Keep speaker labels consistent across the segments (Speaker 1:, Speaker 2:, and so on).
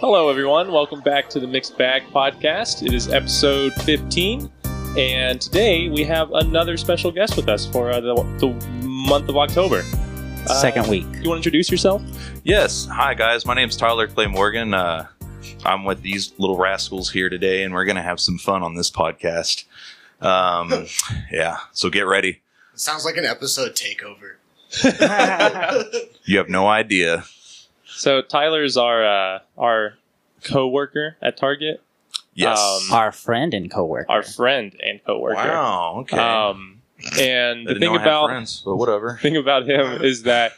Speaker 1: Hello, everyone. Welcome back to the Mixed Bag Podcast. It is episode 15, and today we have another special guest with us for uh, the, the month of October. Uh,
Speaker 2: Second week.
Speaker 1: You want to introduce yourself?
Speaker 3: Yes. Hi, guys. My name's Tyler Clay Morgan. Uh, I'm with these little rascals here today, and we're going to have some fun on this podcast. Um, yeah. So get ready.
Speaker 4: It sounds like an episode takeover.
Speaker 3: You have no idea.
Speaker 1: So Tyler's our uh, our co-worker at Target,
Speaker 3: Yes.
Speaker 1: Um,
Speaker 2: Our friend and coworker.
Speaker 1: our friend and co-worker.
Speaker 3: wow. Okay.
Speaker 1: Um,
Speaker 3: I
Speaker 1: and the
Speaker 3: didn't
Speaker 1: thing
Speaker 3: know I had
Speaker 1: about
Speaker 3: friends, but whatever.
Speaker 1: thing about him is that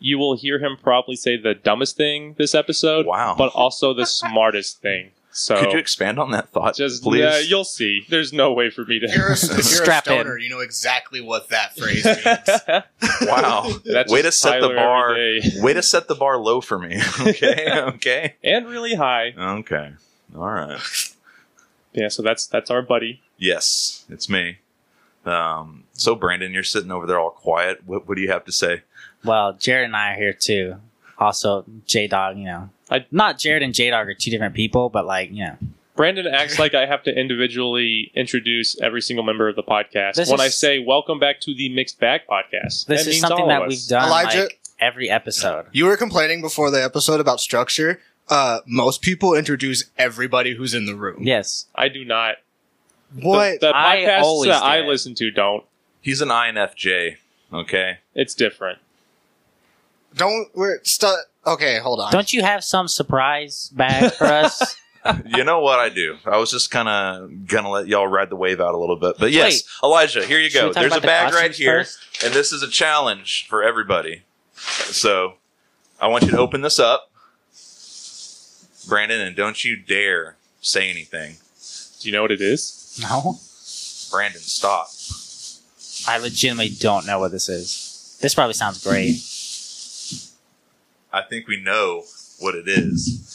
Speaker 1: you will hear him probably say the dumbest thing this episode,
Speaker 3: Wow.
Speaker 1: but also the smartest thing. So
Speaker 3: Could you expand on that thought,
Speaker 1: Just
Speaker 3: Uh, please?
Speaker 1: yeah, you'll see. The'll no way for me
Speaker 4: If you're a, if you're a
Speaker 2: Strap in.
Speaker 4: stoner, you know exactly what that phrase means.
Speaker 1: to.
Speaker 3: wow.
Speaker 1: That's
Speaker 3: Way to
Speaker 1: just
Speaker 3: set the
Speaker 1: Tyler
Speaker 3: bar.
Speaker 1: every day.
Speaker 3: Way to set the bar low for me. okay. Okay.
Speaker 1: and really high.
Speaker 3: Okay. All right.
Speaker 1: Yeah, so that's that's our buddy.
Speaker 3: Yes, it's me. Um, so Brandon, you're sitting over there all quiet. What, what do you have to say?
Speaker 2: well, Jared and I are here too. Also, J Dog, you know.
Speaker 1: I-
Speaker 2: Not Jared and J Dog are two different people, but like, you know.
Speaker 1: Brandon acts like I have to individually introduce every single member of the podcast.
Speaker 2: This
Speaker 1: when I
Speaker 2: is-
Speaker 1: say "Welcome back to the Mixed Bag Podcast,"
Speaker 2: This
Speaker 1: that
Speaker 2: is
Speaker 1: means
Speaker 2: something
Speaker 1: all of
Speaker 2: that
Speaker 1: us.
Speaker 2: we've done
Speaker 4: Elijah-
Speaker 2: like every episode.
Speaker 4: you were complaining before the episode about structure. Uh, most people introduce everybody who's in the room.
Speaker 2: Yes.
Speaker 1: I do not.
Speaker 4: What?
Speaker 1: the, the
Speaker 2: I
Speaker 1: podcasts
Speaker 2: always
Speaker 1: that I
Speaker 2: did.
Speaker 1: listen to don't.
Speaker 3: He's an INFJ. Okay.
Speaker 1: It's different.
Speaker 4: Don't we're stu- Okay, hold on.
Speaker 2: Don't you have some surprise bag for us?
Speaker 3: you know what I do? I was just kind of gonna let y'all ride the wave out a little bit, but yes, Elijah, here you
Speaker 2: Should we
Speaker 3: go.
Speaker 2: talk
Speaker 3: There's
Speaker 2: about
Speaker 3: a
Speaker 2: the
Speaker 3: bag right
Speaker 2: costumes
Speaker 3: here,
Speaker 2: first?
Speaker 3: and this is a challenge for everybody. So I want you to open this up, Brandon, and don't you dare say anything.
Speaker 1: Do you know what it is?
Speaker 2: No.
Speaker 3: Brandon, stop.
Speaker 2: I legitimately don't know what this is. This probably sounds great.
Speaker 3: I think we know what it is.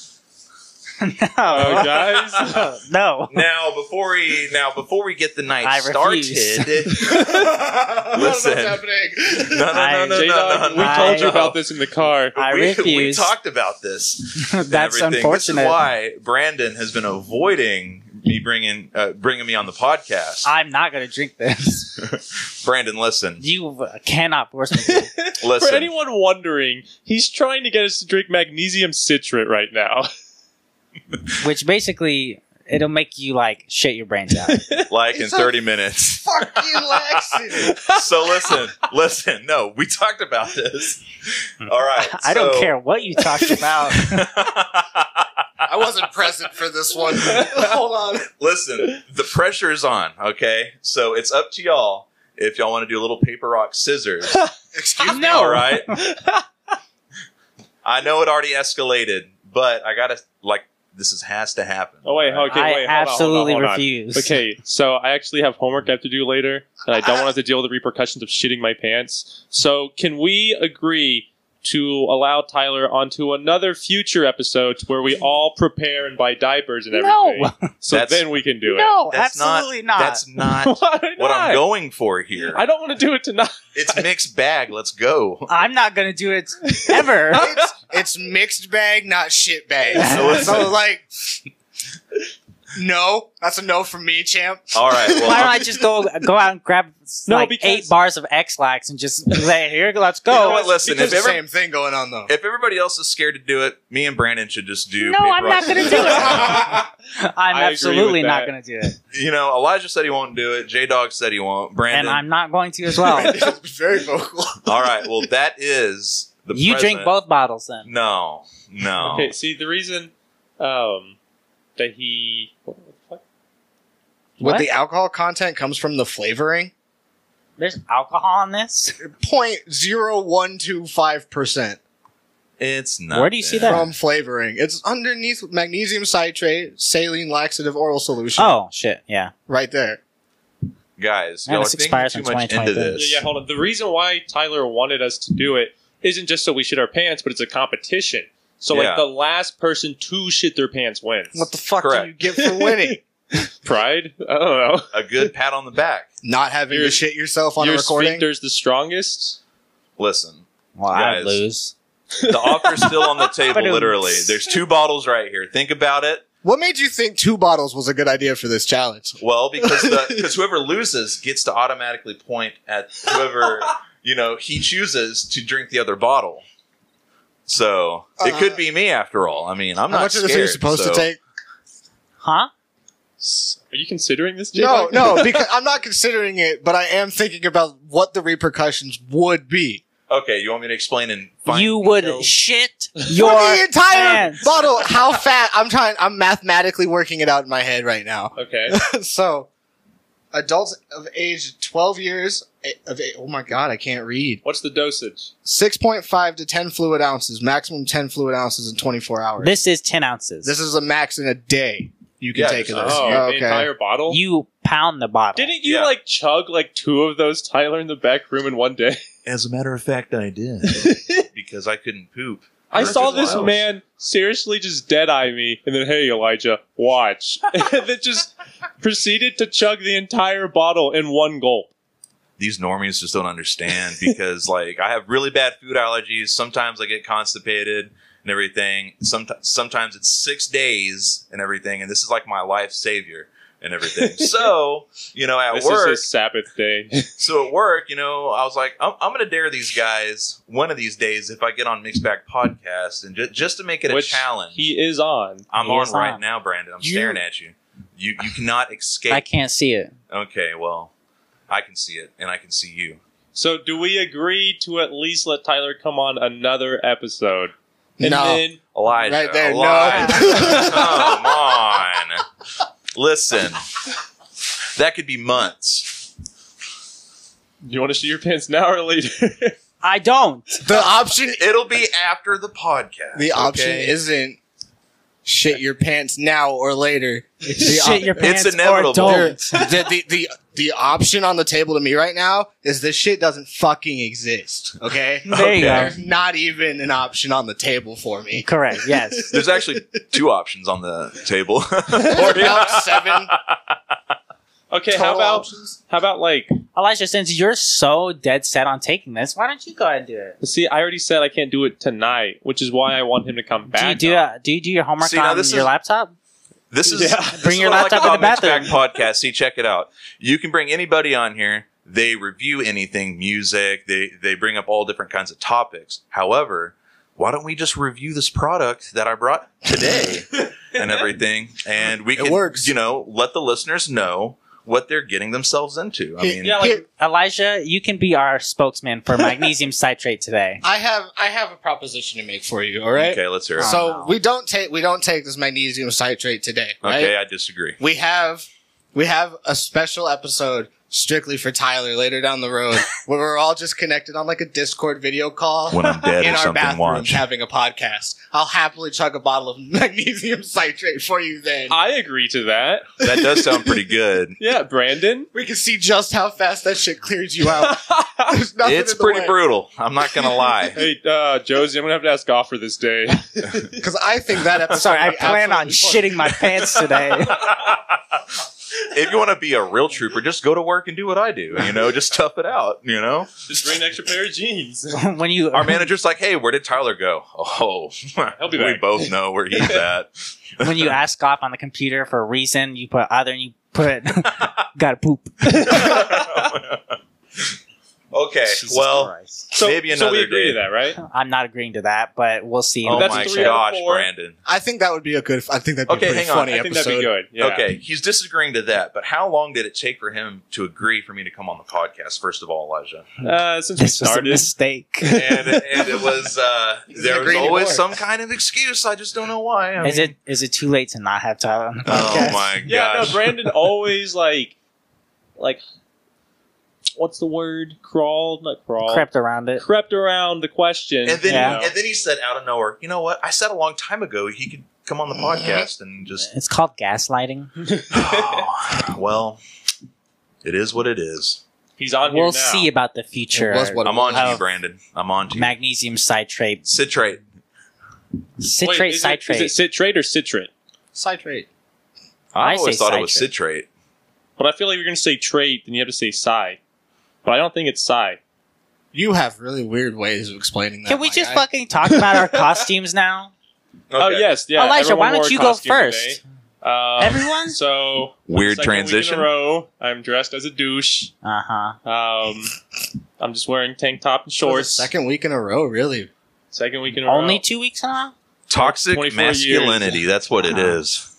Speaker 1: Oh, guys.
Speaker 2: no.
Speaker 3: Now before we now before we get the night
Speaker 2: I
Speaker 3: started,
Speaker 2: refuse.
Speaker 4: I don't know what's
Speaker 3: Listen.
Speaker 4: happening.
Speaker 3: no, no, no, no, no,
Speaker 1: J
Speaker 3: no,
Speaker 1: Dog,
Speaker 3: no,
Speaker 1: we
Speaker 3: no,
Speaker 1: told you
Speaker 3: no.
Speaker 1: about this in the car.
Speaker 2: I
Speaker 3: we,
Speaker 2: refuse.
Speaker 3: We talked about this. and
Speaker 2: That's
Speaker 3: everything. This
Speaker 2: unfortunate.
Speaker 3: is why Brandon has been avoiding me bringing uh, bringing me on the podcast.
Speaker 2: I'm not going to drink this.
Speaker 3: Brandon, listen,
Speaker 2: You cannot force me. to.
Speaker 3: listen.
Speaker 1: For anyone wondering, he's trying to get us to drink magnesium citrate right now.
Speaker 2: Which basically, it'll make you like shit your brains out.
Speaker 3: like in
Speaker 4: It's a-
Speaker 3: thirty minutes.
Speaker 4: Fuck you, Lexi.
Speaker 3: so listen, listen. No, we talked about this.
Speaker 1: Hmm.
Speaker 3: All right.
Speaker 2: I don't care what you talked about.
Speaker 3: care.
Speaker 4: I wasn't present for this one. hold on.
Speaker 3: Listen, the pressure is on, okay? So it's up to y'all if y'all want to do a little paper, rock, scissors.
Speaker 4: Excuse me.
Speaker 2: No.
Speaker 3: All right. I know it already escalated, but I gotta like this is has to happen.
Speaker 1: Oh wait,
Speaker 3: All right?
Speaker 1: okay,
Speaker 2: I
Speaker 1: wait. hold on, hold on,
Speaker 2: absolutely
Speaker 1: hold on.
Speaker 2: refuse.
Speaker 1: Okay, so I actually have homework I have to do later, and I don't want to have to deal with the repercussions of shitting my pants. So can we agree to allow Tyler onto another future episode where we all prepare and buy diapers and
Speaker 2: No.
Speaker 1: everything? So
Speaker 3: That's-
Speaker 1: then we can do
Speaker 2: No,
Speaker 3: That's not-
Speaker 2: absolutely not.
Speaker 3: That's
Speaker 1: it.
Speaker 3: not
Speaker 1: Why
Speaker 3: what
Speaker 1: not?
Speaker 3: I'm going for here.
Speaker 1: I don't want to do it tonight.
Speaker 3: It's mixed bag. Let's go.
Speaker 2: I'm not going to do it ever.
Speaker 4: It's, it's mixed bag, not shit bag.
Speaker 3: So
Speaker 4: So,
Speaker 3: listen.
Speaker 4: so like, no, that's a no from me, champ.
Speaker 3: All right. Well,
Speaker 2: Why don't I just go go out and grab
Speaker 1: No,
Speaker 2: like
Speaker 1: because-
Speaker 2: eight bars of X-Lax and just say, here, let's go.
Speaker 3: you know what? Listen,
Speaker 4: It's
Speaker 3: if,
Speaker 4: the
Speaker 3: every,
Speaker 4: same thing going on though.
Speaker 3: if everybody else is scared to do it, me and Brandon should just do.
Speaker 2: No,
Speaker 3: paper,
Speaker 2: I'm
Speaker 3: rock,
Speaker 2: not gonna do
Speaker 3: scissors.
Speaker 2: I'm
Speaker 1: I agree
Speaker 2: absolutely
Speaker 1: with
Speaker 2: not
Speaker 1: that.
Speaker 2: going to do it.
Speaker 3: You know, Elijah said he won't do it. J Dog said he won't. Brandon,
Speaker 2: And I'm not going to as well.
Speaker 4: very vocal.
Speaker 3: All right. Well, that is the.
Speaker 2: you drink
Speaker 3: present.
Speaker 2: both bottles then.
Speaker 3: No, no.
Speaker 1: Okay, see the reason um, that he what the fuck?
Speaker 2: What?
Speaker 4: What the alcohol content comes from the flavoring?
Speaker 2: There's alcohol in this?
Speaker 4: Point zero one two five percent
Speaker 3: It's not.
Speaker 2: Where do you see that?
Speaker 4: from flavoring. It's underneath magnesium citrate, saline laxative oral solution.
Speaker 2: Oh, shit. Yeah.
Speaker 4: right there.
Speaker 3: guys?
Speaker 2: Man,
Speaker 3: Y'all are
Speaker 2: this
Speaker 3: thinking
Speaker 2: expires
Speaker 3: too
Speaker 2: in
Speaker 3: much into
Speaker 2: 2022.
Speaker 3: this.
Speaker 1: Yeah, yeah, hold on. The reason why Tyler wanted us to do it isn't just so we shit our pants, but it's a competition. So
Speaker 3: Yeah.
Speaker 1: like the last person to shit their pants wins.
Speaker 4: What the fuck
Speaker 3: Correct.
Speaker 4: do you get for winning?
Speaker 1: Pride? I don't know.
Speaker 3: A good pat on the back.
Speaker 4: Not having
Speaker 1: Your-
Speaker 4: to shit yourself on
Speaker 1: Your
Speaker 4: a recording.
Speaker 1: sphincter's the strongest.
Speaker 3: Listen,
Speaker 2: Well, I
Speaker 3: Guys.
Speaker 2: lose.
Speaker 3: The offer's still on the table,
Speaker 2: Ba-dum.
Speaker 3: literally. There's two bottles right here. Think about it.
Speaker 4: What made you think two bottles was a good idea for this challenge?
Speaker 3: Well, because the because whoever loses gets to automatically point at whoever you know he chooses to drink the other bottle. So it
Speaker 4: Uh,
Speaker 3: could be me after all. I mean, I'm
Speaker 4: How
Speaker 3: not
Speaker 4: much
Speaker 3: scared.
Speaker 4: of this are you supposed
Speaker 3: so-
Speaker 4: to take?
Speaker 2: Huh?
Speaker 1: Are you considering this?
Speaker 4: No,
Speaker 1: J-Dog?
Speaker 4: no, because I'm not considering it, but I am thinking about what the repercussions would be.
Speaker 3: Okay, you want me to explain in fine
Speaker 2: you would
Speaker 3: detail?
Speaker 2: shit
Speaker 4: For
Speaker 2: your
Speaker 4: the entire
Speaker 2: pants.
Speaker 4: bottle, how fat? I'm trying. I'm mathematically working it out in my head right now.
Speaker 1: Okay.
Speaker 4: so, adults of age 12 years eh, of age, oh my god, I can't read.
Speaker 1: What's the dosage?
Speaker 4: 6.5 to 10 fluid ounces, maximum 10 fluid ounces in 24 hours.
Speaker 2: This is ten ounces.
Speaker 4: This is a max in a day. You can
Speaker 3: Yeah,
Speaker 4: take of
Speaker 3: just-
Speaker 4: this.
Speaker 1: Oh,
Speaker 4: okay.
Speaker 1: the entire bottle.
Speaker 2: you pound the bottle.
Speaker 1: Didn't you
Speaker 3: Yeah.
Speaker 1: like chug like two of those Tyler in the back room in one day?
Speaker 3: As a matter of fact, I did because I couldn't poop.
Speaker 1: I
Speaker 3: That's
Speaker 1: saw
Speaker 3: just
Speaker 1: this
Speaker 3: wild.
Speaker 1: man seriously just dead eye me, and then hey Elijah, watch. and then just proceeded to chug the entire bottle in one gulp.
Speaker 3: These normies just don't understand because, like, I have really bad food allergies. Sometimes I get constipated and everything. Sometimes, sometimes it's six days and everything. And this is like my life savior and everything. so, you know, at
Speaker 1: this
Speaker 3: work,
Speaker 1: is his Sabbath day.
Speaker 3: so at work, you know, I was like, I'm, I'm going to dare these guys one of these days if I get on Mixback podcast and ju- just to make it
Speaker 1: Which
Speaker 3: a challenge.
Speaker 1: he is on.
Speaker 3: I'm
Speaker 2: He
Speaker 3: on
Speaker 2: is
Speaker 3: right
Speaker 2: on.
Speaker 3: now, Brandon. I'm
Speaker 4: You-
Speaker 3: staring at you. You you cannot escape.
Speaker 2: I can't see it.
Speaker 3: Okay, well, I can see it, and I can see you.
Speaker 1: So do we agree to at least let Tyler come on another episode? And
Speaker 4: No.
Speaker 1: then
Speaker 3: Elijah,
Speaker 4: Right there, no.
Speaker 3: Elijah, come on. Listen, that could be months.
Speaker 1: do you want to shoot your pants now or later?
Speaker 2: I don't.
Speaker 4: the option
Speaker 3: It'll be after the podcast.
Speaker 4: the option
Speaker 3: okay?
Speaker 4: isn't shit your pants now or later. The op-
Speaker 2: shit your pants
Speaker 3: inevitable.
Speaker 2: or don't.
Speaker 4: the, the, the, the option on the table to me right now is this shit doesn't fucking exist. Okay?
Speaker 2: There you go.
Speaker 4: There's not even an option on the table for me.
Speaker 2: Correct. Yes.
Speaker 3: There's actually two options on the table.
Speaker 4: About seven
Speaker 1: okay, how
Speaker 4: total
Speaker 1: about
Speaker 4: options.
Speaker 1: how about like
Speaker 2: Elijah, since you're so dead set on taking this, why don't you go ahead and do it?
Speaker 1: see, I already said I can't do it tonight, which is why I want him to come
Speaker 2: Do you
Speaker 1: back.
Speaker 2: do, uh, do you do your homework
Speaker 3: See, now
Speaker 2: on
Speaker 3: this
Speaker 2: your
Speaker 3: is-
Speaker 2: laptop?
Speaker 3: This is
Speaker 1: Yeah.
Speaker 3: this
Speaker 2: Bring
Speaker 3: is
Speaker 2: your
Speaker 3: what I
Speaker 2: laptop in
Speaker 3: about
Speaker 2: the
Speaker 3: Mixed Bag Podcast. See, check it out. You can bring anybody on here. They review anything, music. They they bring up all different kinds of topics. However, why don't we just review this product that I brought today and everything, and we
Speaker 4: It
Speaker 3: can
Speaker 4: works.
Speaker 3: you know let the listeners know what they're getting themselves into. I mean,
Speaker 1: Yeah, like
Speaker 4: Here,
Speaker 2: Elijah, you can be our spokesman for magnesium citrate today.
Speaker 4: I have I have a proposition to make for you, all right?
Speaker 3: okay, let's hear it.
Speaker 4: So we don't take we don't take this magnesium citrate today, right?
Speaker 3: okay, I disagree.
Speaker 4: We have we have a special episode strictly for Tyler later down the road where we're all just connected on like a Discord video call
Speaker 3: When I'm dead or
Speaker 4: in our
Speaker 3: something,
Speaker 4: bathrooms
Speaker 3: watch.
Speaker 4: having a podcast. I'll happily chug a bottle of magnesium citrate for you then.
Speaker 1: I agree to that.
Speaker 3: That does sound pretty good.
Speaker 1: Yeah, Brandon.
Speaker 4: we can see just how fast that shit clears you out. There's nothing
Speaker 3: It's
Speaker 4: in the
Speaker 3: pretty
Speaker 4: way.
Speaker 3: brutal. I'm not gonna lie.
Speaker 1: Hey, uh, Josie, I'm gonna have to ask off for this day.
Speaker 4: Cuz I think that episode
Speaker 2: Sorry, I
Speaker 4: would be
Speaker 2: plan on
Speaker 4: absolutely
Speaker 2: shitting my pants today.
Speaker 3: if you want to be a real trooper, just go to work and do what I do. You know, just tough it out. You know,
Speaker 1: Just bring an extra pair of jeans.
Speaker 2: when you
Speaker 3: our manager's like, "Hey, where did Tyler go?" Oh,
Speaker 1: He'll be
Speaker 3: we
Speaker 1: back.
Speaker 3: both know where he's at.
Speaker 2: when you ask off on the computer for a reason, you put other and you put gotta poop.
Speaker 3: okay,
Speaker 2: Jesus
Speaker 3: well,
Speaker 2: Christ.
Speaker 1: So,
Speaker 3: Maybe
Speaker 1: so we
Speaker 3: another
Speaker 1: agree
Speaker 3: day.
Speaker 1: to that, right?
Speaker 2: I'm not agreeing to that, but we'll see.
Speaker 3: oh
Speaker 1: That's
Speaker 3: my
Speaker 1: three out of
Speaker 3: gosh,
Speaker 1: four.
Speaker 3: Brandon.
Speaker 4: I think that would be a good I think that'd be
Speaker 3: Okay,
Speaker 4: a pretty
Speaker 3: hang on.
Speaker 4: funny
Speaker 1: I think
Speaker 4: episode.
Speaker 1: that'd be good. Yeah.
Speaker 3: Okay, he's disagreeing to that, but how long did it take for him to agree for me to come on the podcast? First of all, Elijah,
Speaker 1: Uh, since we
Speaker 2: this was a
Speaker 1: started,
Speaker 2: mistake.
Speaker 3: and, and it was uh,
Speaker 4: He's
Speaker 3: there was
Speaker 4: agreeing
Speaker 3: always
Speaker 4: more.
Speaker 3: some kind of excuse. I just don't know why. I
Speaker 2: Is
Speaker 3: mean-
Speaker 2: it is it too late to um, not have Tyler on the
Speaker 3: Oh
Speaker 2: podcast?
Speaker 3: my gosh!
Speaker 1: yeah, no, Brandon always like, like, what's the word? Crawled, not crawled.
Speaker 2: Crept around it.
Speaker 1: crept around the question.
Speaker 3: And then,
Speaker 2: Yeah.
Speaker 1: you know.
Speaker 3: and then he said out of nowhere, you know what? I said a long time ago he could come on the
Speaker 1: Mm-hmm.
Speaker 3: podcast and just, oh,
Speaker 2: It's called gaslighting.
Speaker 3: well, it is what it is.
Speaker 1: he's on here
Speaker 2: We'll
Speaker 1: now.
Speaker 2: see about the future.
Speaker 4: It was what
Speaker 3: I'm on to you,
Speaker 2: Oh.
Speaker 3: Brandon. I'm on to you.
Speaker 2: Magnesium citrate,
Speaker 3: Citrate.
Speaker 2: citrate,
Speaker 1: Wait, is it-
Speaker 2: citrate.
Speaker 1: Is it citrate or citrate?
Speaker 4: Citrate.
Speaker 3: I,
Speaker 2: I
Speaker 3: always
Speaker 2: say
Speaker 3: thought it was citrate.
Speaker 1: But I feel like if you're going to say trait, then you have to say psi. But I don't think it's psi.
Speaker 4: You have really weird ways of explaining that.
Speaker 2: Can we
Speaker 4: my
Speaker 2: just
Speaker 4: guy.
Speaker 2: fucking talk about our costumes now?
Speaker 1: Oh yes, yeah.
Speaker 2: Elijah,
Speaker 1: everyone
Speaker 2: why
Speaker 1: wore
Speaker 2: don't
Speaker 1: a
Speaker 2: you go
Speaker 1: costume today.
Speaker 2: first?
Speaker 1: Um,
Speaker 2: Everyone?
Speaker 1: So
Speaker 3: Weird
Speaker 1: second week
Speaker 3: transition.
Speaker 1: in a row. I'm dressed as a douche.
Speaker 2: Uh huh.
Speaker 1: Um, I'm just wearing tank top and
Speaker 4: That was the
Speaker 1: shorts.
Speaker 4: Second week in a row, really.
Speaker 1: second week in a
Speaker 2: Only
Speaker 1: row.
Speaker 2: two weeks now.
Speaker 3: Toxic
Speaker 1: 24
Speaker 3: masculinity. That's what it
Speaker 2: Uh-huh.
Speaker 3: is.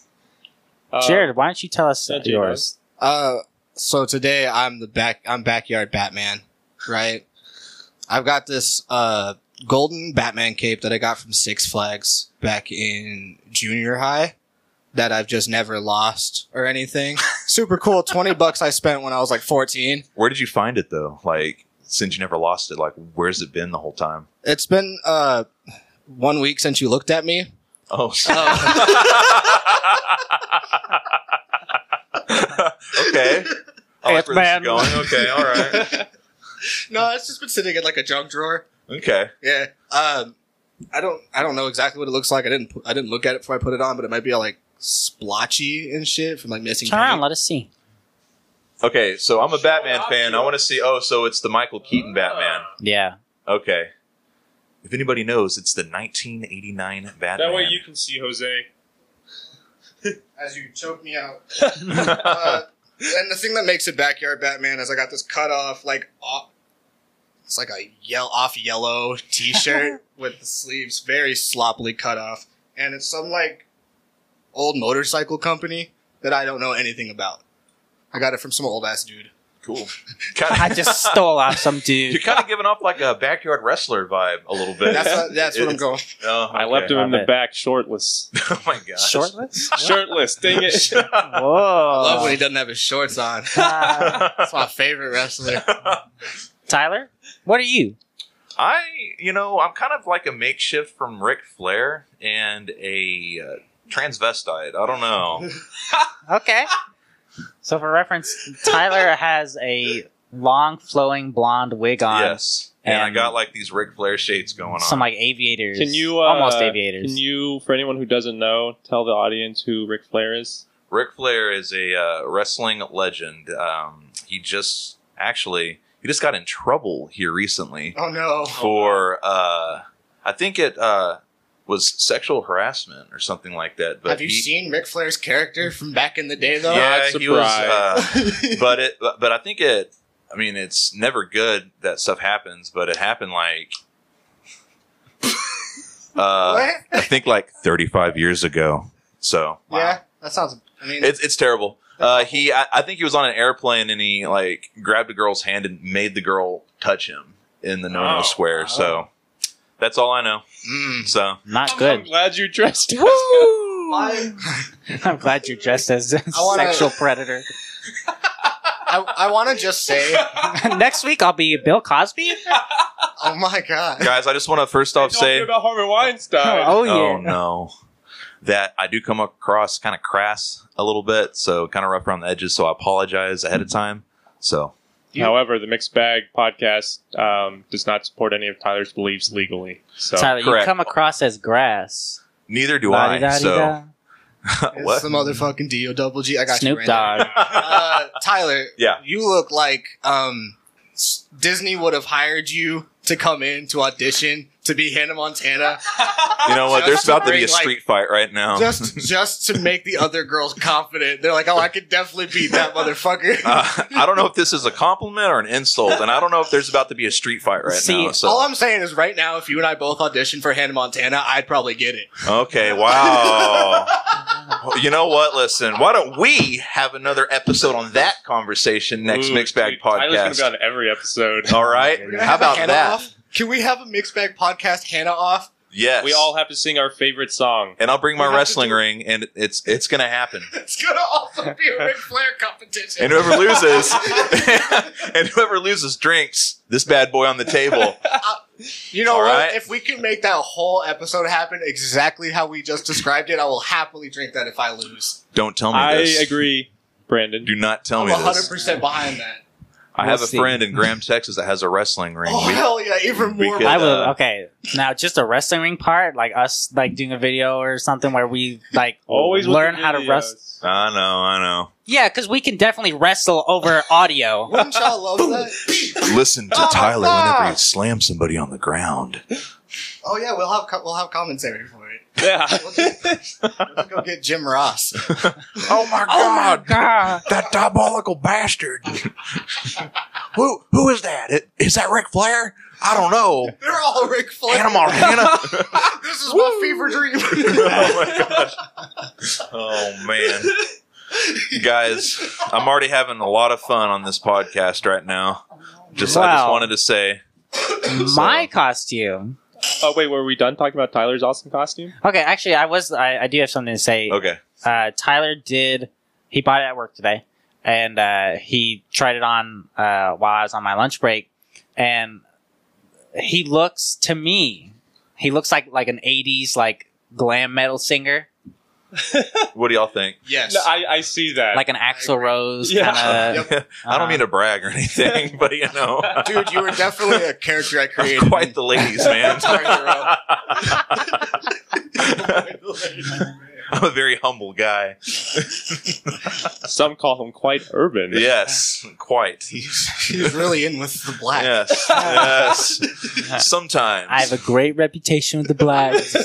Speaker 1: Uh,
Speaker 2: Jared, why don't you tell us
Speaker 1: Sanjay
Speaker 2: yours?
Speaker 4: Uh, so today I'm the back. I'm backyard Batman, right? I've got this uh golden Batman cape that I got from Six Flags back in junior high that I've just never lost or anything. Super cool. Twenty bucks I spent when I was like fourteen.
Speaker 3: Where did you find it though? Like since you never lost it, like where's it been the whole time?
Speaker 4: It's been uh one week since you looked at me.
Speaker 3: Oh. okay. I like where this
Speaker 2: Ant-Man.
Speaker 3: is going. Okay, all right.
Speaker 4: No, it's just been sitting in like a junk drawer.
Speaker 3: Okay.
Speaker 4: Yeah. Um, I don't. I don't know exactly what it looks like. I didn't. pu- I didn't look at it before I put it on, but it might be like splotchy and shit from like missing.
Speaker 2: Turn around,
Speaker 4: paint.
Speaker 2: let us see.
Speaker 3: Okay, so I'm a Batman
Speaker 1: Shout out
Speaker 3: fan.
Speaker 1: to
Speaker 3: I
Speaker 1: you.
Speaker 3: want to see. Oh, so it's the Michael Keaton Batman.
Speaker 2: Yeah.
Speaker 1: Uh.
Speaker 3: Okay. If anybody knows, it's the 1989 Batman.
Speaker 1: That way you can see Jose.
Speaker 4: as you choke me out. Uh, and the thing that makes it backyard Batman is I got this cut off like off, it's like a yell off yellow T-shirt with the sleeves very sloppily cut off, and it's some like old motorcycle company that I don't know anything about. I got it from some old ass dude.
Speaker 3: cool.
Speaker 2: I just stole off some
Speaker 3: You're
Speaker 2: dude.
Speaker 3: kind of giving off like a backyard wrestler vibe a little bit.
Speaker 4: That's what, that's what I'm
Speaker 3: It's-
Speaker 4: going.
Speaker 3: Oh,
Speaker 1: I left him
Speaker 3: okay.
Speaker 1: in the
Speaker 2: Okay.
Speaker 1: back shortless.
Speaker 3: oh my gosh.
Speaker 2: Shortless?
Speaker 1: shirtless. Dang it.
Speaker 2: Whoa.
Speaker 4: Love when he doesn't have his shorts on.
Speaker 2: Uh,
Speaker 4: That's my favorite wrestler.
Speaker 2: Tyler, what are you?
Speaker 3: I, you know, I'm kind of like a makeshift from Ric Flair and a uh, transvestite. I don't know.
Speaker 2: Okay. So, for reference, Tyler has a long, flowing blonde wig on.
Speaker 3: yes. And, I
Speaker 2: And-
Speaker 3: got like these Ric Flair shades going on.
Speaker 2: Some like aviators.
Speaker 1: Can you uh,
Speaker 2: almost aviators?
Speaker 1: Can you, for anyone who doesn't know, tell the audience who Ric Flair is?
Speaker 3: Ric Flair is a uh, wrestling legend. Um, he just actually he just got in trouble here recently
Speaker 4: Oh no!
Speaker 3: for uh, I think it uh, was sexual harassment or something like that. But
Speaker 4: have you
Speaker 3: he,
Speaker 4: seen Ric Flair's character from back in the day though?
Speaker 3: Yeah,
Speaker 1: Not
Speaker 3: he was. Uh,
Speaker 4: Yeah.
Speaker 3: but it but but I think it. I mean, it's never good that stuff happens, but it happened like. Uh,
Speaker 4: What?
Speaker 3: I think like 35 years ago. So
Speaker 4: Yeah, that sounds. I mean,
Speaker 3: It's it's terrible. Uh, he, I, I think he was on an airplane and he like grabbed a girl's hand and made the girl touch him in the no-no
Speaker 1: Oh.
Speaker 3: square. So that's all I know.
Speaker 4: mm.
Speaker 3: So
Speaker 2: Not
Speaker 1: I'm
Speaker 2: good.
Speaker 1: glad you dressed up.
Speaker 4: I,
Speaker 2: I'm glad you're dressed as a
Speaker 4: wanna-
Speaker 2: sexual predator.
Speaker 4: I, want to just say,
Speaker 2: Next week, I'll be Bill Cosby.
Speaker 4: oh my god,
Speaker 3: guys, I just want to first off
Speaker 1: Talking
Speaker 3: say,
Speaker 1: about Harvey Weinstein.
Speaker 2: Oh,
Speaker 3: oh,
Speaker 2: yeah.
Speaker 3: no, that I do come across kind of crass a little bit, so kind of rough around the edges. So I apologize ahead of time. So
Speaker 1: However, the Mixed Bag podcast um, does not support any of Tyler's beliefs legally. So
Speaker 2: Tyler, you
Speaker 3: correct.
Speaker 2: come across as grass.
Speaker 3: neither do I. So
Speaker 2: Da-di-da-di-da.
Speaker 4: it's
Speaker 3: what?
Speaker 4: the motherfucking D O double G. I got you,
Speaker 2: Snoop Dogg.
Speaker 4: Brandon. Uh, Tyler,
Speaker 3: Yeah.
Speaker 4: you look like um, S- Disney would have hired you to come in to audition to be Hannah Montana,
Speaker 3: you know what? There's
Speaker 4: Just
Speaker 3: about to be a
Speaker 4: bring, like-
Speaker 3: street fight right now.
Speaker 4: just just to make the other girls confident. They're like, oh, I could definitely beat that motherfucker.
Speaker 3: Uh, I don't know if this is a compliment or an insult, and I don't know if there's about to be a street fight right
Speaker 2: See,
Speaker 3: now. So
Speaker 4: All I'm saying is, right now, if you and I both auditioned for Hannah Montana, I'd probably get it.
Speaker 3: okay, wow. Well, you know what? Listen, why don't we have another episode on that conversation next
Speaker 1: Ooh,
Speaker 3: Mixed Bag
Speaker 1: dude, Tyler's gonna
Speaker 3: podcast? Oh,
Speaker 1: be on every episode.
Speaker 3: All right,
Speaker 4: We're gonna
Speaker 3: how
Speaker 4: have a
Speaker 3: about
Speaker 4: Hannah
Speaker 3: that?
Speaker 4: Off? Can we have a mixed bag podcast Hannah off?
Speaker 3: Yes,
Speaker 1: We all have to sing our favorite song.
Speaker 3: and I'll bring
Speaker 4: we
Speaker 3: my
Speaker 4: have to
Speaker 3: wrestling
Speaker 4: do-
Speaker 3: ring, and it's it's gonna happen.
Speaker 4: It's gonna also be a Ric Flair competition.
Speaker 3: And whoever loses, and whoever loses drinks this bad boy on the table.
Speaker 4: you know
Speaker 3: All
Speaker 4: what?
Speaker 3: right.
Speaker 4: If we can make that whole episode happen exactly how we just described it, I will happily drink that if I lose.
Speaker 3: Don't tell me
Speaker 1: I
Speaker 3: this.
Speaker 1: agree, Brandon.
Speaker 3: Do not tell
Speaker 4: I'm
Speaker 3: me this.
Speaker 4: 100% behind that.
Speaker 3: I have
Speaker 2: We'll see.
Speaker 3: a friend in Graham, Texas that has a wrestling ring.
Speaker 4: Oh
Speaker 3: We-
Speaker 4: hell yeah! Even
Speaker 3: we
Speaker 4: more.
Speaker 3: could-
Speaker 2: I would
Speaker 3: uh,
Speaker 2: okay. Now just a wrestling ring part, like us like doing a video or something where we like
Speaker 1: Always with
Speaker 2: learn
Speaker 1: the
Speaker 2: how to
Speaker 1: videos.
Speaker 2: wrestle.
Speaker 3: I know, I know.
Speaker 2: Yeah, because we can definitely wrestle over audio.
Speaker 1: Oh
Speaker 4: Wouldn't y'all love that?
Speaker 3: Listen to
Speaker 4: Oh,
Speaker 3: Tyler
Speaker 4: fuck.
Speaker 3: whenever you slam somebody on the ground.
Speaker 4: Oh yeah, we'll have co- we'll have commentary for it.
Speaker 1: Yeah.
Speaker 4: We'll go get Jim Ross.
Speaker 3: Oh my
Speaker 2: god!
Speaker 3: that diabolical bastard. who who is that? Is that Ric Flair? I don't know.
Speaker 4: They're all Ric Flair. this is my fever dream.
Speaker 3: oh my gosh. Oh man. Guys, I'm already having a lot of fun on this podcast right now. Just I just
Speaker 2: Wow.
Speaker 3: wanted to say
Speaker 2: My costume.
Speaker 1: oh wait, were we done talking about Tyler's awesome costume?
Speaker 2: Okay, actually, I was. I, I do have something to say.
Speaker 3: okay.
Speaker 2: Uh, Tyler did. He bought it at work today, and uh, he tried it on uh, while I was on my lunch break, and he looks to me. He looks like like an '80s like glam metal singer,
Speaker 3: What do y'all think?
Speaker 4: yes.
Speaker 1: No, I, I see that.
Speaker 2: like an Axl Rose uh,
Speaker 1: Yeah.
Speaker 2: kind of.
Speaker 4: Yep.
Speaker 3: I don't mean
Speaker 2: Uh-huh.
Speaker 3: to brag or anything, but you know,
Speaker 4: Dude, you were definitely a character I created.
Speaker 3: I'm quite the ladies man.
Speaker 4: Tyler,
Speaker 3: I'm a very humble guy.
Speaker 1: Some call him quite urban.
Speaker 3: Yes, quite.
Speaker 4: He's really in with the black.
Speaker 3: Yes, yes. Sometimes,
Speaker 2: I have a great reputation with the blacks.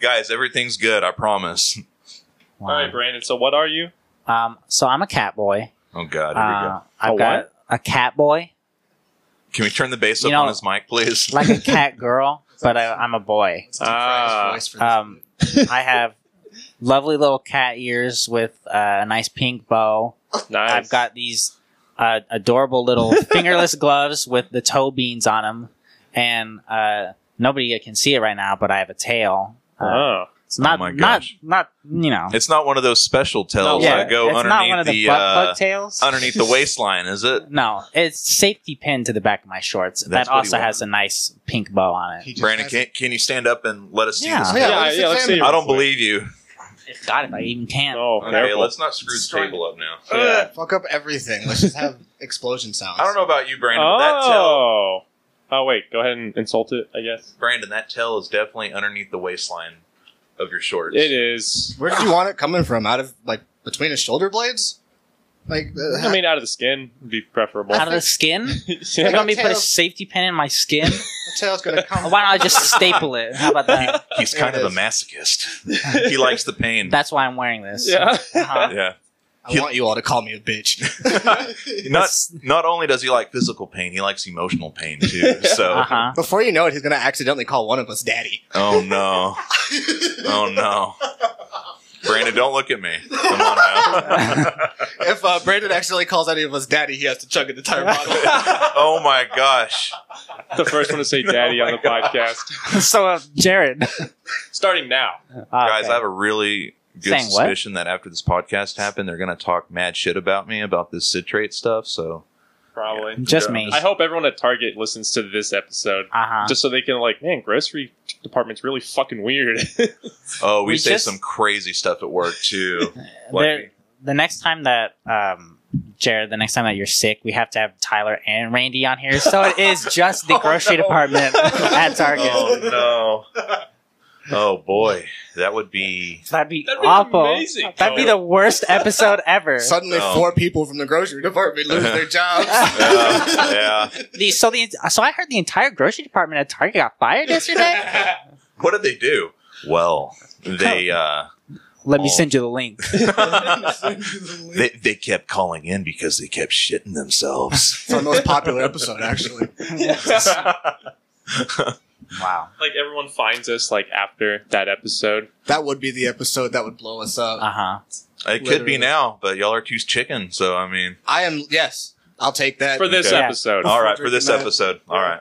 Speaker 3: guys, everything's good. I promise.
Speaker 1: All right, Brandon. So what are you?
Speaker 2: Um, so I'm a cat boy.
Speaker 3: Oh God, here we
Speaker 2: Uh,
Speaker 3: go.
Speaker 2: I've
Speaker 1: A
Speaker 2: got a cat boy,
Speaker 3: Can we turn the bass
Speaker 2: you
Speaker 3: up
Speaker 2: know,
Speaker 3: on his mic, please?
Speaker 2: like a cat girl, but I, I'm a boy.
Speaker 4: It's a deep
Speaker 3: Ah,
Speaker 4: fried voice for this
Speaker 2: Um, I have lovely little cat ears with uh, a nice pink bow.
Speaker 1: Nice.
Speaker 2: I've got these uh, adorable little fingerless gloves with the toe beans on them, and uh, nobody can see it right now, but I have a tail. Uh,
Speaker 1: Oh.
Speaker 2: it's not,
Speaker 3: Oh my
Speaker 2: not,
Speaker 3: gosh.
Speaker 2: not, you know.
Speaker 3: it's not one of those special tells
Speaker 1: Yeah,
Speaker 3: that Oh, go
Speaker 2: it's not one
Speaker 3: underneath
Speaker 2: of
Speaker 3: the,
Speaker 2: the, butt
Speaker 3: uh,
Speaker 2: plug tails.
Speaker 3: underneath the waistline, is it?
Speaker 2: No, it's safety pin to the back of my shorts.
Speaker 3: That's
Speaker 2: that
Speaker 3: what he
Speaker 2: also
Speaker 3: wanted.
Speaker 2: has a nice pink bow on
Speaker 4: He
Speaker 2: it.
Speaker 4: just
Speaker 3: Brandon,
Speaker 4: has-
Speaker 3: can, can you stand up and let us
Speaker 2: Yeah.
Speaker 3: see this?
Speaker 4: Yeah,
Speaker 1: yeah,
Speaker 4: let's
Speaker 1: yeah, let's
Speaker 4: examine
Speaker 1: see.
Speaker 4: it.
Speaker 3: I don't believe you.
Speaker 2: God, if I even can.
Speaker 1: Oh,
Speaker 3: Okay,
Speaker 1: careful.
Speaker 3: let's not screw the
Speaker 4: Destroy
Speaker 3: table up now.
Speaker 1: Yeah.
Speaker 4: Fuck up everything. Let's just have explosion sounds.
Speaker 3: I don't know about you, Brandon. But that tell,
Speaker 1: Oh. Oh wait, go ahead and insult it. I guess
Speaker 3: Brandon, that tell is definitely underneath the waistline of your shorts.
Speaker 1: it is.
Speaker 4: Where did you want it coming from? Out of like between his shoulder blades? Like uh,
Speaker 1: I mean, out of the skin would be preferable.
Speaker 2: Out of the skin? You
Speaker 1: Yeah.
Speaker 2: want me to put a
Speaker 4: Tails.
Speaker 2: safety pin in my skin?
Speaker 4: the tail's gonna come.
Speaker 2: Why don't I just staple it? How about that?
Speaker 3: He's
Speaker 4: There
Speaker 3: kind
Speaker 4: it
Speaker 3: of a
Speaker 4: is.
Speaker 3: masochist. he likes the pain.
Speaker 2: That's why I'm wearing this.
Speaker 1: Yeah.
Speaker 2: Uh-huh.
Speaker 3: yeah.
Speaker 4: I want you all to call me a bitch.
Speaker 3: Not not only does he like physical pain, he likes emotional pain too. So,
Speaker 2: Uh-huh.
Speaker 4: Before you know it, he's gonna accidentally call one of us daddy.
Speaker 3: oh no, oh no, Brandon, don't look at me. Come on now.
Speaker 4: if uh, Brandon accidentally calls any of us daddy, he has to chug an entire bottle.
Speaker 3: oh my gosh,
Speaker 1: the first one to say "daddy"
Speaker 3: Oh
Speaker 1: on
Speaker 3: my
Speaker 1: the
Speaker 3: God.
Speaker 1: podcast,
Speaker 2: so, uh, Jared.
Speaker 1: starting now.
Speaker 3: guys, I have a really good
Speaker 2: Saying what?
Speaker 3: suspicion that after this podcast happened, they're gonna talk mad shit about me about this citrate stuff. So,
Speaker 1: Probably.
Speaker 2: Just me.
Speaker 1: I hope everyone at Target listens to this episode.
Speaker 2: Uh-huh.
Speaker 1: Just so they can like, man, grocery department's really fucking weird.
Speaker 3: oh, we,
Speaker 2: We
Speaker 3: say
Speaker 2: just-
Speaker 3: some crazy stuff at work too.
Speaker 2: There, the next time that, um, Jared, the next time that you're sick, we have to have Tyler and Randy on here. So it is just the
Speaker 3: Oh,
Speaker 2: grocery
Speaker 3: no.
Speaker 2: department at Target.
Speaker 3: Oh no. Oh boy, that would be.
Speaker 2: That'd be
Speaker 1: That'd be
Speaker 2: awful.
Speaker 1: amazing.
Speaker 2: That'd be the worst episode ever.
Speaker 4: Suddenly,
Speaker 3: Oh.
Speaker 4: four people from the grocery department lose their jobs.
Speaker 3: Yeah, uh, yeah.
Speaker 2: The, so the so I heard the entire grocery department at Target got fired yesterday.
Speaker 3: What did they do? Well, they uh,
Speaker 2: Let me
Speaker 3: Oh.
Speaker 2: send you the link.
Speaker 3: they they kept calling in because they kept shitting themselves.
Speaker 4: It's our most popular episode, actually.
Speaker 2: Wow.
Speaker 1: like everyone finds us like after that episode.
Speaker 4: That would be the episode that would blow us up.
Speaker 2: Uh huh.
Speaker 3: It could be now, but y'all are too chicken. So I mean,
Speaker 4: I am yes, I'll take that.
Speaker 1: For this
Speaker 3: Okay.
Speaker 1: episode.
Speaker 3: all right for this episode. All right,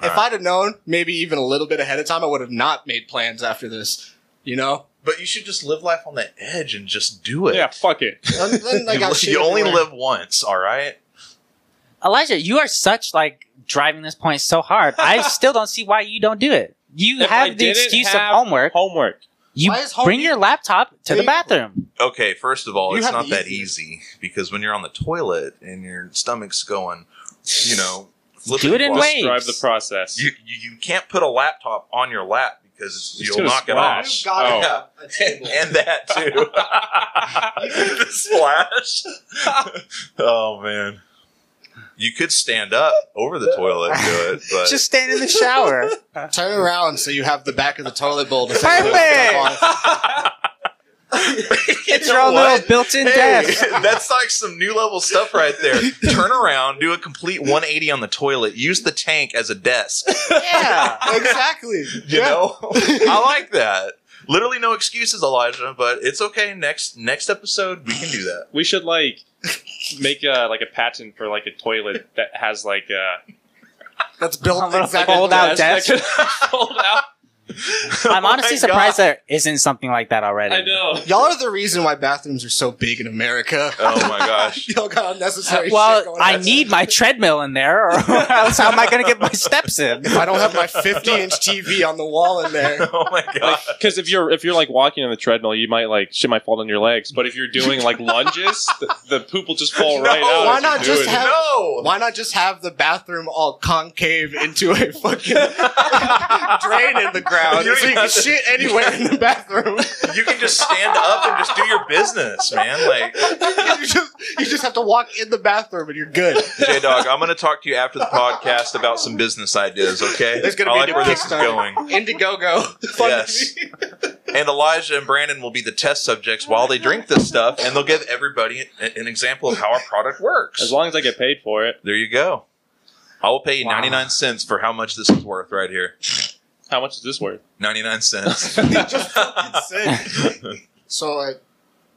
Speaker 4: if
Speaker 3: Alright.
Speaker 4: I'd have known, maybe even a little bit ahead of time, I would have not made plans after this. You know,
Speaker 3: but you should just live life on the edge and just do it.
Speaker 1: Yeah, fuck it.
Speaker 4: And then, like, I'll
Speaker 3: you,
Speaker 4: shit
Speaker 3: only
Speaker 4: everywhere.
Speaker 3: live once. All right.
Speaker 2: Elijah, you are such like driving this point so hard. I still don't see why you don't do it. You
Speaker 1: If I
Speaker 2: have the
Speaker 1: didn't
Speaker 2: excuse
Speaker 1: have
Speaker 2: of homework.
Speaker 1: Homework.
Speaker 2: You
Speaker 4: Why is Home
Speaker 2: bring your laptop to the
Speaker 4: Hey.
Speaker 2: bathroom.
Speaker 3: Okay, first of all,
Speaker 4: You
Speaker 3: it's
Speaker 4: have
Speaker 3: not
Speaker 4: the
Speaker 3: that easy because when you're on the toilet and your stomach's going, you know, flipping
Speaker 2: Do it in
Speaker 3: across-
Speaker 2: waves.
Speaker 1: Describe the process.
Speaker 3: You, you you can't put a laptop on your lap because
Speaker 1: It's
Speaker 3: you'll
Speaker 1: gonna
Speaker 3: knock
Speaker 1: splash.
Speaker 4: You've
Speaker 1: Gosh.
Speaker 4: got
Speaker 3: Oh.
Speaker 4: to have a
Speaker 3: it
Speaker 4: table.
Speaker 3: off. and that too. the splash. oh man. You could stand up over the toilet and do it, but
Speaker 2: Just stand in the shower.
Speaker 4: Turn around so you have the back of the toilet bowl. To sit
Speaker 2: Perfect.
Speaker 4: on.
Speaker 2: It's your own little built-in desk.
Speaker 3: Hey, that's like some new level stuff right there. Turn around, do a complete 180 on the toilet, use the tank as a desk.
Speaker 2: Yeah.
Speaker 4: exactly.
Speaker 3: You know, I like that. Literally no excuses, Elijah, but it's okay. Next next episode, we can do that.
Speaker 1: We should like make a like a patent for like a toilet that has like a
Speaker 4: That's built
Speaker 2: A little
Speaker 4: exactly.
Speaker 2: fold out.
Speaker 1: that could fold out.
Speaker 2: I'm
Speaker 3: Oh
Speaker 2: honestly
Speaker 3: my
Speaker 2: surprised there isn't something like that already.
Speaker 1: I know.
Speaker 4: Y'all are the reason why bathrooms are so big in America.
Speaker 3: God. Oh my gosh.
Speaker 4: Y'all got unnecessary. shit
Speaker 2: Well,
Speaker 4: going
Speaker 2: I
Speaker 4: on.
Speaker 2: need my treadmill in there, or else how am I going to get my steps in?
Speaker 4: If I don't have my 50 inch TV on the wall in there,
Speaker 3: Oh my god.
Speaker 1: Because if you're if you're like walking on the treadmill, you might like shit might fall on your legs. But if you're doing like lunges, the, the poop will just fall right
Speaker 3: No,
Speaker 1: out.
Speaker 4: why
Speaker 1: as
Speaker 4: not
Speaker 1: you do
Speaker 4: just
Speaker 1: it.
Speaker 4: have-
Speaker 3: no.
Speaker 4: why not just have the bathroom all concave into a fucking drain in the ground
Speaker 3: You don't even
Speaker 4: so you can
Speaker 3: have to-
Speaker 4: shit anywhere in the bathroom?
Speaker 3: You can just stand up and just do your business, man. Like
Speaker 4: you, just, you just have to walk in the bathroom and you're good.
Speaker 3: J Dog, I'm gonna talk to you after the podcast about some business ideas, okay?
Speaker 4: There's gonna
Speaker 3: I
Speaker 4: be
Speaker 3: like
Speaker 4: a new
Speaker 3: where this is
Speaker 4: Kickstarter.
Speaker 3: going.
Speaker 4: Indiegogo. Fund
Speaker 3: Yes.
Speaker 4: me.
Speaker 3: And Elijah and Brandon will be the test subjects while they drink this stuff, and they'll give everybody a- an example of how our product works.
Speaker 1: As long as I get paid for it.
Speaker 3: there you go. I will pay you
Speaker 2: Wow.
Speaker 3: 99 cents for how much this is worth right here.
Speaker 1: How much is this worth?
Speaker 3: 99 cents.
Speaker 4: Just fucking sick. So, uh,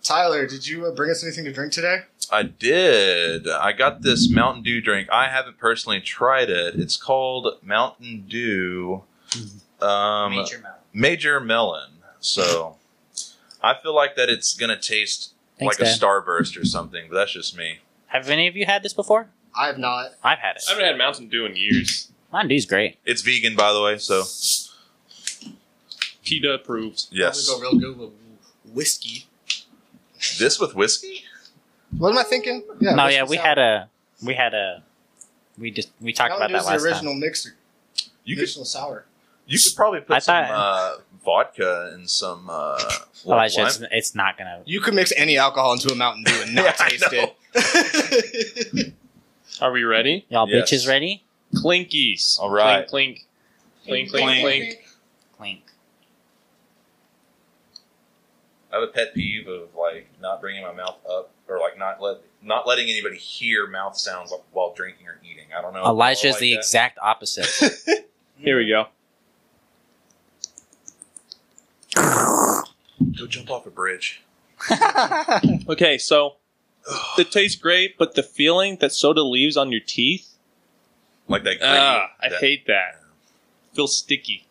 Speaker 4: Tyler, did you uh, bring us anything to drink today?
Speaker 3: I did. I got this Mountain Dew drink. I haven't personally tried it. It's called Mountain Dew um, Major Melon. So I feel like that it's going to taste
Speaker 2: Thanks,
Speaker 3: like
Speaker 2: Dad.
Speaker 3: a Starburst or something, but that's just me.
Speaker 2: Have any of you had this before?
Speaker 4: I have not.
Speaker 2: I've
Speaker 1: I
Speaker 2: had it.
Speaker 1: haven't had Mountain Dew in years.
Speaker 2: Mountain Dew's great.
Speaker 3: It's vegan, by the way, so
Speaker 1: PETA approved.
Speaker 3: yes.
Speaker 4: Probably go real good with whiskey.
Speaker 3: This with whiskey?
Speaker 4: What am I thinking? Yeah,
Speaker 2: no,
Speaker 4: whiskey
Speaker 2: yeah, we
Speaker 4: sour.
Speaker 2: had a, we had a, we just we talked
Speaker 4: Mountain
Speaker 2: about that last
Speaker 4: Dew's the
Speaker 2: time.
Speaker 4: original mixer.
Speaker 3: You could
Speaker 4: original sour.
Speaker 3: you could probably put
Speaker 2: I
Speaker 3: some
Speaker 2: thought- Oh,
Speaker 3: uh, vodka and some uh,
Speaker 2: Elijah,
Speaker 3: lime-
Speaker 2: it's, it's not gonna.
Speaker 4: You could mix any alcohol into a Mountain Dew and not
Speaker 3: Yeah, I
Speaker 4: taste
Speaker 3: know.
Speaker 4: it.
Speaker 1: Are we ready?
Speaker 2: Y'all
Speaker 3: Yes.
Speaker 2: bitches ready?
Speaker 1: Clinkies.
Speaker 3: All right.
Speaker 1: Clink, clink. Clink, clink, clink.
Speaker 2: Clink.
Speaker 3: I have a pet peeve of like not bringing my mouth up or like not let not letting anybody hear mouth sounds while drinking or eating. Oh, I don't know. if y'all
Speaker 2: Elijah is
Speaker 3: like
Speaker 2: the
Speaker 3: that.
Speaker 2: exact opposite.
Speaker 1: Here we go.
Speaker 3: go jump off a bridge.
Speaker 1: Okay, so
Speaker 3: Ugh,
Speaker 1: it tastes great, but the feeling that soda leaves on your teeth,
Speaker 3: like that. gritty-
Speaker 1: ah, I
Speaker 3: that-
Speaker 1: hate that. Feels sticky.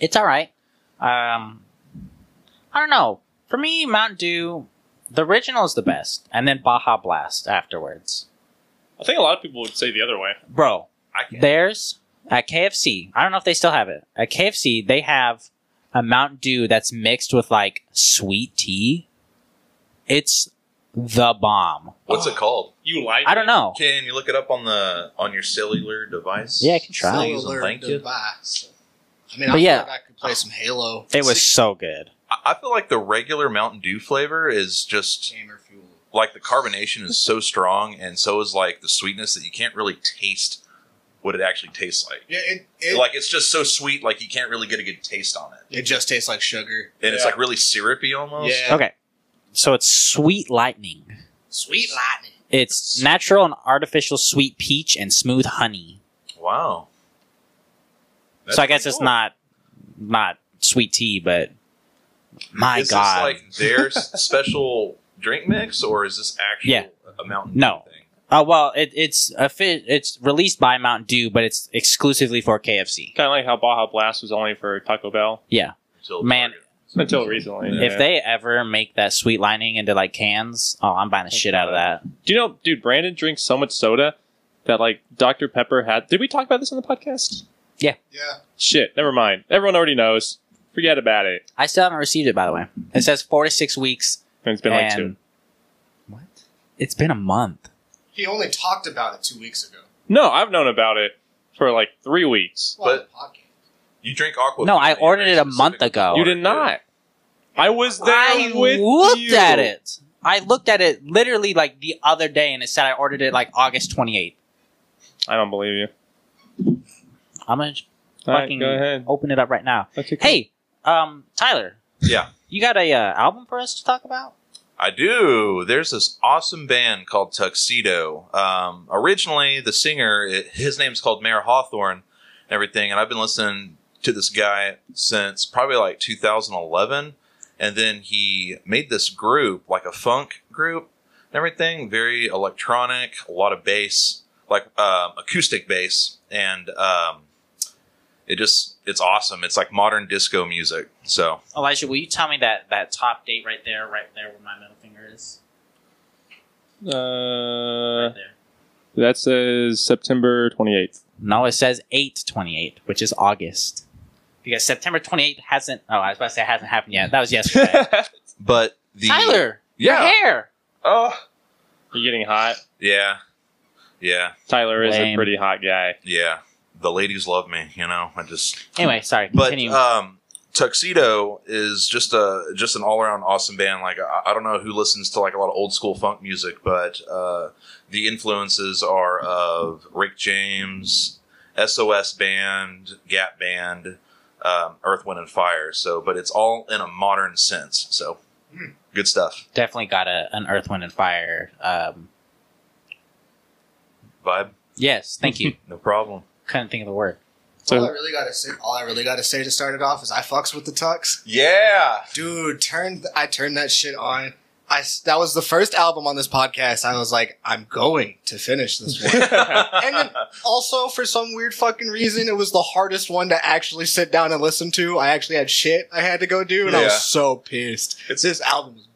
Speaker 2: it's all right. Um, I don't know. For me, Mountain Dew, the original is the best, and then Baja Blast afterwards.
Speaker 1: I think a lot of people would say the other way.
Speaker 2: Bro,
Speaker 3: I can't.
Speaker 2: There's at KFC. I don't know if they still have it. At KFC, they have a Mountain Dew that's mixed with like sweet tea. It's the bomb.
Speaker 3: What's it called?
Speaker 1: You like?
Speaker 2: I don't know.
Speaker 3: Can you look it up on the on your cellular device?
Speaker 2: Yeah, I can try.
Speaker 3: Please and
Speaker 4: Cellular
Speaker 3: Thank you.
Speaker 4: device. I mean,
Speaker 2: But
Speaker 4: I
Speaker 2: yeah.
Speaker 4: feel like I could play some Halo.
Speaker 2: It was so good.
Speaker 3: I I feel like the regular Mountain Dew flavor is just
Speaker 4: Gamer fuel.
Speaker 3: like the carbonation is so strong, and so is like the sweetness that you can't really taste what it actually tastes like.
Speaker 4: Yeah, it, it,
Speaker 3: like it's just so sweet, like you can't really get a good taste on it,
Speaker 4: it just tastes like sugar.
Speaker 3: and it's
Speaker 1: Yeah.
Speaker 3: like really syrupy almost.
Speaker 4: Yeah.
Speaker 2: Okay. So it's sweet lightning.
Speaker 4: Sweet lightning.
Speaker 2: It's natural and artificial sweet peach and smooth honey.
Speaker 3: Wow. That's
Speaker 2: so I guess
Speaker 3: pretty
Speaker 2: it's
Speaker 3: cool.
Speaker 2: not not sweet tea, but my
Speaker 3: Is
Speaker 2: god.
Speaker 3: this like their s- special drink mix, or is this actual
Speaker 2: Yeah.
Speaker 3: a Mountain
Speaker 2: No.
Speaker 3: Dew thing?
Speaker 2: oh well, it, it's a fit, it's released by Mountain Dew, but it's exclusively for KFC.
Speaker 1: Kind of like how Baja Blast was only for Taco Bell
Speaker 2: Yeah.
Speaker 3: Until
Speaker 2: Man,
Speaker 3: Target.
Speaker 1: until recently.
Speaker 2: If they ever make that sweet lining into like cans, oh, I'm buying the shit out of that.
Speaker 1: do you know, dude, Brandon drinks so much soda that like Dr Pepper had. Did we talk about this on the podcast?
Speaker 4: Yeah.
Speaker 1: Shit, never mind. Everyone already knows. Forget about it.
Speaker 2: I still haven't received it, by the way. It says four to six weeks.
Speaker 1: And it's been like two.
Speaker 2: and- What? It's been a month.
Speaker 4: He only talked about it two weeks ago.
Speaker 1: No, I've known about it for like three weeks.
Speaker 4: Well, on the podcast.
Speaker 3: You drink aqua.
Speaker 2: no, I
Speaker 3: You're
Speaker 2: ordered
Speaker 3: very
Speaker 2: it a month
Speaker 3: specific.
Speaker 2: ago.
Speaker 1: You did not. I was there
Speaker 2: I
Speaker 1: with
Speaker 2: looked
Speaker 1: you.
Speaker 2: at it. I looked at it literally like the other day, and it said I ordered it like August 28th.
Speaker 1: I don't believe you.
Speaker 2: I'm gonna j-
Speaker 1: All right,
Speaker 2: Fucking-
Speaker 1: go ahead.
Speaker 2: open it up right now.
Speaker 1: That's okay.
Speaker 2: Hey, um, Tyler,
Speaker 3: Yeah,
Speaker 2: you got a uh, album for us to talk about?
Speaker 3: I do. There's this awesome band called Tuxedo. Um, originally, the singer, it, his name's called Mayor Hawthorne, and everything. And I've been listening to this guy since probably like 2011. And then he made this group, like a funk group, and everything, very electronic, a lot of bass, like um, acoustic bass, and um, it just it's awesome. It's like modern disco music. So
Speaker 2: Elijah, will you tell me that that top date right there, right there where my middle finger is?
Speaker 1: Uh,
Speaker 2: right there.
Speaker 1: that says September 28th.
Speaker 2: No, it says 828, which is August. Because September 28th hasn't. Oh, I was about to say it hasn't happened yet. That was yesterday.
Speaker 3: But the
Speaker 2: Tyler, your
Speaker 3: yeah,
Speaker 2: hair.
Speaker 3: oh
Speaker 1: You're getting hot.
Speaker 3: yeah, yeah,
Speaker 1: Tyler is a
Speaker 2: Lame.
Speaker 1: pretty hot guy.
Speaker 3: yeah. The ladies love me, you know. I just
Speaker 2: Anyway, sorry.
Speaker 3: but
Speaker 2: Continue.
Speaker 3: um, Tuxedo is just a just an all around awesome band. Like I, I don't know who listens to like a lot of old school funk music, but uh, the influences are of Rick James, SOS Band, Gap Band, um, Earth, Wind and Fire. So, but it's all in a modern sense. So,
Speaker 4: Hmm.
Speaker 3: good stuff.
Speaker 2: Definitely got a, an Earth, Wind, and Fire. Um,
Speaker 3: Vibe,
Speaker 2: yes, thank you.
Speaker 3: no problem.
Speaker 2: Couldn't think of the word.
Speaker 4: all I
Speaker 1: So,
Speaker 4: really gotta say, all I really gotta say to start it off is I fucks with the tux,
Speaker 3: Yeah.
Speaker 4: dude. Turned I turned that shit on. I s- that was the first album on this podcast. I was like, I'm going to finish this one. And then- also, for some weird fucking reason, it was the hardest one to actually sit down and listen to. I actually had shit I had to go do, and I
Speaker 3: Yeah.
Speaker 4: was so pissed.
Speaker 3: It's-
Speaker 4: this album was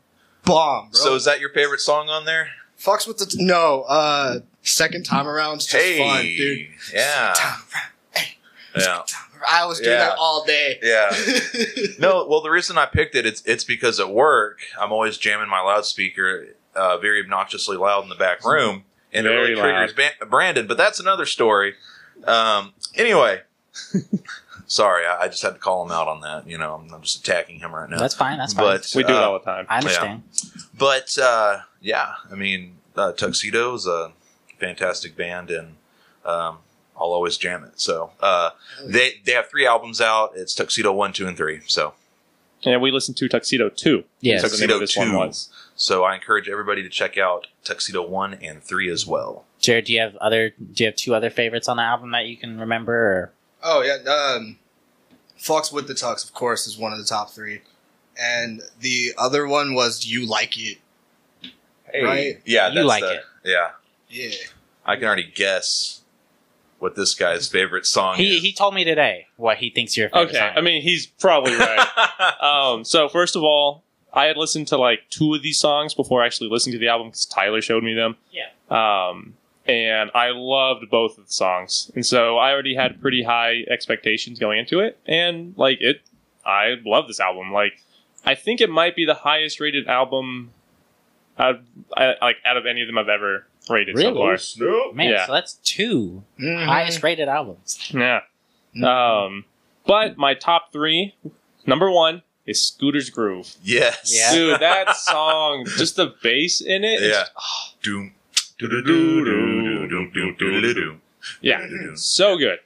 Speaker 4: bomb, bro.
Speaker 3: so is that your favorite song on there?
Speaker 4: fucks with the t- no. Uh, second time around, just fun, dude.
Speaker 3: Yeah.
Speaker 4: Time around,
Speaker 3: Yeah.
Speaker 4: time around. I was doing
Speaker 3: Yeah.
Speaker 4: that all day.
Speaker 3: Yeah. No, well the reason I picked it it's it's because at work I'm always jamming my loudspeaker uh, very obnoxiously loud in the back room and
Speaker 1: Very
Speaker 3: it really triggers Ban- Brandon, but that's another story. Um anyway, sorry, I, I just had to call him out on that, you know. I'm, I'm just attacking him right now.
Speaker 2: That's fine. That's fine.
Speaker 3: but
Speaker 1: we do it
Speaker 3: uh,
Speaker 1: all the time.
Speaker 2: I understand.
Speaker 3: but uh, yeah, I mean, uh, Tuxedo is a fantastic band, and um, I'll always jam it. So uh, they they have three albums out. It's Tuxedo One, Two, and Three. So
Speaker 1: And we listened to Tuxedo 2.
Speaker 2: Yes.
Speaker 1: That's what the name of this
Speaker 3: Tuxedo
Speaker 1: one
Speaker 3: 2.
Speaker 1: was.
Speaker 3: so I encourage everybody to check out Tuxedo One and Three as well.
Speaker 2: Jared, do you have other? Do you have two other favorites on the album that you can remember? Or?
Speaker 4: Oh yeah, um, Fox with the Tux, of course, is one of the top three, and the other one was You Like It. Right.
Speaker 3: Yeah,
Speaker 2: You
Speaker 3: that's
Speaker 2: like
Speaker 3: the-
Speaker 2: it.
Speaker 3: Yeah,
Speaker 4: Yeah,
Speaker 3: I can already guess what this guy's favorite song
Speaker 2: He
Speaker 3: is.
Speaker 2: he told me today what he thinks your favorite
Speaker 1: Okay,
Speaker 2: song.
Speaker 1: I mean, he's probably right. um, so, first of all, I had listened to like two of these songs before actually listening to the album because Tyler showed me them.
Speaker 2: Yeah.
Speaker 1: Um, and I loved both of the songs. And so I already had pretty high expectations going into it. And like it, I love this album. Like, I think it might be the highest rated album out of, I, like, out of any of them I've ever rated so
Speaker 2: Really?
Speaker 1: far.
Speaker 2: man,
Speaker 1: yeah.
Speaker 2: so that's 2
Speaker 4: Mhm.
Speaker 2: highest rated albums.
Speaker 1: Yeah. Um, but my top three, number one is Scooter's Groove.
Speaker 3: yes.
Speaker 2: Yeah.
Speaker 1: Dude, that song, just the bass in it.
Speaker 3: Yeah.
Speaker 1: it's-
Speaker 3: Doom. Do-do-do-do-do-do-do-do-do-do.
Speaker 1: yeah. So good.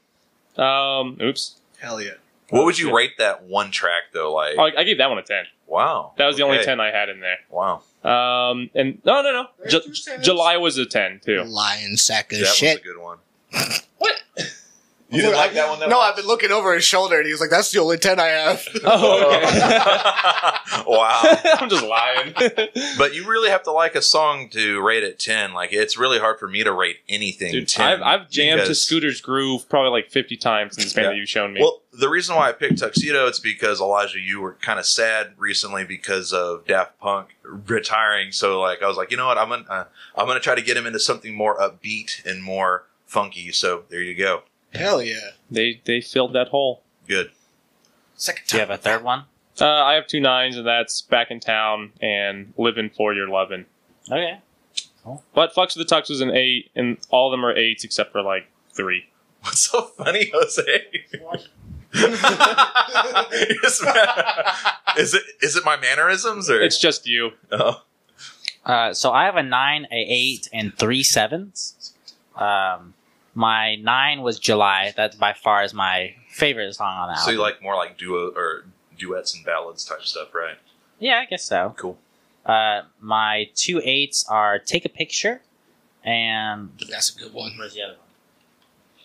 Speaker 1: Um, oops.
Speaker 4: hell yeah.
Speaker 3: What would you rate that one track though? Like,
Speaker 1: Oh, I gave that one a 10.
Speaker 3: wow,
Speaker 1: That was the only
Speaker 3: Okay.
Speaker 1: 10 I had in there.
Speaker 3: Wow,
Speaker 1: Um, and no, no, no.
Speaker 4: There's
Speaker 1: Ju-
Speaker 4: two 10s.
Speaker 1: July was a 10, too.
Speaker 4: Lion sack of
Speaker 3: that was
Speaker 4: shit.
Speaker 3: a good one.
Speaker 4: What?
Speaker 3: You didn't like that one? That
Speaker 4: No, I've been looking over his shoulder, and he was like, "That's the only ten I have."
Speaker 1: Oh, okay.
Speaker 3: wow.
Speaker 1: I'm just lying.
Speaker 3: But you really have to like a song to rate it ten. Like it's really hard for me to rate anything
Speaker 1: Dude,
Speaker 3: ten.
Speaker 1: I've, I've jammed to
Speaker 3: because-
Speaker 1: Scooter's Groove probably like 50 times in the span
Speaker 3: Yeah.
Speaker 1: that you've shown me.
Speaker 3: Well, the reason why I picked Tuxedo it's because Elijah, you were kind of sad recently because of Daft Punk retiring. So like I was like, you know what? I'm gonna uh, I'm gonna try to get him into something more upbeat and more funky. So there you go.
Speaker 4: Hell yeah.
Speaker 1: They they filled that hole.
Speaker 3: Good.
Speaker 4: Second
Speaker 2: Do
Speaker 4: time.
Speaker 2: you have a third one?
Speaker 1: Uh, I have two nines, and that's back in town and living for your lovin'.
Speaker 2: Okay.
Speaker 1: But fucks with the tux was an eight, and all of them are eights except for like three.
Speaker 3: What's so funny, Jose? is, is it is it my mannerisms or
Speaker 1: It's just you.
Speaker 3: oh,
Speaker 2: Uh, so I have a nine, a eight, and three sevens. Um, my nine was July. That by far is my favorite song on the album.
Speaker 3: so you like more like duo or duets and ballads type stuff, right?
Speaker 2: Yeah, I guess so.
Speaker 3: Cool.
Speaker 2: Uh, my two eights are "Take a Picture" and
Speaker 4: That's a good one.
Speaker 2: where's the other one?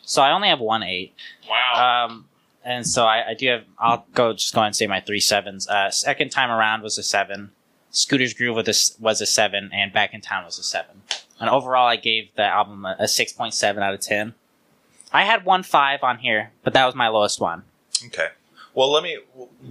Speaker 2: So I only have one eight.
Speaker 1: Wow.
Speaker 2: Um, and so I, I do have. I'll go just go ahead and say my three sevens. Uh, second time around was a seven. Scooter's Groove was a, s- was a seven, and Back in Town was a seven. And overall, I gave the album a, a six point seven out of ten. I had one five on here, but that was my lowest one.
Speaker 3: Okay. Well, let me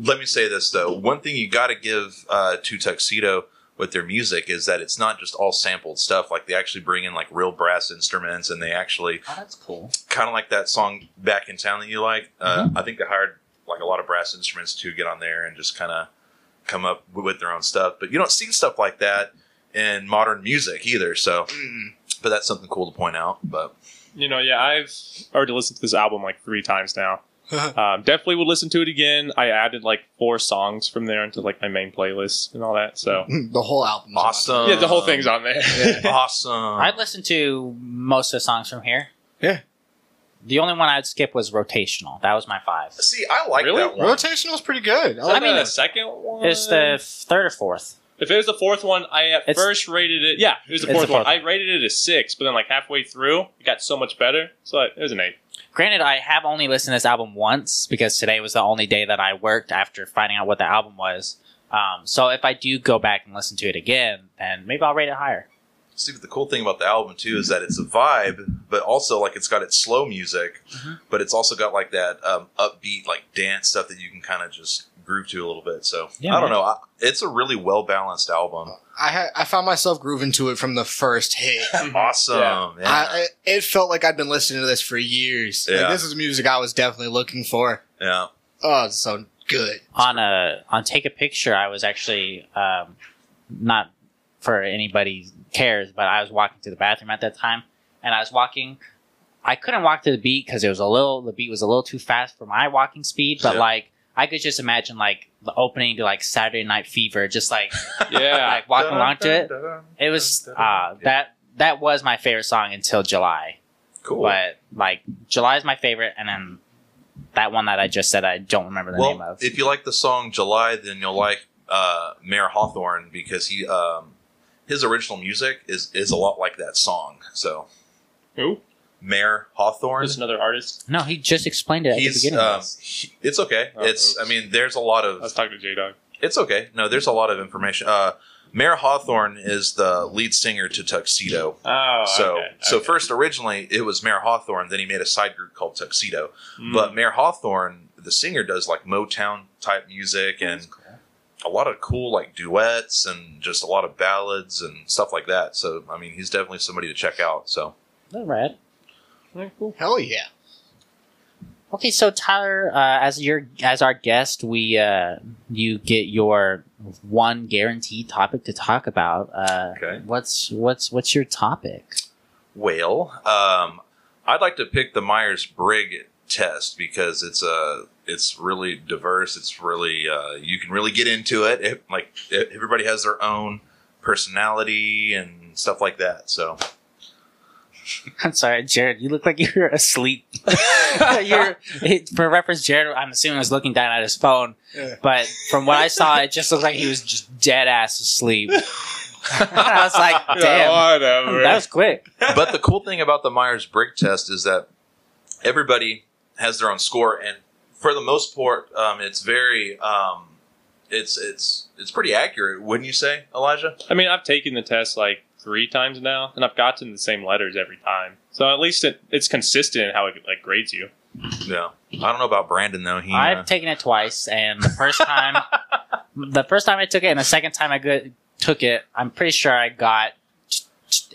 Speaker 3: let me say this though. One thing you got to give uh, to Tuxedo with their music is that it's not just all sampled stuff. Like they actually bring in like real brass instruments, and they actually
Speaker 2: Oh, that's cool. Mm-hmm.
Speaker 3: kind of like that song "Back in Town" that you like. Uh, I think they hired like a lot of brass instruments to get on there and just kind of come up w- with their own stuff. But you don't see stuff like that in modern music either. So,
Speaker 4: Mm.
Speaker 3: but that's something cool to point out. But
Speaker 1: You know, yeah, I've already listened to this album like three times now. um, definitely would listen to it again. I added like four songs from there into like my main playlist and all that. So
Speaker 4: The whole album.
Speaker 3: awesome,
Speaker 1: yeah, the whole thing's on there.
Speaker 3: awesome.
Speaker 2: I listened to most of the songs from here.
Speaker 4: Yeah.
Speaker 2: The only one I'd skip was Rotational. That was my five.
Speaker 3: See, I like
Speaker 1: Really?
Speaker 3: that one.
Speaker 4: Rotational's pretty good. I
Speaker 1: I
Speaker 4: like
Speaker 1: mean,
Speaker 4: that.
Speaker 1: the second one.
Speaker 2: It's the third or fourth.
Speaker 1: if it was the fourth one, I at
Speaker 2: It's-
Speaker 1: first rated it. Yeah, it was the
Speaker 2: It's
Speaker 1: fourth,
Speaker 2: the
Speaker 1: one.
Speaker 2: fourth
Speaker 1: I rated it a six, but then like halfway through, it got so much better. So it was an eight.
Speaker 2: Granted, I have only listened to this album once because today was the only day that I worked after finding out what the album was. Um, so if I do go back and listen to it again, then maybe I'll rate it higher.
Speaker 3: See, but the cool thing about the album too is that it's a vibe, but also like it's got its slow music,
Speaker 2: Mhm.
Speaker 3: but it's also got like that um, upbeat, like dance stuff that you can kind of just groove to a little bit. So
Speaker 2: Yeah,
Speaker 3: I don't know, I, it's a really well balanced album.
Speaker 4: I had I found myself grooving to it from the first hit.
Speaker 3: Awesome,
Speaker 1: Yeah.
Speaker 3: yeah.
Speaker 4: I, I- it felt like I'd been listening to this for years. Like,
Speaker 3: Yeah.
Speaker 4: this is music I was definitely looking for.
Speaker 3: Yeah.
Speaker 4: Oh, it's so good.
Speaker 2: On a on take a picture, I was actually um, not for anybody cares, but I was walking to the bathroom at that time, and I was walking. I couldn't walk to the beat because it was a little. The beat was a little too fast for my walking speed, but
Speaker 3: Yeah.
Speaker 2: like I could just imagine like the opening to like Saturday Night Fever, just like
Speaker 1: Yeah.
Speaker 2: like walking along to it. It was uh,
Speaker 3: Yeah.
Speaker 2: that that was my favorite song until July,
Speaker 3: Cool.
Speaker 2: but like July is my favorite, and then that one that I just said I don't remember the name
Speaker 3: well,
Speaker 2: of.
Speaker 3: if you like the song July, then you'll like uh, Mayor Hawthorne because he um, his original music is is a lot like that song. So
Speaker 1: Who?
Speaker 3: Mayor Hawthorne.
Speaker 1: There's another artist.
Speaker 2: no, he just explained it at the
Speaker 3: He's,
Speaker 2: beginning. of
Speaker 3: um,
Speaker 2: this.
Speaker 3: he- it's okay.
Speaker 1: Oh,
Speaker 3: it's
Speaker 1: oops.
Speaker 3: I mean, there's a lot
Speaker 1: I was
Speaker 3: of
Speaker 1: talking to J Dog.
Speaker 3: it's okay. No, there's a lot of information. Uh, Mayor Hawthorne is the lead singer to Tuxedo.
Speaker 1: Oh,
Speaker 3: so
Speaker 1: okay,
Speaker 3: so
Speaker 1: okay.
Speaker 3: first originally it was Mayor Hawthorne. Then he made a side group called Tuxedo.
Speaker 1: Mm.
Speaker 3: But Mayor Hawthorne, the singer, does like Motown type music and a lot of cool like duets and just a lot of ballads and stuff like that. So I mean, he's definitely somebody to check out. So
Speaker 2: All right.
Speaker 1: Yeah, cool.
Speaker 4: Hell yeah.
Speaker 2: Okay, so Tyler, uh, as your as our guest, we uh, you get your one guaranteed topic to talk about. Uh,
Speaker 3: Okay.
Speaker 2: What's what's what's your topic?
Speaker 3: Well, um, I'd like to pick the Myers Briggs test because it's uh, it's really diverse. It's really uh, you can really get into it. it. Like e- everybody has their own personality and stuff like that. So
Speaker 2: I'm sorry, Jared. You look like you're asleep. you're it, for reference, Jared. I'm assuming was looking down at his phone,
Speaker 4: Yeah.
Speaker 2: but from what I saw, it just looked like he was just dead ass asleep. I was like,
Speaker 1: oh,
Speaker 2: damn,
Speaker 1: whatever.
Speaker 2: that was quick.
Speaker 3: but the cool thing about the Myers Briggs test is that everybody has their own score, and for the most part, um, it's very um, it's it's it's pretty accurate, wouldn't you say, Elijah?
Speaker 1: I mean, I've taken the test like three times now, and I've gotten the same letters every time. So at least it, it's consistent in how it like grades you.
Speaker 3: Yeah, I don't know about Brandon though. He uh,
Speaker 2: I've taken it twice, and the first time, the first time I took it, and the second time I go- took it, I'm pretty sure I got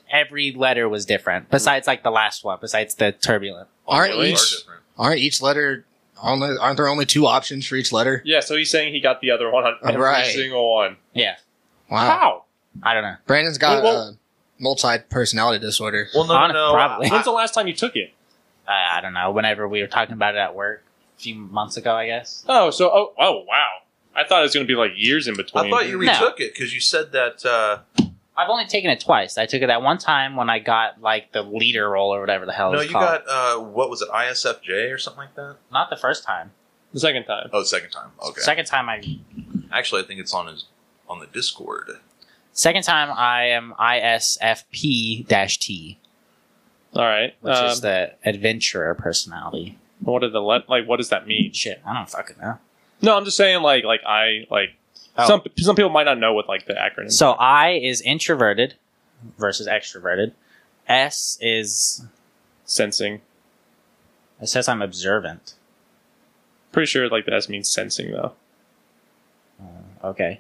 Speaker 2: every letter was different. Besides like the last one. Besides the turbulent.
Speaker 4: Aren't
Speaker 1: Really?
Speaker 4: each
Speaker 3: different.
Speaker 4: aren't each letter only aren't there only two options for each letter?
Speaker 1: Yeah, so he's saying he got the other one on every
Speaker 4: Right.
Speaker 1: single one.
Speaker 2: Yeah,
Speaker 4: Wow.
Speaker 1: How?
Speaker 2: I don't know.
Speaker 4: Brandon's got
Speaker 1: Well, well-
Speaker 4: a multi personality disorder.
Speaker 3: Well, no,
Speaker 2: Hon-
Speaker 3: no,
Speaker 2: probably.
Speaker 1: When's the last time you took it?
Speaker 2: Uh, I don't know. Whenever we were talking about it at work a few months ago, I guess.
Speaker 1: Oh, so oh, oh wow. I thought it was going to be like years in between.
Speaker 3: I thought you
Speaker 2: No.
Speaker 3: retook it because you said that. Uh,
Speaker 2: I've only taken it twice. I took it that one time when I got like the leader role or whatever the hell
Speaker 3: no,
Speaker 2: it's
Speaker 3: you
Speaker 2: called.
Speaker 3: got uh, what was it, ISFJ or something like that?
Speaker 2: Not the first time.
Speaker 1: the second time.
Speaker 3: Oh, second time. Okay.
Speaker 2: Second time I
Speaker 3: Actually, I think it's on his on the Discord.
Speaker 2: second time I am ISFP T,
Speaker 1: All right.
Speaker 2: which
Speaker 1: um,
Speaker 2: is the adventurer personality.
Speaker 1: what did the le- like? What does that mean?
Speaker 2: Shit, I don't fucking know.
Speaker 1: No, I'm just saying like like I like
Speaker 2: Oh.
Speaker 1: some some people might not know what like the acronym.
Speaker 2: So I is introverted versus extroverted. S is
Speaker 1: sensing.
Speaker 2: it says I'm observant.
Speaker 1: Pretty sure like the S means sensing though.
Speaker 2: Okay.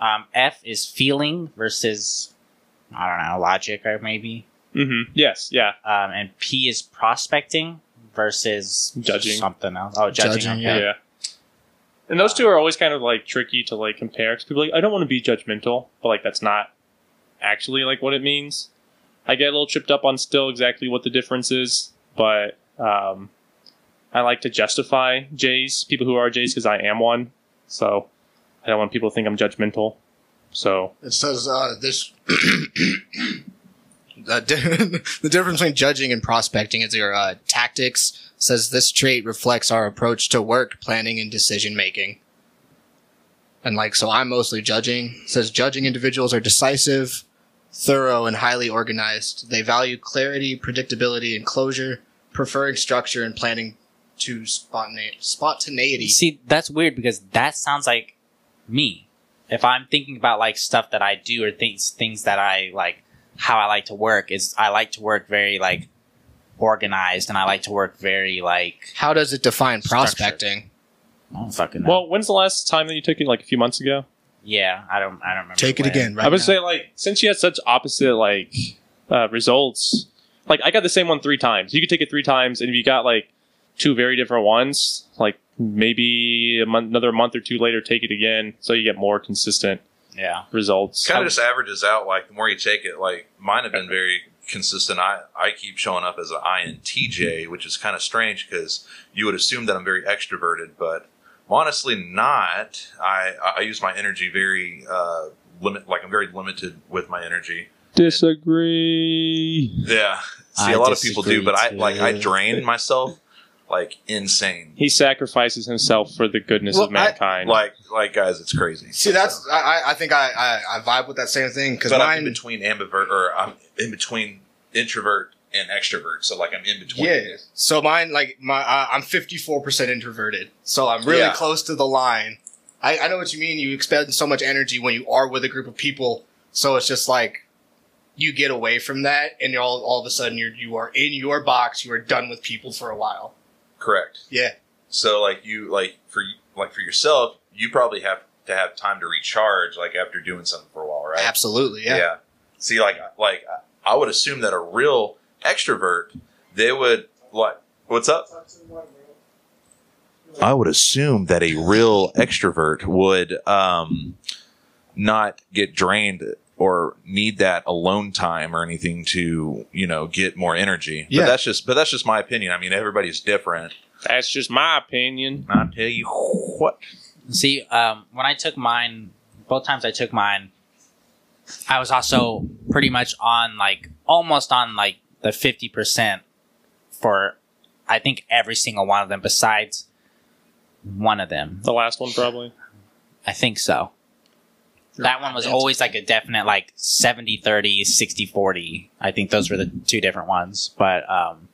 Speaker 2: Um, F is feeling versus I don't know logic or maybe.
Speaker 1: Mm-hmm. Yes. Yeah.
Speaker 2: Um, and P is prospecting versus
Speaker 1: Judging.
Speaker 2: something else. Oh, judging.
Speaker 4: Judging,
Speaker 2: okay.
Speaker 1: Yeah.
Speaker 4: Yeah.
Speaker 1: And those two are always kind of like tricky to like compare because people are like I don't want to be judgmental, but like that's not actually like what it means. I get a little tripped up on still exactly what the difference is, but um, I like to justify J's people who are J's because I am one, so I don't want people to think I'm judgmental. So
Speaker 4: It says uh, this. the, di- the difference between judging and prospecting is your uh, tactics. It says this trait reflects our approach to work planning and decision making. And like, so I'm mostly judging. It says judging individuals are decisive, thorough, and highly organized. They value clarity, predictability, and closure, preferring structure and planning to spontane- spontaneity.
Speaker 2: See, that's weird because that sounds like me. If I'm thinking about like stuff that I do or things things that I like, how I like to work is I like to work very like organized and I like to work very like
Speaker 4: How does it define
Speaker 2: Structure.
Speaker 4: prospecting?
Speaker 2: I don't fucking know.
Speaker 1: well, when's the last time that you took it? Like a few months ago.
Speaker 2: yeah, I don't I don't remember.
Speaker 4: Take it
Speaker 2: when.
Speaker 4: again, right?
Speaker 1: I would
Speaker 4: now.
Speaker 1: say like since you had such opposite like uh, results, like I got the same one three times. You could take it three times, and if you got like two very different ones, like maybe a month, another month or two later, take it again, so you get more consistent
Speaker 2: Yeah.
Speaker 1: results.
Speaker 3: Kind of just averages out. Like the more you take it, like mine have been very consistent. I I keep showing up as an INTJ, which is kind of strange because you would assume that I'm very extroverted, but I'm honestly not. I I- I use my energy very uh, limit. Like I'm very limited with my energy.
Speaker 1: disagree.
Speaker 3: Yeah. See,
Speaker 2: I
Speaker 3: a lot of people do,
Speaker 2: disagree
Speaker 3: but I like I
Speaker 2: too.
Speaker 3: drain myself like insane.
Speaker 1: He sacrifices himself for the goodness
Speaker 4: Well,
Speaker 1: of
Speaker 4: I-
Speaker 1: mankind.
Speaker 3: Like like guys, it's crazy.
Speaker 4: See, that's I, I- I think I, I, I vibe with that same thing because
Speaker 3: But I'm
Speaker 4: mine.
Speaker 3: in between ambivert, or I'm in between introvert and extrovert. So like I'm in between.
Speaker 4: yeah. So mine, like my, I, I'm 54 percent introverted, so I'm really
Speaker 3: Yeah.
Speaker 4: close to the line. I, I know what you mean. You expend so much energy when you are with a group of people, so it's just like you get away from that, and you're all all of a sudden you're you are in your box. You are done with people for a while.
Speaker 3: Correct.
Speaker 4: Yeah.
Speaker 3: So like you like for like for yourself, you probably have to have time to recharge like after doing something for a while, right?
Speaker 4: Absolutely. Yeah.
Speaker 3: See, like like I would assume that a real extrovert, they would like. What's up? I would assume that a real extrovert would um, not get drained or need that alone time or anything to you know get more energy.
Speaker 4: Yeah.
Speaker 3: But that's just but that's just my opinion. I mean, everybody's different.
Speaker 1: That's just my opinion.
Speaker 3: And I tell you what,
Speaker 2: See, um, when I took mine, both times I took mine, I was also pretty much on like almost on like the fifty percent for, I think every single one of them besides one of them.
Speaker 1: The last one probably.
Speaker 2: I think so. That one was
Speaker 4: That's-
Speaker 2: always like a definite like 70 30, 60 40. I think those were the two different ones. But um,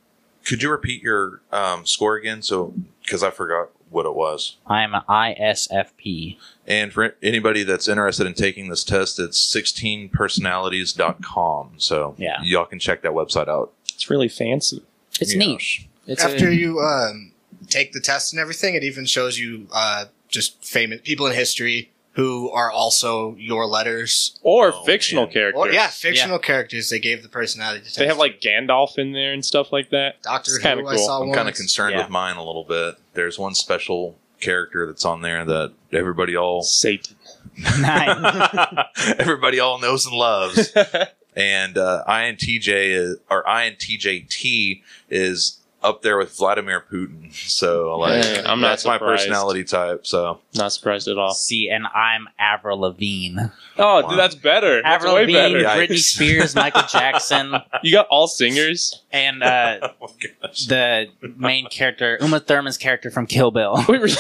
Speaker 3: could you repeat your um, score again? So because I forgot what it was.
Speaker 2: I'm an ISFP.
Speaker 3: And for anybody that's interested in taking this test, it's 16personalities.com. So
Speaker 2: Yeah.
Speaker 3: y'all can check that website out.
Speaker 1: It's really fancy.
Speaker 2: It's
Speaker 3: Yeah.
Speaker 2: niche. It's a-
Speaker 4: After you um, take the test and everything, it even shows you uh, just famous people in history who are also your letters.
Speaker 1: Or
Speaker 3: Oh,
Speaker 1: fictional
Speaker 3: man.
Speaker 1: characters.
Speaker 4: Or yeah, fictional characters they gave the personality to.
Speaker 1: They have like Gandalf in there and stuff like that.
Speaker 4: Doctor
Speaker 1: it's
Speaker 4: Who.
Speaker 1: kinda
Speaker 4: I
Speaker 1: cool.
Speaker 4: saw
Speaker 3: I'm
Speaker 4: one.
Speaker 3: kind of concerned
Speaker 2: yeah.
Speaker 3: with mine a little bit. There's one special character that's on there that everybody all
Speaker 1: Satan.
Speaker 2: Nine.
Speaker 3: everybody all knows and loves. and uh, INTJ is, uh, or INTJT is up there with Vladimir Putin. So like
Speaker 1: Yeah, I'm not
Speaker 3: that's my
Speaker 1: surprised.
Speaker 3: personality type. So
Speaker 1: Not surprised at all.
Speaker 2: See, and I'm Avril Lavigne.
Speaker 1: Oh,
Speaker 3: Wow.
Speaker 1: dude, that's better. That's
Speaker 2: Avril
Speaker 1: way
Speaker 2: Lavigne,
Speaker 1: better.
Speaker 3: Yeah.
Speaker 2: Britney
Speaker 3: Yikes.
Speaker 2: Spears, Michael Jackson,
Speaker 1: You got all singers.
Speaker 2: and uh,
Speaker 3: oh my gosh.
Speaker 2: the main character, Uma Thurman's character from Kill Bill.
Speaker 1: Wait, really?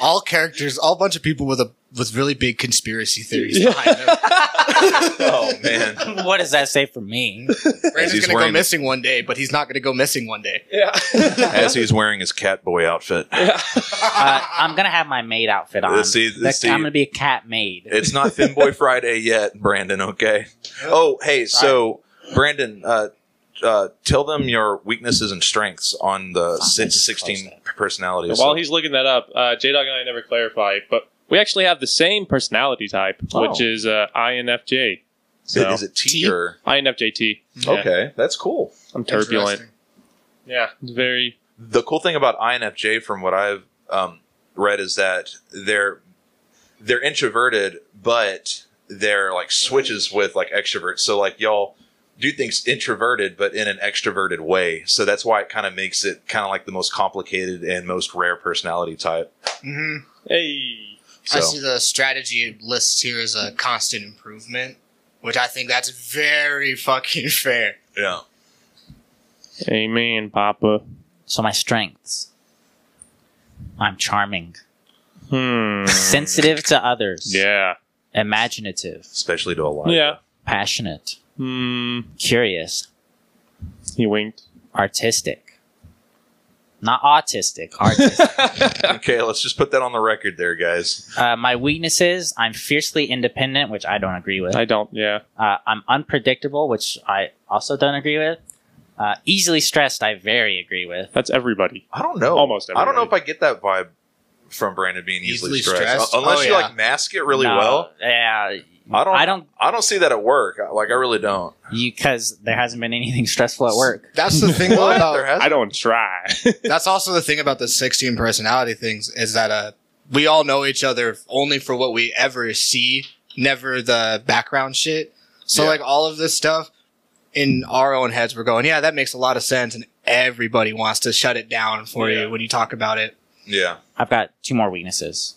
Speaker 4: all characters, all bunch of people with a with really big conspiracy theories behind them.
Speaker 3: oh man.
Speaker 2: what does that say for me?
Speaker 3: As he's
Speaker 4: Brandon's gonna go
Speaker 3: wearing-
Speaker 4: missing one day, but he's not gonna go missing one day.
Speaker 1: yeah.
Speaker 3: As he's wearing his cat boy outfit.
Speaker 2: Uh, I'm gonna have my maid outfit on.
Speaker 3: Let's see, let's
Speaker 2: Like, I'm
Speaker 3: see.
Speaker 2: gonna be a cat maid.
Speaker 3: It's not Thin Boy Friday yet, Brandon, okay? Oh, hey, so Brandon, uh uh, tell them your weaknesses and strengths on the
Speaker 2: Fuck, I
Speaker 3: six-
Speaker 2: just
Speaker 3: 16
Speaker 2: closed
Speaker 3: personalities.
Speaker 1: While he's looking that up, uh, J Dog and I never clarify, but we actually have the same personality type,
Speaker 2: Oh.
Speaker 1: which is uh, INFJ.
Speaker 3: is, it,
Speaker 1: So
Speaker 3: is it T,
Speaker 4: T?
Speaker 3: or?
Speaker 1: INFJT. Yeah,
Speaker 3: Okay, that's cool.
Speaker 1: I'm turbulent.
Speaker 4: Interesting.
Speaker 1: Yeah, very.
Speaker 3: the cool thing about INFJ, from what I've um, read, is that they're they're introverted, but they're like switches with like extroverts. So like y'all do things introverted, but in an extroverted way. So that's why it kind of makes it kind of like the most complicated and most rare personality type.
Speaker 4: Mhm.
Speaker 1: Hey.
Speaker 4: I
Speaker 3: So
Speaker 4: see the strategy lists here as a constant improvement, which I think that's very fucking fair.
Speaker 3: yeah,
Speaker 1: Amen, Papa.
Speaker 2: So my strengths. I'm charming,
Speaker 1: Hmm.
Speaker 2: sensitive to others,
Speaker 1: Yeah.
Speaker 2: imaginative,
Speaker 3: especially to a lot.
Speaker 1: Yeah.
Speaker 2: passionate,
Speaker 1: Hmm.
Speaker 2: curious,
Speaker 1: He winked.
Speaker 2: artistic. Not autistic, artistic.
Speaker 3: okay, let's just put that on the record, there, guys.
Speaker 2: uh, my weaknesses, I'm fiercely independent, which I don't agree with.
Speaker 1: I don't. Yeah.
Speaker 2: Uh, I'm unpredictable, which I also don't agree with. Uh, easily stressed, I very agree with.
Speaker 1: That's everybody.
Speaker 3: I don't know.
Speaker 1: Almost
Speaker 3: I don't know
Speaker 1: everybody.
Speaker 3: if I get that vibe from Brandon being easily,
Speaker 4: Easily
Speaker 3: stressed,
Speaker 4: stressed?
Speaker 3: Uh, unless
Speaker 4: Oh,
Speaker 3: you
Speaker 4: yeah.
Speaker 3: like mask it really
Speaker 2: No,
Speaker 3: well.
Speaker 2: Yeah,
Speaker 3: I don't.
Speaker 2: I don't
Speaker 3: I don't see that at work. Like I really don't.
Speaker 2: because there hasn't been anything stressful at work.
Speaker 4: That's the thing though,
Speaker 3: There
Speaker 4: about
Speaker 3: has-
Speaker 1: I don't try.
Speaker 4: that's also the thing about the sixteen personality things is that uh we all know each other only for what we ever see, never the background shit. So
Speaker 3: Yeah.
Speaker 4: like all of this stuff in our own heads we're going, Yeah, that makes a lot of sense and everybody wants to shut it down for
Speaker 1: Yeah.
Speaker 4: you when you talk about it.
Speaker 3: yeah.
Speaker 2: I've got two more weaknesses.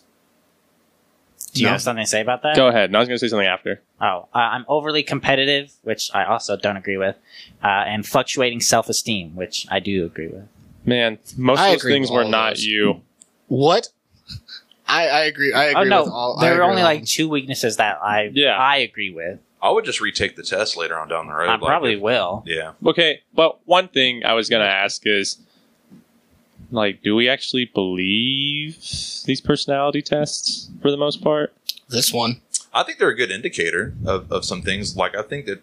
Speaker 2: Do you
Speaker 4: No.
Speaker 2: have something to say about that?
Speaker 1: Go ahead. No, I was gonna say something after.
Speaker 2: Oh, uh, I'm overly competitive, which I also don't agree with, uh, and fluctuating self esteem, which I do agree with.
Speaker 1: Man, most
Speaker 4: I
Speaker 1: of those
Speaker 4: agree
Speaker 1: things
Speaker 4: with
Speaker 1: were
Speaker 4: all
Speaker 1: not
Speaker 4: those.
Speaker 1: you.
Speaker 4: What? I, I agree I agree
Speaker 2: oh no,
Speaker 4: with all I
Speaker 2: there are
Speaker 4: agree
Speaker 2: only
Speaker 4: with
Speaker 2: like
Speaker 4: all-
Speaker 2: two weaknesses that I
Speaker 1: Yeah.
Speaker 2: I agree with.
Speaker 3: I would just retake the test later on down the road.
Speaker 2: I
Speaker 3: like,
Speaker 2: probably
Speaker 3: if-
Speaker 2: will.
Speaker 3: Yeah.
Speaker 1: Okay, but one thing I was gonna ask is, like, do we actually believe these personality tests for the most part?
Speaker 4: this one.
Speaker 3: I think they're a good indicator of, of some things. Like I think that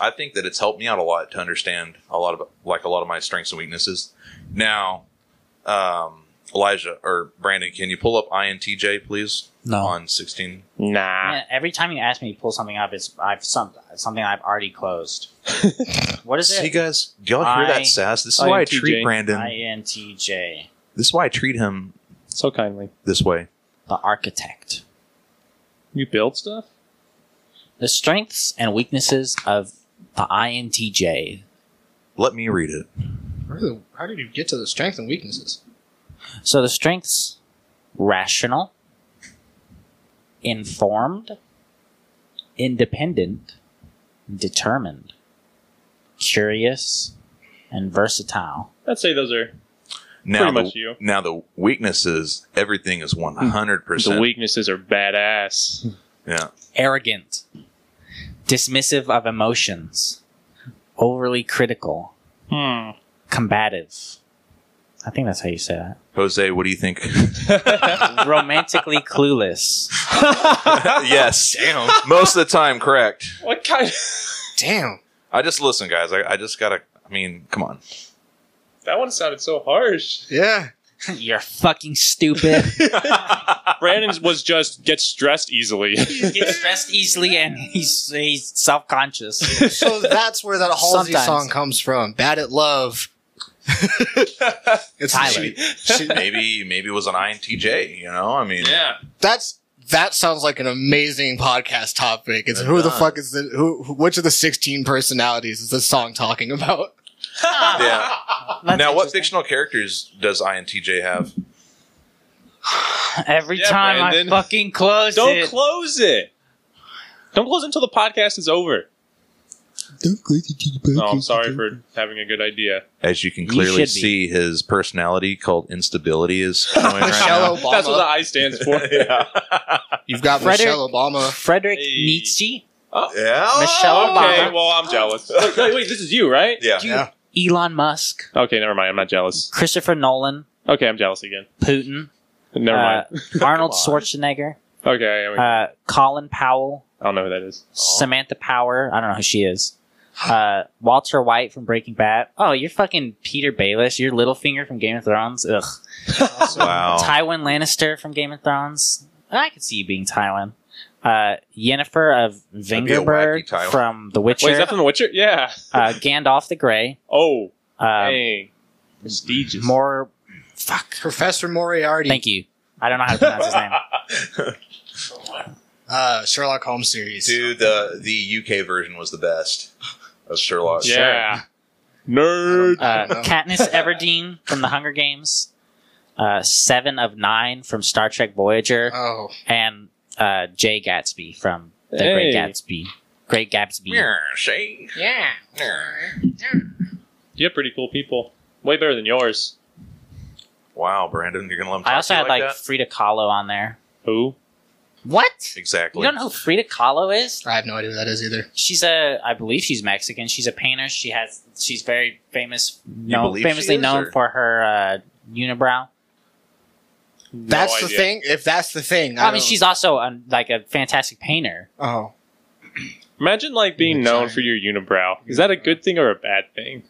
Speaker 3: I think that it's helped me out a lot to understand a lot of like a lot of my strengths and weaknesses. Now, um, Elijah or Brandon, can you pull up INTJ please
Speaker 2: No.
Speaker 3: on sixteen?
Speaker 1: Nah.
Speaker 2: Yeah, every time you ask me to pull something up, it's I've some something I've already closed. what is
Speaker 3: See
Speaker 2: it?
Speaker 3: guys, do y'all hear
Speaker 2: I-
Speaker 3: that sass? This is why I
Speaker 1: INTJ.
Speaker 3: treat Brandon.
Speaker 2: INTJ,
Speaker 3: this is why I treat him
Speaker 1: So kindly.
Speaker 3: this way.
Speaker 2: the architect.
Speaker 1: You build stuff?
Speaker 2: The strengths and weaknesses of the INTJ.
Speaker 3: Let me read it.
Speaker 4: Where the- How did you get to the strengths and weaknesses?
Speaker 2: So the strengths rational, informed, independent, determined, curious, and versatile.
Speaker 1: I'd say those are
Speaker 3: Now
Speaker 1: Pretty much
Speaker 3: the,
Speaker 1: you.
Speaker 3: Now the weaknesses, everything is one
Speaker 2: Hmm.
Speaker 3: hundred
Speaker 1: the
Speaker 3: percent.
Speaker 1: weaknesses are badass.
Speaker 3: Yeah.
Speaker 2: Arrogant, dismissive of emotions, overly critical,
Speaker 1: Hmm.
Speaker 2: combative. I think that's how you say
Speaker 3: Jose, what do you think?
Speaker 1: Hmm.
Speaker 2: that. Romantically clueless.
Speaker 3: yes. Damn. Most of the time, correct.
Speaker 1: What kind?
Speaker 4: Damn.
Speaker 3: I just listen, guys. I, I just gotta. I mean, come on.
Speaker 1: that one sounded so harsh.
Speaker 4: Yeah.
Speaker 2: You're fucking stupid.
Speaker 1: Brandon was just gets stressed easily.
Speaker 2: he gets stressed easily and he's he's self conscious.
Speaker 4: so that's where that Halsey
Speaker 2: Sometimes.
Speaker 4: song comes from. Bad at love. it's
Speaker 2: Tyler.
Speaker 4: she- she-
Speaker 3: maybe maybe it was an INTJ. You know, I mean,
Speaker 4: that's that sounds like an amazing podcast topic. It's
Speaker 3: It
Speaker 4: who
Speaker 2: Uh-huh.
Speaker 4: the
Speaker 3: does.
Speaker 4: fuck is the who? who- Which of the sixteen personalities is this song talking about?
Speaker 3: yeah.
Speaker 2: That's
Speaker 3: now, what
Speaker 2: interesting.
Speaker 3: fictional characters does INTJ have?
Speaker 2: Every
Speaker 1: Yeah,
Speaker 2: time
Speaker 1: Brandon.
Speaker 2: I fucking close
Speaker 1: Don't
Speaker 2: it,
Speaker 1: close it. Don't close until the podcast is over.
Speaker 5: Don't go to the
Speaker 1: No, I'm sorry for having a good idea.
Speaker 3: As you can
Speaker 2: You
Speaker 3: clearly
Speaker 2: should be.
Speaker 3: see, his personality called instability is showing right
Speaker 4: Michelle
Speaker 3: now.
Speaker 4: Obama.
Speaker 1: That's what the I stands for.
Speaker 3: yeah.
Speaker 4: You've got
Speaker 2: Frederick-
Speaker 4: Michelle Obama.
Speaker 2: Frederick
Speaker 1: Hey.
Speaker 2: Nietzsche,
Speaker 3: Yeah.
Speaker 2: Michelle
Speaker 1: Oh, Okay,
Speaker 2: Obama.
Speaker 1: well, I'm jealous. Wait, wait, wait, this is you, right?
Speaker 3: Yeah.
Speaker 2: you-
Speaker 4: Yeah.
Speaker 2: Elon Musk,
Speaker 1: Okay, never mind. I'm not jealous.
Speaker 2: Christopher Nolan,
Speaker 1: Okay, I'm jealous again.
Speaker 2: Putin,
Speaker 1: Never
Speaker 2: uh,
Speaker 1: mind.
Speaker 2: Arnold
Speaker 3: on.
Speaker 2: Schwarzenegger,
Speaker 1: Okay, I, mean,
Speaker 2: uh, Colin Powell,
Speaker 1: I don't know who that is.
Speaker 2: Oh. Samantha Power. I don't know who she is. Uh, Walter White from Breaking Bad. Oh, you're fucking Peter Baelish. You're Littlefinger from Game of Thrones. Ugh.
Speaker 3: Wow.
Speaker 2: Tywin Lannister from Game of Thrones. I could see you being Tywin. Uh, Yennefer of
Speaker 3: be a wacky
Speaker 2: Vingerberg
Speaker 3: Tywin.
Speaker 2: from The
Speaker 1: Wait, is
Speaker 2: Witcher.
Speaker 1: that from The Witcher? Yeah.
Speaker 2: uh, Gandalf the Grey.
Speaker 1: Oh,
Speaker 2: Uh,
Speaker 1: dang. Prestigious.
Speaker 2: more. Fuck.
Speaker 4: Professor Moriarty.
Speaker 2: Thank you. I don't know how to pronounce his name.
Speaker 4: Uh, Sherlock Holmes series.
Speaker 3: Dude, the the UK version was the best of Sherlock.
Speaker 1: yeah. Nerd.
Speaker 2: Uh,
Speaker 4: No.
Speaker 2: Katniss Everdeen from The Hunger Games. Uh, Seven of Nine from Star Trek Voyager.
Speaker 4: Oh,
Speaker 2: and uh, Jay Gatsby from The
Speaker 1: Hey.
Speaker 2: Great Gatsby. Great Gatsby.
Speaker 3: Yeah, see?
Speaker 4: yeah.
Speaker 1: You have pretty cool people. Way better than yours.
Speaker 3: Wow, Brandon, you're gonna let him talk
Speaker 2: I also
Speaker 3: to you
Speaker 2: had like,
Speaker 3: that?
Speaker 2: Frida Kahlo on there.
Speaker 1: Who?
Speaker 2: What? You
Speaker 3: exactly.
Speaker 2: don't know who Frida Kahlo is?
Speaker 4: I have no idea who that is either.
Speaker 2: She's a, I believe she's Mexican. She's a painter. She has, she's very famous, no,
Speaker 3: believe she
Speaker 2: famously
Speaker 3: is,
Speaker 2: known
Speaker 3: or-
Speaker 2: for her uh, unibrow.
Speaker 4: that's
Speaker 1: No
Speaker 4: the
Speaker 1: idea.
Speaker 4: thing. If that's the thing,
Speaker 2: I, mean,
Speaker 4: don't-
Speaker 2: she's also a, like a fantastic painter.
Speaker 4: oh,
Speaker 1: Imagine like being
Speaker 4: Yeah,
Speaker 1: known
Speaker 4: sorry.
Speaker 1: for your unibrow. Is that a good thing or a bad thing?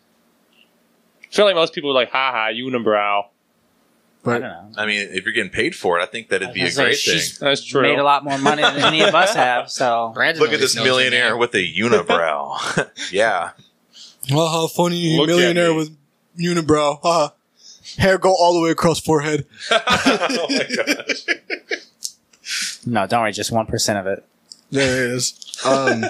Speaker 1: I feel like most people are like, haha, unibrow.
Speaker 2: I don't
Speaker 4: but
Speaker 2: know.
Speaker 3: I mean, if you're getting paid for it, I think that'd be
Speaker 2: I
Speaker 3: a
Speaker 2: was gonna
Speaker 3: great
Speaker 2: say,
Speaker 3: thing.
Speaker 2: she's
Speaker 1: That's true.
Speaker 2: Made a lot more money than any of us have, so
Speaker 4: Brandon.
Speaker 3: Look at
Speaker 4: always
Speaker 3: this
Speaker 4: knows her
Speaker 3: millionaire
Speaker 4: name.
Speaker 3: with a unibrow. yeah.
Speaker 5: Oh, how funny.
Speaker 1: Look at
Speaker 5: millionaire
Speaker 1: me.
Speaker 5: with unibrow. Haha. Hair go all the way across forehead.
Speaker 3: oh my gosh.
Speaker 2: no, don't worry, just one percent of it.
Speaker 5: There it is. Um,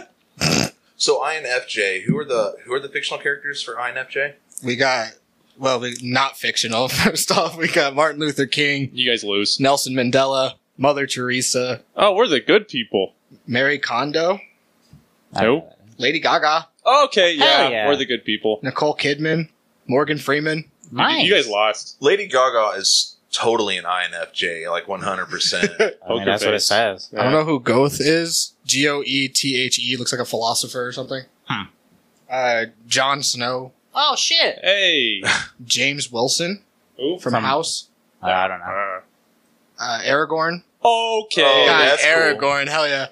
Speaker 3: So INFJ, who are the who are the fictional characters for INFJ?
Speaker 4: We got well, we, not fictional. First off, we got Martin Luther King,
Speaker 1: You guys lose.
Speaker 4: Nelson Mandela, Mother Teresa,
Speaker 1: Oh, we're the good people.
Speaker 4: Mary Kondo,
Speaker 2: I don't
Speaker 1: Who?
Speaker 2: know.
Speaker 4: Lady Gaga,
Speaker 1: Okay, yeah,
Speaker 2: Hell yeah.
Speaker 1: we're the good people.
Speaker 4: Nicole Kidman, Morgan Freeman.
Speaker 1: You-
Speaker 2: Nice.
Speaker 1: You guys lost.
Speaker 3: Lady Gaga is totally an INFJ, like 100. percent
Speaker 2: I mean,
Speaker 1: Poker
Speaker 2: that's what it
Speaker 1: face.
Speaker 2: says.
Speaker 4: I don't know who Goethe is. G O E T H E looks like a philosopher or something.
Speaker 2: Hmm.
Speaker 4: Uh, John Snow,
Speaker 2: Oh shit!
Speaker 1: Hey.
Speaker 4: James Wilson
Speaker 1: Oof.
Speaker 4: from
Speaker 3: Hmm.
Speaker 2: From-
Speaker 4: House,
Speaker 2: I don't know.
Speaker 1: Uh,
Speaker 4: uh, Aragorn.
Speaker 1: okay.
Speaker 3: Oh,
Speaker 4: God,
Speaker 3: that's cool.
Speaker 4: Aragorn, hell yeah!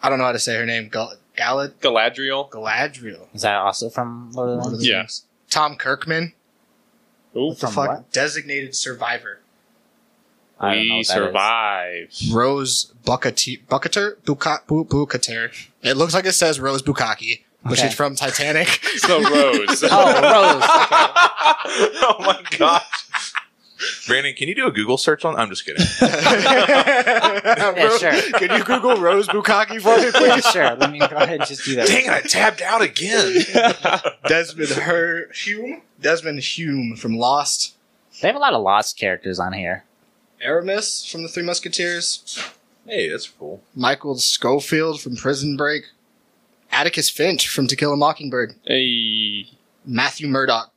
Speaker 4: I don't know how to say her name. Gal- Galad
Speaker 1: Galadriel.
Speaker 4: Galadriel.
Speaker 2: Is that also from Lord of the
Speaker 4: One of
Speaker 2: Rings?
Speaker 4: the
Speaker 1: Yeah.
Speaker 4: names. Tom Kirkman.
Speaker 1: Oof.
Speaker 4: What the
Speaker 2: From
Speaker 4: fuck?
Speaker 2: what?
Speaker 4: Designated survivor.
Speaker 2: I don't know
Speaker 1: We
Speaker 2: what that is.
Speaker 1: survive.
Speaker 4: Rose Bucketeer. Bucketer? Buka- Bu- Bucketer. It looks like it says Rose Bukaki, but
Speaker 2: Okay.
Speaker 4: she's from Titanic.
Speaker 1: So Rose.
Speaker 2: Oh, Rose. Okay.
Speaker 3: oh my gosh. Brandon, can you do a Google search on? I'm just kidding.
Speaker 4: Rose-
Speaker 2: sure.
Speaker 4: Can you Google Rose Bukaki for me,
Speaker 2: yeah,
Speaker 4: please?
Speaker 2: sure. Let me go ahead and just do that.
Speaker 3: Dang it, I tabbed out again.
Speaker 4: Desmond Her- Hume? Desmond Hume from Lost.
Speaker 2: They have a lot of lost characters on here.
Speaker 4: Aramis from The Three Musketeers.
Speaker 3: hey, that's cool.
Speaker 4: Michael Schofield from Prison Break. Atticus Finch from To Kill a Mockingbird.
Speaker 1: hey.
Speaker 4: Matthew Murdock.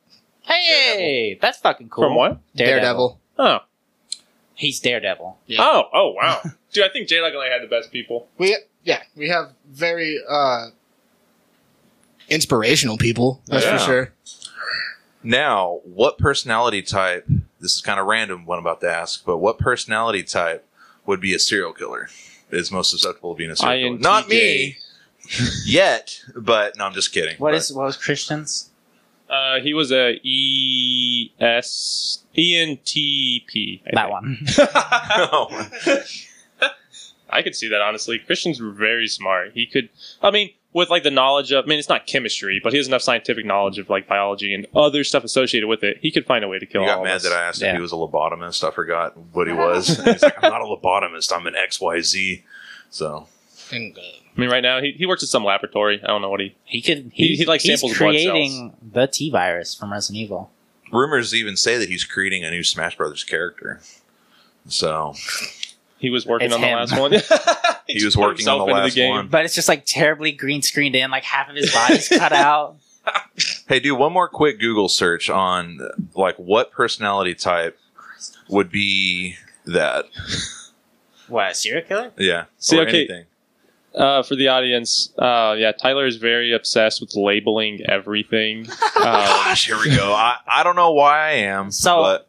Speaker 2: Hey, that's fucking cool.
Speaker 1: From what?
Speaker 2: Daredevil.
Speaker 4: Daredevil.
Speaker 1: Oh.
Speaker 2: He's Daredevil.
Speaker 4: Yeah.
Speaker 1: Oh, oh wow. Dude, I think J Lug and I had the best people.
Speaker 4: We yeah, we have very uh inspirational people, that's
Speaker 3: Yeah.
Speaker 4: for sure.
Speaker 3: Now, what personality type? This is kind of random. What I'm about to ask, but what personality type would be a serial killer? Is most susceptible of being a serial killer?
Speaker 1: INTJ.
Speaker 3: Not me yet, but no, I'm just kidding.
Speaker 2: What
Speaker 3: But
Speaker 2: is what was Christian's?
Speaker 1: Uh, he was a E S E N T P. I
Speaker 2: that one.
Speaker 1: think.
Speaker 3: Oh.
Speaker 1: I could see that honestly. Christian's very smart. He could. I mean, with like the knowledge of. I mean, it's not chemistry, but he has enough scientific knowledge of like biology and other stuff associated with it. He could find a way to kill
Speaker 3: You
Speaker 1: all
Speaker 3: got
Speaker 1: of
Speaker 3: mad
Speaker 1: us.
Speaker 3: that I asked if
Speaker 2: Yeah.
Speaker 3: he was a lobotomist. I forgot what he was. He's like, I'm not a lobotomist. I'm an XYZ. So,
Speaker 4: And, uh,
Speaker 1: I mean, right now he, he works at some laboratory. I don't know what he.
Speaker 2: He could.
Speaker 1: He-
Speaker 2: He,
Speaker 1: he, like,
Speaker 2: he's
Speaker 1: samples blood
Speaker 2: creating the T virus from Resident Evil.
Speaker 3: rumors even say that he's creating a new Smash Brothers character. So,
Speaker 1: He was working
Speaker 2: It's
Speaker 1: on
Speaker 2: him.
Speaker 1: the last one. he,
Speaker 3: He was
Speaker 1: just put
Speaker 3: working on
Speaker 1: himself
Speaker 3: the
Speaker 1: into
Speaker 3: last
Speaker 1: game.
Speaker 3: one.
Speaker 2: But it's just like terribly green screened in, like half of his body's cut out.
Speaker 3: hey, do one more quick Google search on like what personality type would be that.
Speaker 2: What a serial killer?
Speaker 3: Yeah.
Speaker 1: See,
Speaker 3: or
Speaker 1: okay.
Speaker 3: anything.
Speaker 1: Uh, for the audience, uh, yeah, Tyler is very obsessed with labeling everything. Um,
Speaker 3: Uh, Gosh, here we go. I, I don't know why I am.
Speaker 2: So-
Speaker 3: but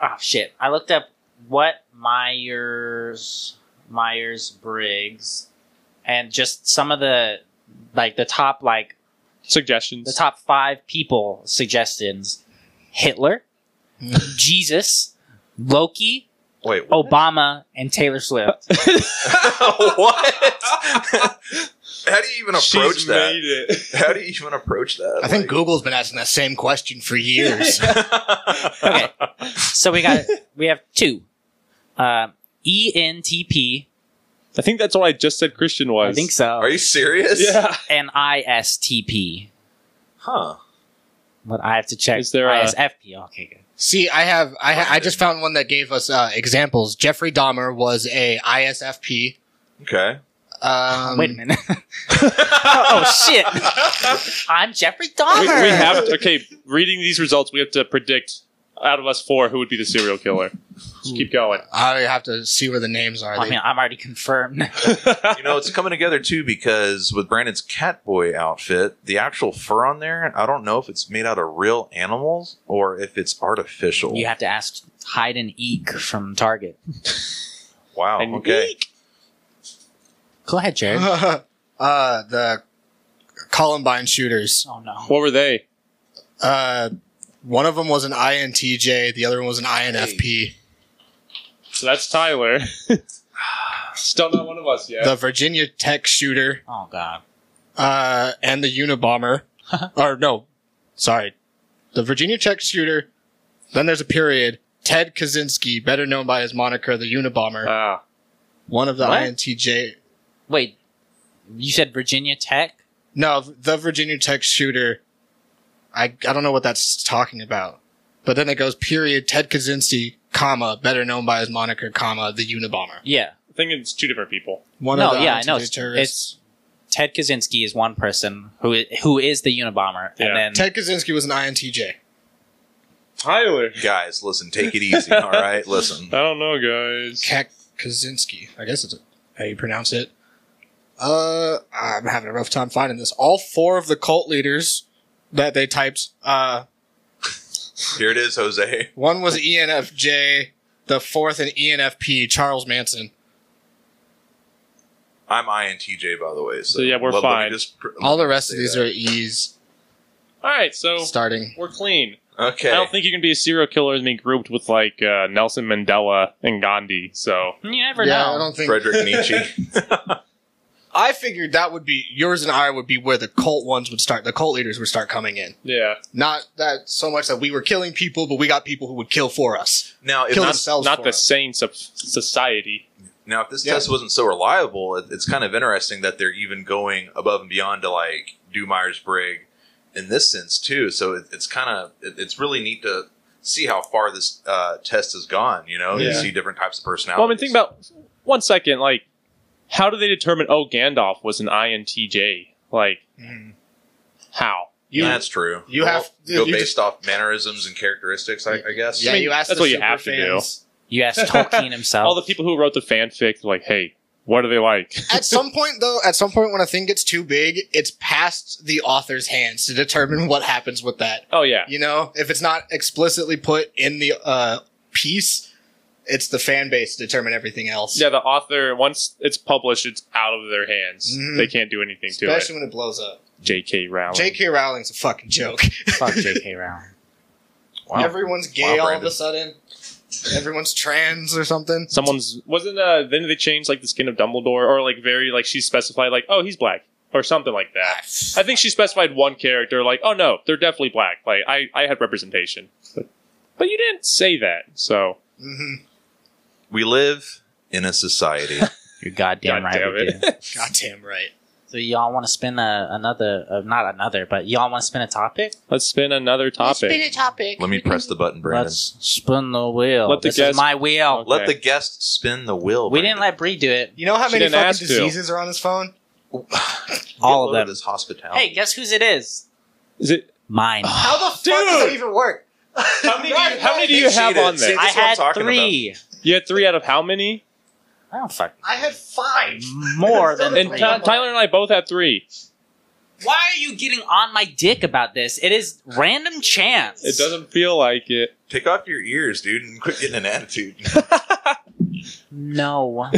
Speaker 2: Oh
Speaker 1: Ah.
Speaker 2: shit! I looked up what Myers Myers Briggs, and just some of the like the top like
Speaker 1: suggestions.
Speaker 2: the top five people suggestions: Hitler, Jesus, Loki,
Speaker 3: wait, what?
Speaker 2: Obama, and Taylor Swift.
Speaker 3: what? How do you even approach
Speaker 1: She's
Speaker 3: that?
Speaker 1: made it.
Speaker 3: How do you even approach that?
Speaker 4: I think
Speaker 3: Like-
Speaker 4: Google's been asking that same question for years.
Speaker 2: Okay, so we got we have two, uh, ENTP.
Speaker 1: I think that's what I just said Christian was.
Speaker 2: I think so.
Speaker 3: Are you serious?
Speaker 1: Yeah.
Speaker 2: and ISTP.
Speaker 3: Huh.
Speaker 2: But I have to check.
Speaker 1: Is there a-
Speaker 2: ISFP? Okay, good.
Speaker 4: See, I have I, ha- I just found one that gave us uh, examples. Jeffrey Dahmer was a ISFP.
Speaker 3: Okay.
Speaker 4: Um,
Speaker 2: Wait a minute. oh shit! I'm Jeffrey Dahmer.
Speaker 1: We, we have to, okay. Reading these results, we have to predict out of us four who would be the serial killer. Just keep going.
Speaker 4: I have to see where the names are.
Speaker 2: I
Speaker 4: They-
Speaker 2: mean, I'm already confirmed.
Speaker 3: You know, it's coming together too because with Brandon's Catboy outfit, the actual fur on there, I don't know if it's made out of real animals or if it's artificial.
Speaker 2: You have to ask Hyde and Eek from Target.
Speaker 3: Wow.
Speaker 1: And-
Speaker 3: okay.
Speaker 2: Go ahead, Jared.
Speaker 1: Uh-huh.
Speaker 4: uh, the Columbine shooters.
Speaker 2: oh no.
Speaker 1: What were they?
Speaker 4: Uh, one of them was an INTJ. The other one was an INFP.
Speaker 1: So that's Tyler. Still not one of us yet.
Speaker 4: The Virginia Tech shooter
Speaker 2: Oh god.
Speaker 4: uh, and the Unabomber. or no, sorry, the Virginia Tech shooter. Then there's a period. Ted Kaczynski, better known by his moniker, the Unabomber,
Speaker 1: Ah.
Speaker 4: one of the
Speaker 2: Uh, what?
Speaker 4: INTJ.
Speaker 2: Wait, you said Virginia Tech?
Speaker 4: No, the Virginia Tech shooter. I I don't know what that's talking about. But then it goes period Ted Kaczynski, comma better known by his moniker, comma the Unabomber.
Speaker 2: Yeah.
Speaker 1: I think it's two different people.
Speaker 4: One
Speaker 2: no.
Speaker 4: of the
Speaker 2: Yeah, I know.
Speaker 4: INTJ
Speaker 2: It's,
Speaker 4: terrorists.
Speaker 2: it's Ted Kaczynski is one person who is, who is the Unabomber,
Speaker 1: Yeah.
Speaker 2: and then
Speaker 4: Ted Kaczynski was an INTJ.
Speaker 1: Tyler.
Speaker 3: Guys, listen, take it easy. All right. Listen.
Speaker 1: I don't know, guys.
Speaker 4: Kat Kaczynski. I guess it's how you pronounce it. Uh, I'm having a rough time finding this. All four of the cult leaders that they typed. Uh,
Speaker 3: Here it is, Jose.
Speaker 4: one was E ENFJ. The fourth an E ENFP, Charles Manson.
Speaker 3: I'm INTJ, by the way. So,
Speaker 1: So, yeah, we're
Speaker 3: let- let me
Speaker 1: fine.
Speaker 3: just pr-
Speaker 4: All the rest of
Speaker 3: say
Speaker 4: these
Speaker 3: that.
Speaker 4: are E's.
Speaker 1: All right, so
Speaker 4: Starting
Speaker 1: we're clean.
Speaker 3: Okay.
Speaker 1: I don't think you can be a serial killer and be grouped with like uh, Nelson Mandela and Gandhi. So
Speaker 2: you never
Speaker 4: yeah,
Speaker 2: know.
Speaker 4: I don't think
Speaker 3: Frederick Nietzsche.
Speaker 4: I figured that would be yours and I would be where the cult ones would start. The cult leaders would start coming in.
Speaker 1: yeah,
Speaker 4: Not that so much that we were killing people, but we got people who would kill for us,
Speaker 3: Now, if
Speaker 4: kill
Speaker 3: not
Speaker 4: themselves.
Speaker 1: not
Speaker 4: for
Speaker 1: the
Speaker 4: us.
Speaker 1: saints of society.
Speaker 3: Now, if this
Speaker 4: Yeah.
Speaker 3: test wasn't so reliable, it, it's kind of interesting that they're even going above and beyond to like do Myers Briggs in this sense too. So it, it's kind of it, it's really neat to see how far this uh, test has gone. You know, you
Speaker 1: Yeah.
Speaker 3: see different types of personalities.
Speaker 1: Well, I mean, think about one second. Like, how do they determine? Oh, Gandalf was an INTJ. Like,
Speaker 4: Mm.
Speaker 1: how?
Speaker 4: You-
Speaker 3: Yeah, that's true.
Speaker 4: you
Speaker 3: Well,
Speaker 4: have-
Speaker 3: go
Speaker 4: you
Speaker 3: based
Speaker 4: just-
Speaker 3: off mannerisms and characteristics. I, I guess.
Speaker 4: Yeah,
Speaker 1: I mean,
Speaker 4: you asked
Speaker 1: that's
Speaker 4: the
Speaker 1: what you have to do.
Speaker 4: superfans.
Speaker 2: you asked Tolkien himself.
Speaker 1: All the people who wrote the fanfic, like, hey, what are they like?
Speaker 4: at some point, though, at some point when a thing gets too big, it's past the author's hands to determine what happens with that.
Speaker 1: oh yeah,
Speaker 4: You know, if it's not explicitly put in the uh, piece, it's the fan base to determine everything else.
Speaker 1: yeah. The author once it's published, it's out of their hands.
Speaker 4: Mhm.
Speaker 1: They can't do anything to it.
Speaker 4: especially when it blows up.
Speaker 1: J.K. Rowling.
Speaker 4: J.K. Rowling's a fucking joke.
Speaker 2: Fuck J.K. Rowling.
Speaker 3: Wow.
Speaker 4: Everyone's gay
Speaker 3: Wow,
Speaker 4: all of
Speaker 3: Brandon.
Speaker 4: a sudden. Everyone's trans or something.
Speaker 1: Someone's wasn't uh then they changed like the skin of Dumbledore or like very like she specified like oh he's black or something like that. I think she specified one character like oh no they're definitely black like I I had representation but but you didn't say that so
Speaker 4: hmm
Speaker 3: We live in a society.
Speaker 2: You're goddamn
Speaker 1: God
Speaker 2: right.
Speaker 1: damn
Speaker 2: we
Speaker 1: it.
Speaker 2: do.
Speaker 4: Goddamn right.
Speaker 2: So y'all want to spin a, another, uh, not another, but y'all want to spin a topic?
Speaker 1: let's spin another topic.
Speaker 3: Let me press the button, Brandon.
Speaker 2: Let's spin the wheel.
Speaker 1: Let the
Speaker 2: this
Speaker 1: guest-
Speaker 2: is my wheel.
Speaker 1: Okay.
Speaker 3: Let the guest spin the wheel.
Speaker 2: We didn't let Bree do it.
Speaker 4: You know how
Speaker 1: She
Speaker 4: many
Speaker 1: didn't
Speaker 4: fucking
Speaker 1: ask to.
Speaker 4: diseases are on his phone?
Speaker 2: all of them.
Speaker 3: This hospitality.
Speaker 2: Hey, guess whose it is?
Speaker 1: Is it
Speaker 2: Mine.
Speaker 4: How the fuck does that
Speaker 1: Dude!
Speaker 4: even work?
Speaker 1: how many do you, how many do
Speaker 3: He
Speaker 1: you have
Speaker 3: cheated.
Speaker 1: on
Speaker 3: See,
Speaker 1: there?
Speaker 3: this
Speaker 2: I
Speaker 3: is what I'm
Speaker 2: had
Speaker 3: talking
Speaker 2: three.
Speaker 1: You had three out of how many?
Speaker 2: I don't fucking
Speaker 4: I had five.
Speaker 2: more than
Speaker 1: And
Speaker 2: three.
Speaker 1: Ty- Tyler and I both had three.
Speaker 2: Why are you getting on my dick about this? It is random chance.
Speaker 1: It doesn't feel like it.
Speaker 3: Take off your ears, dude, and quit getting an attitude.
Speaker 2: No.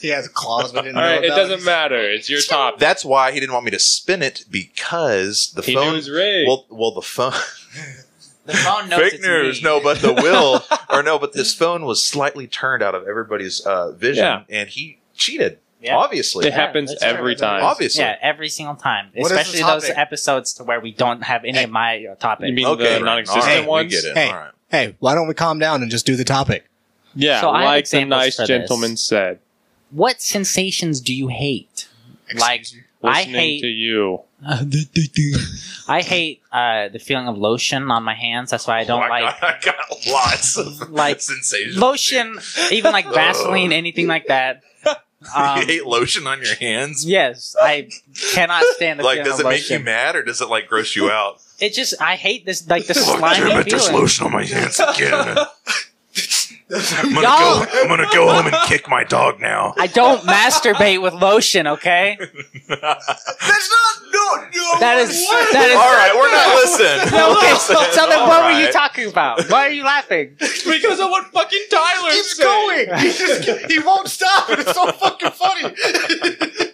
Speaker 4: He has claws, but I didn't
Speaker 1: All
Speaker 4: know
Speaker 1: right, it
Speaker 4: about
Speaker 1: doesn't matter. It's your top.
Speaker 3: That's why he didn't want me to spin it because the
Speaker 1: He knew
Speaker 3: phone.
Speaker 1: his rig.
Speaker 3: well, well, the phone.
Speaker 2: The phone knows
Speaker 3: Fake
Speaker 2: it's
Speaker 3: news.
Speaker 2: me.
Speaker 3: No, but the will, or no, but this phone was slightly turned out of everybody's uh, vision,
Speaker 1: Yeah.
Speaker 3: and he cheated.
Speaker 2: Yeah.
Speaker 1: it
Speaker 3: Obviously,
Speaker 2: Yeah,
Speaker 1: happens
Speaker 2: that's
Speaker 1: every
Speaker 4: right, that's
Speaker 1: time.
Speaker 3: obviously.
Speaker 2: Yeah, every single time.
Speaker 4: What is the
Speaker 2: Especially those
Speaker 4: topic?
Speaker 2: episodes to where we don't have any of my uh, topics.
Speaker 1: You mean
Speaker 3: Okay,
Speaker 1: the non-existent
Speaker 3: all right, we
Speaker 1: ones?
Speaker 3: get it.
Speaker 5: Hey.
Speaker 3: All right.
Speaker 5: Hey, why don't we calm down and just do the topic?
Speaker 1: Yeah,
Speaker 2: So I have
Speaker 1: like the
Speaker 2: examples
Speaker 1: nice
Speaker 2: for this.
Speaker 1: gentleman said.
Speaker 2: what sensations do you hate?
Speaker 4: Excuse
Speaker 2: Like,
Speaker 4: you.
Speaker 2: I
Speaker 1: Listening
Speaker 2: hate-
Speaker 1: to you.
Speaker 2: I hate uh, the feeling of lotion on my hands. That's why I don't
Speaker 3: Oh,
Speaker 2: like
Speaker 3: got, I got lots of
Speaker 2: Like,
Speaker 3: sensations.
Speaker 2: lotion, even like
Speaker 3: Ugh.
Speaker 2: Vaseline, anything like that. Um,
Speaker 3: Oh. you hate lotion on your hands.
Speaker 2: yes, I cannot stand the
Speaker 3: Like,
Speaker 2: feeling
Speaker 3: does
Speaker 2: of
Speaker 3: it make you
Speaker 2: lotion.
Speaker 3: mad or does it like gross you out?
Speaker 2: It just I hate this like the
Speaker 3: Oh, damn
Speaker 2: slimy
Speaker 3: it, there's
Speaker 2: feeling.
Speaker 3: lotion on my hands again. I'm gonna
Speaker 2: Y'all-
Speaker 3: go. I'm gonna go home and kick my dog now.
Speaker 2: I don't masturbate with lotion, okay?
Speaker 4: That's not no no.
Speaker 2: That is that
Speaker 3: All
Speaker 2: is
Speaker 3: right, we're not listening.
Speaker 2: No,
Speaker 3: We're
Speaker 2: okay,
Speaker 3: not
Speaker 2: so
Speaker 3: listening.
Speaker 2: tell them
Speaker 3: All
Speaker 2: what were you
Speaker 3: right.
Speaker 2: talking about? Why are you laughing?
Speaker 1: because of what fucking Tyler
Speaker 4: keeps going. He just he won't stop, and it's so fucking funny.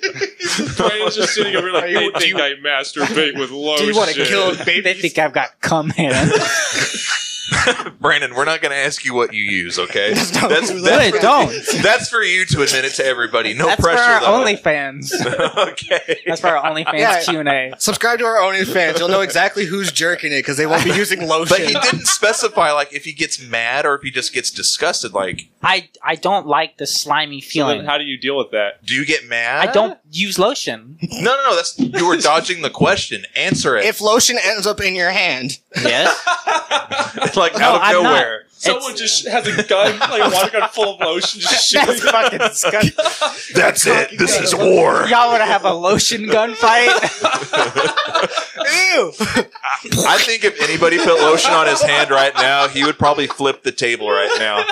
Speaker 1: Brandon's just sitting over like,
Speaker 4: Are you-
Speaker 1: they
Speaker 4: do
Speaker 1: think
Speaker 4: you-
Speaker 1: I masturbate with lotion.
Speaker 4: Do you want to kill
Speaker 2: They
Speaker 4: baby?
Speaker 2: think I've got cum hands.
Speaker 3: Brandon, we're not going to ask you what you use, okay? That's
Speaker 4: don't
Speaker 3: that's,
Speaker 4: do
Speaker 2: Good, don't.
Speaker 3: that's for you to admit it to everybody. No
Speaker 2: That's
Speaker 3: pressure.
Speaker 2: for our
Speaker 3: though.
Speaker 2: OnlyFans.
Speaker 3: okay.
Speaker 2: That's for our OnlyFans
Speaker 4: Yeah.
Speaker 2: Q and A.
Speaker 4: Subscribe to our OnlyFans. You'll know exactly who's jerking it because they won't be using
Speaker 3: But
Speaker 4: lotion.
Speaker 3: he didn't specify like if he gets mad or if he just gets disgusted. Like,
Speaker 2: I I don't like the slimy
Speaker 1: So then
Speaker 2: feeling.
Speaker 1: how do you deal with that?
Speaker 3: do you get mad?
Speaker 2: I don't use lotion.
Speaker 3: No, no, no. That's you were dodging the question. Answer it.
Speaker 4: if lotion ends up in your hand,
Speaker 2: Yes.
Speaker 3: like
Speaker 2: No,
Speaker 3: out of
Speaker 2: I'm not.
Speaker 3: nowhere.
Speaker 1: Someone just has a gun, like a water gun full of lotion, just shooting.
Speaker 2: That's fucking disgusting.
Speaker 3: That's it. This is war.
Speaker 2: Y'all want to have a lotion gunfight?
Speaker 4: ew.
Speaker 3: I think if anybody put lotion on his hand right now, he would probably flip the table right now.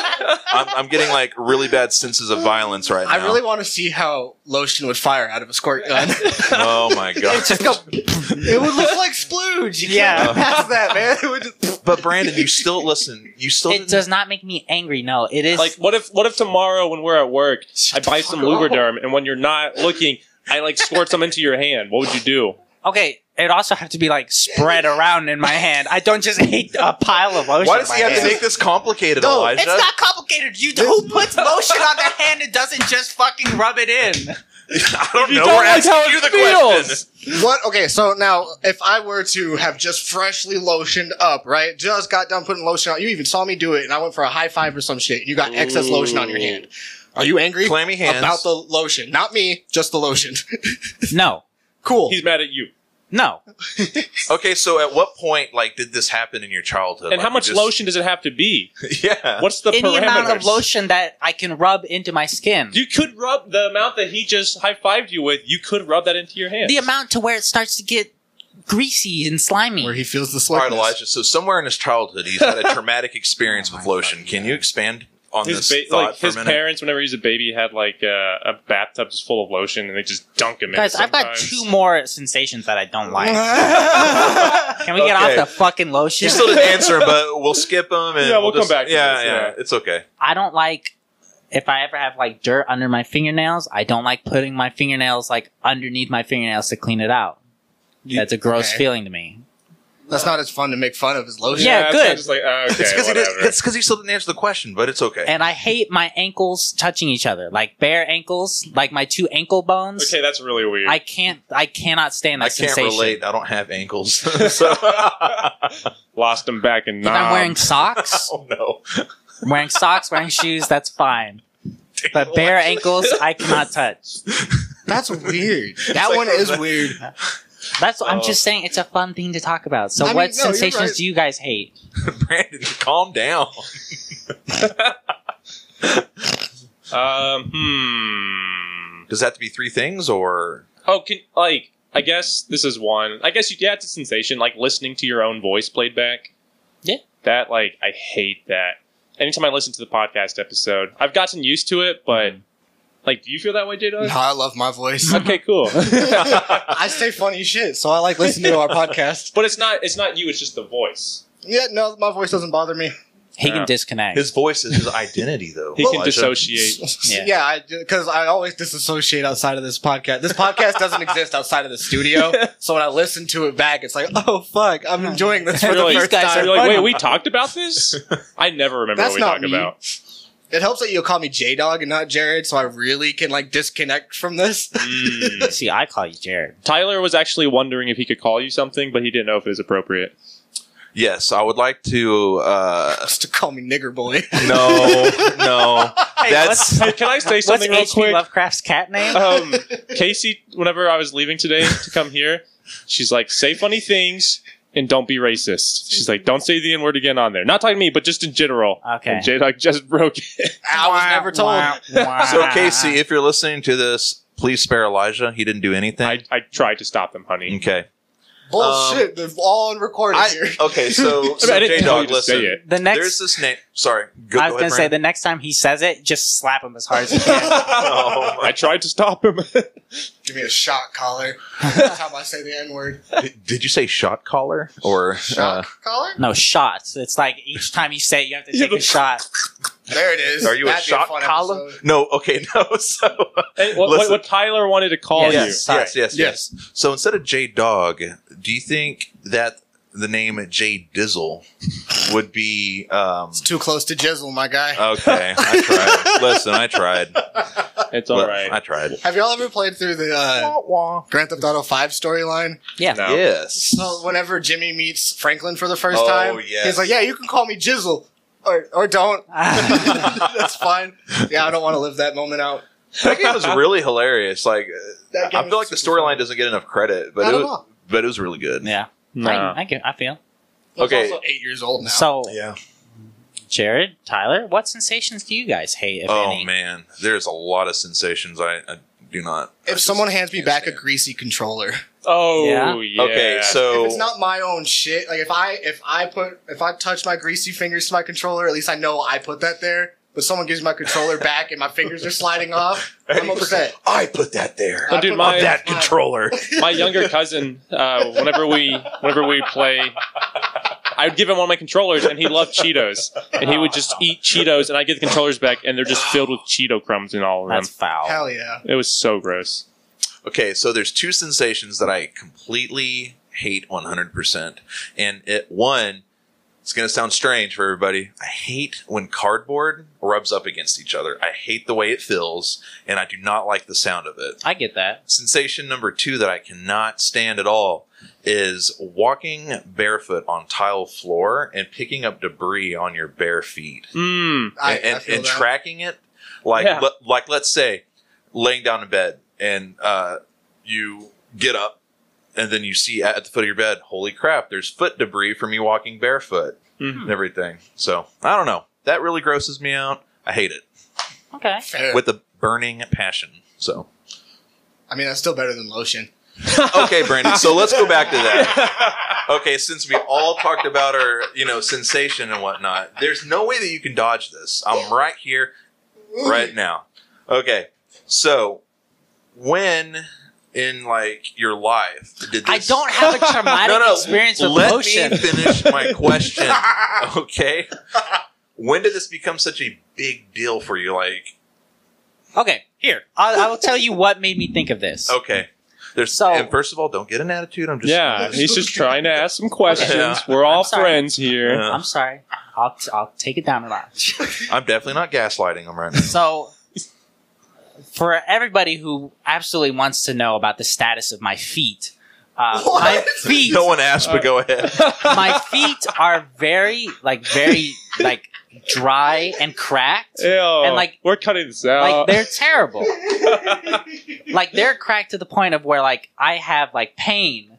Speaker 3: I'm, I'm getting like really bad senses of violence right now.
Speaker 4: I really want to see how lotion would fire out of a squirt gun.
Speaker 3: Oh my god.
Speaker 4: Just go- it would look like splooge. You
Speaker 2: Yeah.
Speaker 4: can't pass that, man. It would just,
Speaker 3: Uh, But Brandon, you still listen. You still
Speaker 2: it
Speaker 3: didn't-
Speaker 2: does not make me angry. No, it is.
Speaker 1: Like, what if what if tomorrow when we're at work, I buy some Lubriderm, and when you're not looking, I like squirt some into your hand. What would you do?
Speaker 2: okay, it also have to be like spread around in my hand. I don't just hate a pile of lotion.
Speaker 3: Why does he
Speaker 2: in my
Speaker 3: have to
Speaker 2: hand.
Speaker 3: make this complicated,
Speaker 4: No,
Speaker 3: Elijah?
Speaker 2: It's not complicated. You who puts lotion on their hand and doesn't just fucking rub it in?
Speaker 3: I don't
Speaker 1: You
Speaker 3: know.
Speaker 1: don't
Speaker 3: We're
Speaker 1: like
Speaker 3: asking
Speaker 1: how it
Speaker 3: you the
Speaker 1: feels.
Speaker 3: question.
Speaker 4: what? Okay, so now if I were to have just freshly lotioned up, right? Just got done putting lotion on. You even saw me do it, and I went for a high five or some shit. You got excess lotion on your hand. Are you angry
Speaker 3: Clammy hands.
Speaker 4: about the lotion? Not me, just the lotion.
Speaker 2: No,
Speaker 4: cool.
Speaker 1: He's mad at you.
Speaker 2: no.
Speaker 3: okay, so at what point, like, did this happen in your childhood?
Speaker 1: And
Speaker 3: Like,
Speaker 1: how
Speaker 3: you
Speaker 1: much
Speaker 3: just-
Speaker 1: lotion does it have to be?
Speaker 3: Yeah.
Speaker 1: What's the
Speaker 2: Any
Speaker 1: parameters?
Speaker 2: amount of lotion that I can rub into my skin.
Speaker 1: You could rub the amount that he just high fived you with. You could rub that into your hand.
Speaker 2: the amount to where it starts to get greasy and slimy.
Speaker 4: Where he feels the
Speaker 3: All right,
Speaker 4: slickness.
Speaker 3: Elijah. So somewhere in his childhood, he's had a traumatic experience
Speaker 2: Oh
Speaker 3: with lotion. Can you expand on
Speaker 1: his
Speaker 3: this
Speaker 1: ba-
Speaker 3: thought
Speaker 1: like
Speaker 3: for
Speaker 1: his
Speaker 3: a minute?
Speaker 1: parents, whenever he's a baby, had like uh, a bathtub just full of lotion, and they just dunk him.
Speaker 2: Guys,
Speaker 1: in it
Speaker 2: I've got
Speaker 1: sometimes.
Speaker 2: two more sensations that I don't like. Can we get
Speaker 3: Okay.
Speaker 2: off the fucking lotion?
Speaker 3: You still didn't answer, but we'll skip them. And
Speaker 1: Yeah, we'll come
Speaker 3: just-
Speaker 1: back to
Speaker 3: Yeah,
Speaker 1: this,
Speaker 3: yeah,
Speaker 1: yeah.
Speaker 3: it's okay.
Speaker 2: I don't like if I ever have like dirt under my fingernails. I don't like putting my fingernails like underneath my fingernails to clean it out.
Speaker 4: You-
Speaker 2: That's a gross
Speaker 4: okay.
Speaker 2: feeling to me.
Speaker 4: That's not as fun to make fun of as lotion.
Speaker 2: Yeah,
Speaker 1: it's
Speaker 2: good.
Speaker 1: kinda Just like, oh, okay,
Speaker 3: it's because he,
Speaker 1: whatever.
Speaker 3: didn't- it's 'cause he still didn't answer the question, but it's okay.
Speaker 2: And I hate my ankles touching each other, like bare ankles, like my two ankle bones.
Speaker 1: okay, that's really weird.
Speaker 2: I can't. I cannot stand that
Speaker 3: I can't
Speaker 2: sensation.
Speaker 3: relate. I don't have ankles. so,
Speaker 1: Lost him back in.
Speaker 2: But I'm wearing socks,
Speaker 3: oh no.
Speaker 2: wearing socks, wearing shoes. That's fine. But bare ankles, I cannot touch.
Speaker 4: That's weird. That
Speaker 3: like
Speaker 4: one
Speaker 3: from
Speaker 4: is
Speaker 3: the-
Speaker 4: weird.
Speaker 2: That's. I'm
Speaker 3: Oh.
Speaker 2: just saying, it's a fun thing to talk about. So,
Speaker 4: I mean,
Speaker 2: what
Speaker 4: no, you're
Speaker 2: sensations
Speaker 4: right.
Speaker 2: do you guys hate?
Speaker 3: Brandon, calm down.
Speaker 1: Um,
Speaker 3: Does that have to be three things or?
Speaker 1: hmm. Oh, can like I guess this is one. I guess you, yeah, it's a sensation like listening to your own voice played back.
Speaker 2: Yeah.
Speaker 1: That like I hate that. Anytime I listen to the podcast episode, I've gotten used to it, but like, do you feel that way, J
Speaker 4: Mm. No,
Speaker 1: Dog?
Speaker 4: I love my voice.
Speaker 1: Okay, cool.
Speaker 4: I say funny shit, so I like listening to our podcast.
Speaker 1: but it's not it's not you. It's just the voice.
Speaker 4: Yeah, no, my voice doesn't bother me.
Speaker 2: He
Speaker 1: Yeah.
Speaker 2: can disconnect.
Speaker 3: His voice is his identity, though.
Speaker 1: He can
Speaker 3: Elijah.
Speaker 1: dissociate.
Speaker 2: Yeah.
Speaker 4: yeah, because I, always disassociate outside of this podcast. This podcast doesn't exist outside of the studio, so when I listen to it back, it's like, oh fuck, I'm enjoying this for
Speaker 1: You're
Speaker 4: the
Speaker 1: like,
Speaker 2: These
Speaker 4: first
Speaker 2: guys
Speaker 4: time.
Speaker 2: are
Speaker 1: You're like, wait,
Speaker 2: funny.
Speaker 1: we talked about this? I never remember
Speaker 4: That's
Speaker 1: what we
Speaker 4: not
Speaker 1: talked
Speaker 4: me.
Speaker 1: about.
Speaker 4: It helps that you call me J Dog and not Jared, so I really can like disconnect from this.
Speaker 1: Mm.
Speaker 2: See, I call you Jared.
Speaker 1: Tyler was actually wondering if he could call you something, but he didn't know if it was appropriate.
Speaker 3: Yes, I would like to. Uh,
Speaker 4: Just to call me nigger boy.
Speaker 3: no, no.
Speaker 2: what's-
Speaker 3: That's
Speaker 1: Hey, can I say
Speaker 2: What's
Speaker 1: something real
Speaker 2: H.P.
Speaker 1: quick?
Speaker 2: Lovecraft's cat name?
Speaker 1: Um, Casey, whenever I was leaving today to come here, she's like, say funny things and don't be racist. She's like, don't say the N word again on there. Not talking to me, but just in general.
Speaker 2: Okay.
Speaker 1: And J Dog just broke it.
Speaker 4: I was never told.
Speaker 3: so, Casey. If you're listening to this, please spare Elijah. He didn't do anything.
Speaker 1: I, I tried to stop him, honey.
Speaker 3: okay.
Speaker 4: Bullshit. They're all on recording
Speaker 3: I-
Speaker 4: here.
Speaker 3: okay, so,
Speaker 1: I mean, I
Speaker 3: so
Speaker 1: didn't
Speaker 3: J
Speaker 1: tell you
Speaker 3: Dog,
Speaker 1: to say
Speaker 3: listen.
Speaker 1: it.
Speaker 2: The
Speaker 3: There's
Speaker 2: next,
Speaker 3: this name. Sorry. Go,
Speaker 2: I was gonna
Speaker 3: go ahead,
Speaker 2: say,
Speaker 3: Brandon.
Speaker 2: the next time he says it, just slap him as hard as you can.
Speaker 3: Oh, my-
Speaker 1: I tried to stop him.
Speaker 4: Give me a shock collar. That's how I say the N word.
Speaker 3: Did- Did you say shot caller
Speaker 1: uh,
Speaker 3: or?
Speaker 4: Shock collar?
Speaker 2: no shots. It's like each time you say it, you have to
Speaker 1: You
Speaker 2: take a
Speaker 1: have to-
Speaker 2: shot.
Speaker 4: There it is.
Speaker 3: Are you a
Speaker 4: That'd be
Speaker 3: shot
Speaker 4: fun
Speaker 3: collar?
Speaker 4: episode.
Speaker 3: No. Okay. No. So
Speaker 1: Hey, what, what,
Speaker 3: Listen.
Speaker 1: what Tyler wanted to call
Speaker 2: Yes.
Speaker 1: you.
Speaker 2: Oh, Sorry.
Speaker 3: Yes, yes, yes, So instead of J Dog, do you think that the name J Dizzle would be? Um,
Speaker 4: It's too close to jizzle, my guy.
Speaker 3: okay, I tried. Listen, I tried.
Speaker 1: It's all
Speaker 3: Look,
Speaker 1: right.
Speaker 3: I tried.
Speaker 4: Have y'all ever played through the uh, Grand Theft Auto 5 storyline?
Speaker 2: Yeah.
Speaker 1: No.
Speaker 3: Yes.
Speaker 4: So whenever Jimmy meets Franklin for the first
Speaker 3: Oh,
Speaker 4: time,
Speaker 3: yes.
Speaker 4: he's like, "Yeah, you can call me Jizzle, or or don't. That's fine. Yeah, I don't want to live that moment out."
Speaker 3: that game was really hilarious. Like,
Speaker 4: That game
Speaker 3: I feel
Speaker 4: was
Speaker 3: like the
Speaker 4: super
Speaker 3: storyline
Speaker 4: fun.
Speaker 3: doesn't get enough credit, but
Speaker 4: Not
Speaker 3: it
Speaker 4: at
Speaker 3: was,
Speaker 4: all.
Speaker 3: but it was really good.
Speaker 2: yeah.
Speaker 1: No.
Speaker 2: I, I, get- I feel.
Speaker 4: I was
Speaker 3: Okay.
Speaker 4: also eight years old now.
Speaker 2: So,
Speaker 3: Yeah.
Speaker 2: Jared, Tyler, what sensations do you guys hate, if
Speaker 3: Oh
Speaker 2: any?
Speaker 3: man, there's a lot of sensations I, I do not. I
Speaker 4: if
Speaker 3: just
Speaker 4: someone hands me
Speaker 3: can't
Speaker 4: back a
Speaker 3: stand.
Speaker 4: greasy controller,
Speaker 1: Oh, yeah.
Speaker 2: Yeah.
Speaker 3: okay, so
Speaker 4: if it's not my own shit, like if I if I put if I touch my greasy fingers to my controller, at least I know I put that there. But someone gives me my controller back and my fingers are sliding off. I'm upset.
Speaker 3: I put that there.
Speaker 1: Oh, dude,
Speaker 4: I put
Speaker 1: my-
Speaker 4: my-
Speaker 3: that controller.
Speaker 1: my younger cousin, uh, whenever we whenever we play, I would give him one of my controllers, and he loved Cheetos, and he would just eat Cheetos, and I get the controllers back, and they're just filled with Cheeto crumbs in all of them.
Speaker 2: That's foul.
Speaker 4: Hell yeah!
Speaker 1: It was so gross.
Speaker 3: Okay, so there's two sensations that I completely hate 100%. And it one, it's going to sound strange for everybody. I hate when cardboard rubs up against each other. I hate the way it feels, and I do not like the sound of it.
Speaker 2: I get that.
Speaker 3: Sensation number two that I cannot stand at all is walking barefoot on tile floor and picking up debris on your bare feet
Speaker 1: Mm.
Speaker 4: I,
Speaker 3: and,
Speaker 4: I
Speaker 3: and,
Speaker 4: feel
Speaker 3: and
Speaker 4: that.
Speaker 3: tracking it like
Speaker 1: Yeah.
Speaker 3: le- like let's say laying down in bed and uh, you get up and then you see at, at the foot of your bed holy crap there's foot debris from me walking barefoot
Speaker 1: Mhm.
Speaker 3: and everything so i don't know that really grosses me out i hate it
Speaker 2: Okay.
Speaker 4: Fair.
Speaker 3: with a burning passion so
Speaker 4: I mean, that's still better than lotion.
Speaker 3: okay brandon so let's go back to that okay since we all talked about our you know sensation and whatnot there's no way that you can dodge this i'm right here right now. Okay, so when in like your life did this,
Speaker 2: I don't have a traumatic
Speaker 3: No, no,
Speaker 2: experience with
Speaker 3: Let
Speaker 2: lotion.
Speaker 3: me finish my question. okay, when did this become such a big deal for you? Like,
Speaker 2: Okay, here. I, I will tell you what made me think of this.
Speaker 3: okay, There's
Speaker 2: So-
Speaker 3: and first of all, don't get an attitude. I'm just
Speaker 1: yeah, he's just trying to ask some questions.
Speaker 3: Yeah.
Speaker 1: We're all
Speaker 2: I'm sorry.
Speaker 1: friends here.
Speaker 3: Yeah.
Speaker 2: I'm sorry. I'll, t- I'll take it down a notch.
Speaker 3: I'm definitely not gaslighting him right now.
Speaker 2: So, for everybody who absolutely wants to know about the status of my feet, uh,
Speaker 4: What?
Speaker 2: my feet,
Speaker 3: no one asked, but go ahead.
Speaker 2: my feet are very like very like dry and cracked.
Speaker 1: Ew, and
Speaker 2: like-
Speaker 1: like we're cutting this out.
Speaker 2: Like they're terrible. like they're cracked to the point of where like I have like pain.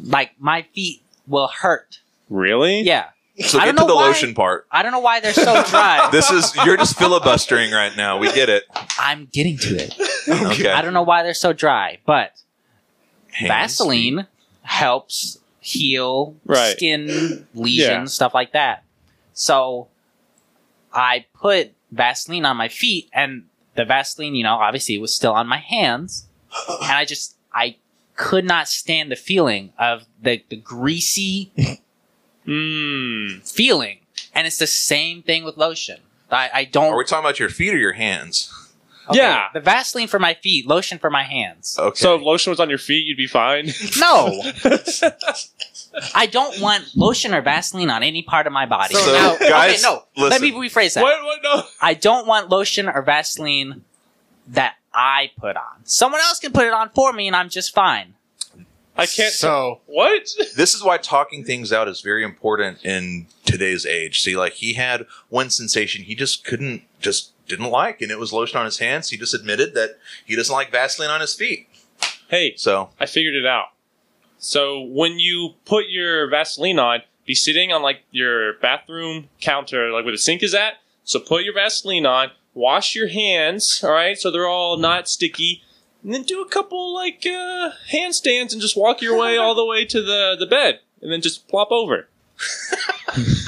Speaker 2: Like my feet will hurt.
Speaker 1: really?
Speaker 2: Yeah.
Speaker 3: So
Speaker 2: I don't
Speaker 3: get to the
Speaker 2: know why-
Speaker 3: lotion part.
Speaker 2: I don't know why they're so dry.
Speaker 3: This is you're just filibustering right now. We get it.
Speaker 2: I'm getting to it.
Speaker 3: Okay.
Speaker 2: I don't know why they're so dry, but
Speaker 3: Hands.
Speaker 2: Vaseline helps heal
Speaker 1: Right.
Speaker 2: skin lesions,
Speaker 1: Yeah.
Speaker 2: stuff like that. So I put Vaseline on my feet, and the Vaseline, you know, obviously was still on my hands, and I just I could not stand the feeling of the, the greasy
Speaker 1: Mm.
Speaker 2: feeling, and it's the same thing with lotion. I, I
Speaker 3: Are we
Speaker 2: don't.
Speaker 3: talking about your feet or your hands?
Speaker 2: okay,
Speaker 1: Yeah.
Speaker 2: the Vaseline for my feet, lotion for my hands.
Speaker 3: Okay.
Speaker 1: So if lotion was on your feet, you'd be fine.
Speaker 2: No. I don't want lotion or Vaseline on any part of my body.
Speaker 3: So,
Speaker 2: Now-
Speaker 3: guys,
Speaker 2: okay, no. Let
Speaker 3: listen.
Speaker 2: me rephrase that.
Speaker 1: what? What? No.
Speaker 2: I don't want lotion or Vaseline that I put on. Someone else can put it on for me and I'm just fine.
Speaker 1: I can't.
Speaker 4: So
Speaker 1: what?
Speaker 3: this is why talking things out is very important in today's age. See, like he had one sensation he just couldn't, just didn't like, and it was lotion on his hands. He just admitted that he doesn't like Vaseline on his feet.
Speaker 1: Hey,
Speaker 3: So
Speaker 1: I figured it out. So when you put your Vaseline on, be sitting on like your bathroom counter, like where the sink is at. So put your Vaseline on, wash your hands, all right, so they're all not sticky, and then do a couple like uh, handstands and just walk your way all the way to the the bed, and then just plop over.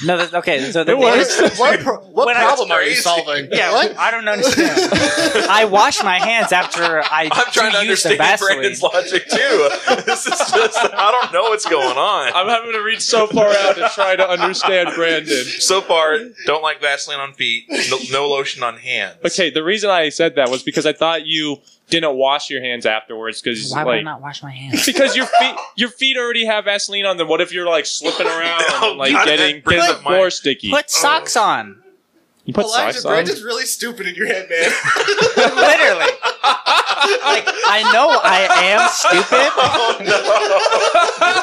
Speaker 2: No, that's, okay. So the
Speaker 1: It works.
Speaker 2: thing is-
Speaker 4: what, pro- what
Speaker 2: When I-
Speaker 4: problem are you
Speaker 3: Crazy.
Speaker 4: solving?
Speaker 2: yeah,
Speaker 4: What?
Speaker 2: I don't understand. I wash my hands after I
Speaker 3: I'm trying
Speaker 2: do
Speaker 3: to
Speaker 2: use
Speaker 3: understand
Speaker 2: the Vaseline.
Speaker 3: Brandon's logic too. this is just, I don't know what's going on.
Speaker 1: I'm having to reach so far out to try to understand Brandon.
Speaker 3: So far, don't like Vaseline on feet, no, no lotion on hands.
Speaker 1: Okay, the reason I said that was because I thought you didn't wash your hands afterwards because
Speaker 2: Why would I
Speaker 1: like
Speaker 2: not wash my hands?
Speaker 1: because your feet your feet already have Vaseline on them. What if you're like slipping around
Speaker 3: Oh,
Speaker 1: and like
Speaker 3: God,
Speaker 1: getting,
Speaker 3: that brings
Speaker 1: getting
Speaker 3: up my-
Speaker 1: more sticky?
Speaker 3: Oh.
Speaker 2: Put socks on.
Speaker 1: you put
Speaker 4: Elijah,
Speaker 1: socks on.
Speaker 4: Brandon's really stupid in your head, man.
Speaker 2: Literally. Like, I know I am stupid.
Speaker 3: Oh no!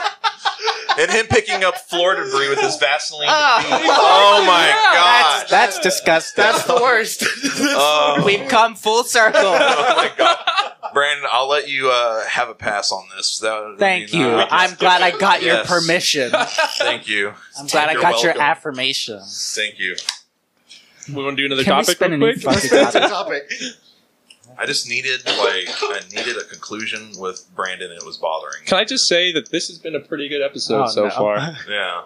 Speaker 3: and him picking up floor debris with his Vaseline.
Speaker 2: Ah.
Speaker 3: feet. oh my
Speaker 2: Yeah,
Speaker 3: god!
Speaker 2: That's, that's disgusting.
Speaker 4: That's the worst.
Speaker 3: Oh.
Speaker 2: We've come full circle.
Speaker 3: oh my god, Brandon, I'll let you uh, have a pass on this. That-
Speaker 2: Thank
Speaker 3: I mean,
Speaker 2: you.
Speaker 3: uh,
Speaker 2: I'm glad I got your
Speaker 3: Yes.
Speaker 2: permission. I'm
Speaker 3: thank you.
Speaker 2: glad I
Speaker 3: You're
Speaker 2: got your
Speaker 3: welcome.
Speaker 2: affirmation.
Speaker 3: Thank you.
Speaker 1: we want to do another
Speaker 2: Can we
Speaker 1: topic
Speaker 2: spin
Speaker 1: real
Speaker 2: any
Speaker 1: quick.
Speaker 2: fucking
Speaker 4: That's
Speaker 2: topic?
Speaker 4: the topic.
Speaker 3: I just needed like I needed a conclusion with Brandon. and It was bothering. me.
Speaker 1: Can I just say that this has been a pretty good episode
Speaker 2: Oh,
Speaker 1: so
Speaker 2: no.
Speaker 1: far?
Speaker 3: Yeah.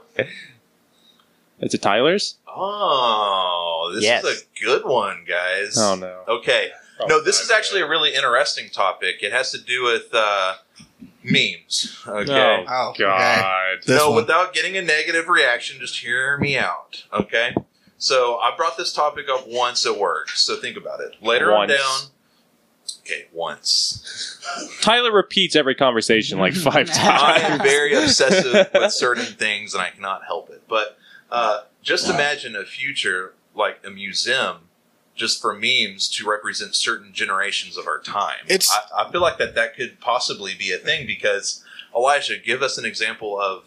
Speaker 1: It's a Tyler's.
Speaker 3: Oh, this
Speaker 2: Yes.
Speaker 3: is a good one, guys.
Speaker 1: Oh no. Oh,
Speaker 3: Okay. No, this is actually a really interesting topic. It has to do with uh, memes. Okay.
Speaker 1: No.
Speaker 4: Oh, okay.
Speaker 1: God.
Speaker 5: This
Speaker 3: no,
Speaker 5: one.
Speaker 3: without getting a negative reaction, just hear me out. Okay. So I brought this topic up once at work. So think about it. Later
Speaker 1: Once.
Speaker 3: on down. Okay, once.
Speaker 1: Tyler repeats every conversation like five
Speaker 3: I am
Speaker 1: times.
Speaker 3: very obsessive with certain things and I cannot help it. But uh, just imagine a future like a museum just for memes to represent certain generations of our time.
Speaker 5: It's-
Speaker 3: I, I feel like that that could possibly be a thing because Elijah, give us an example of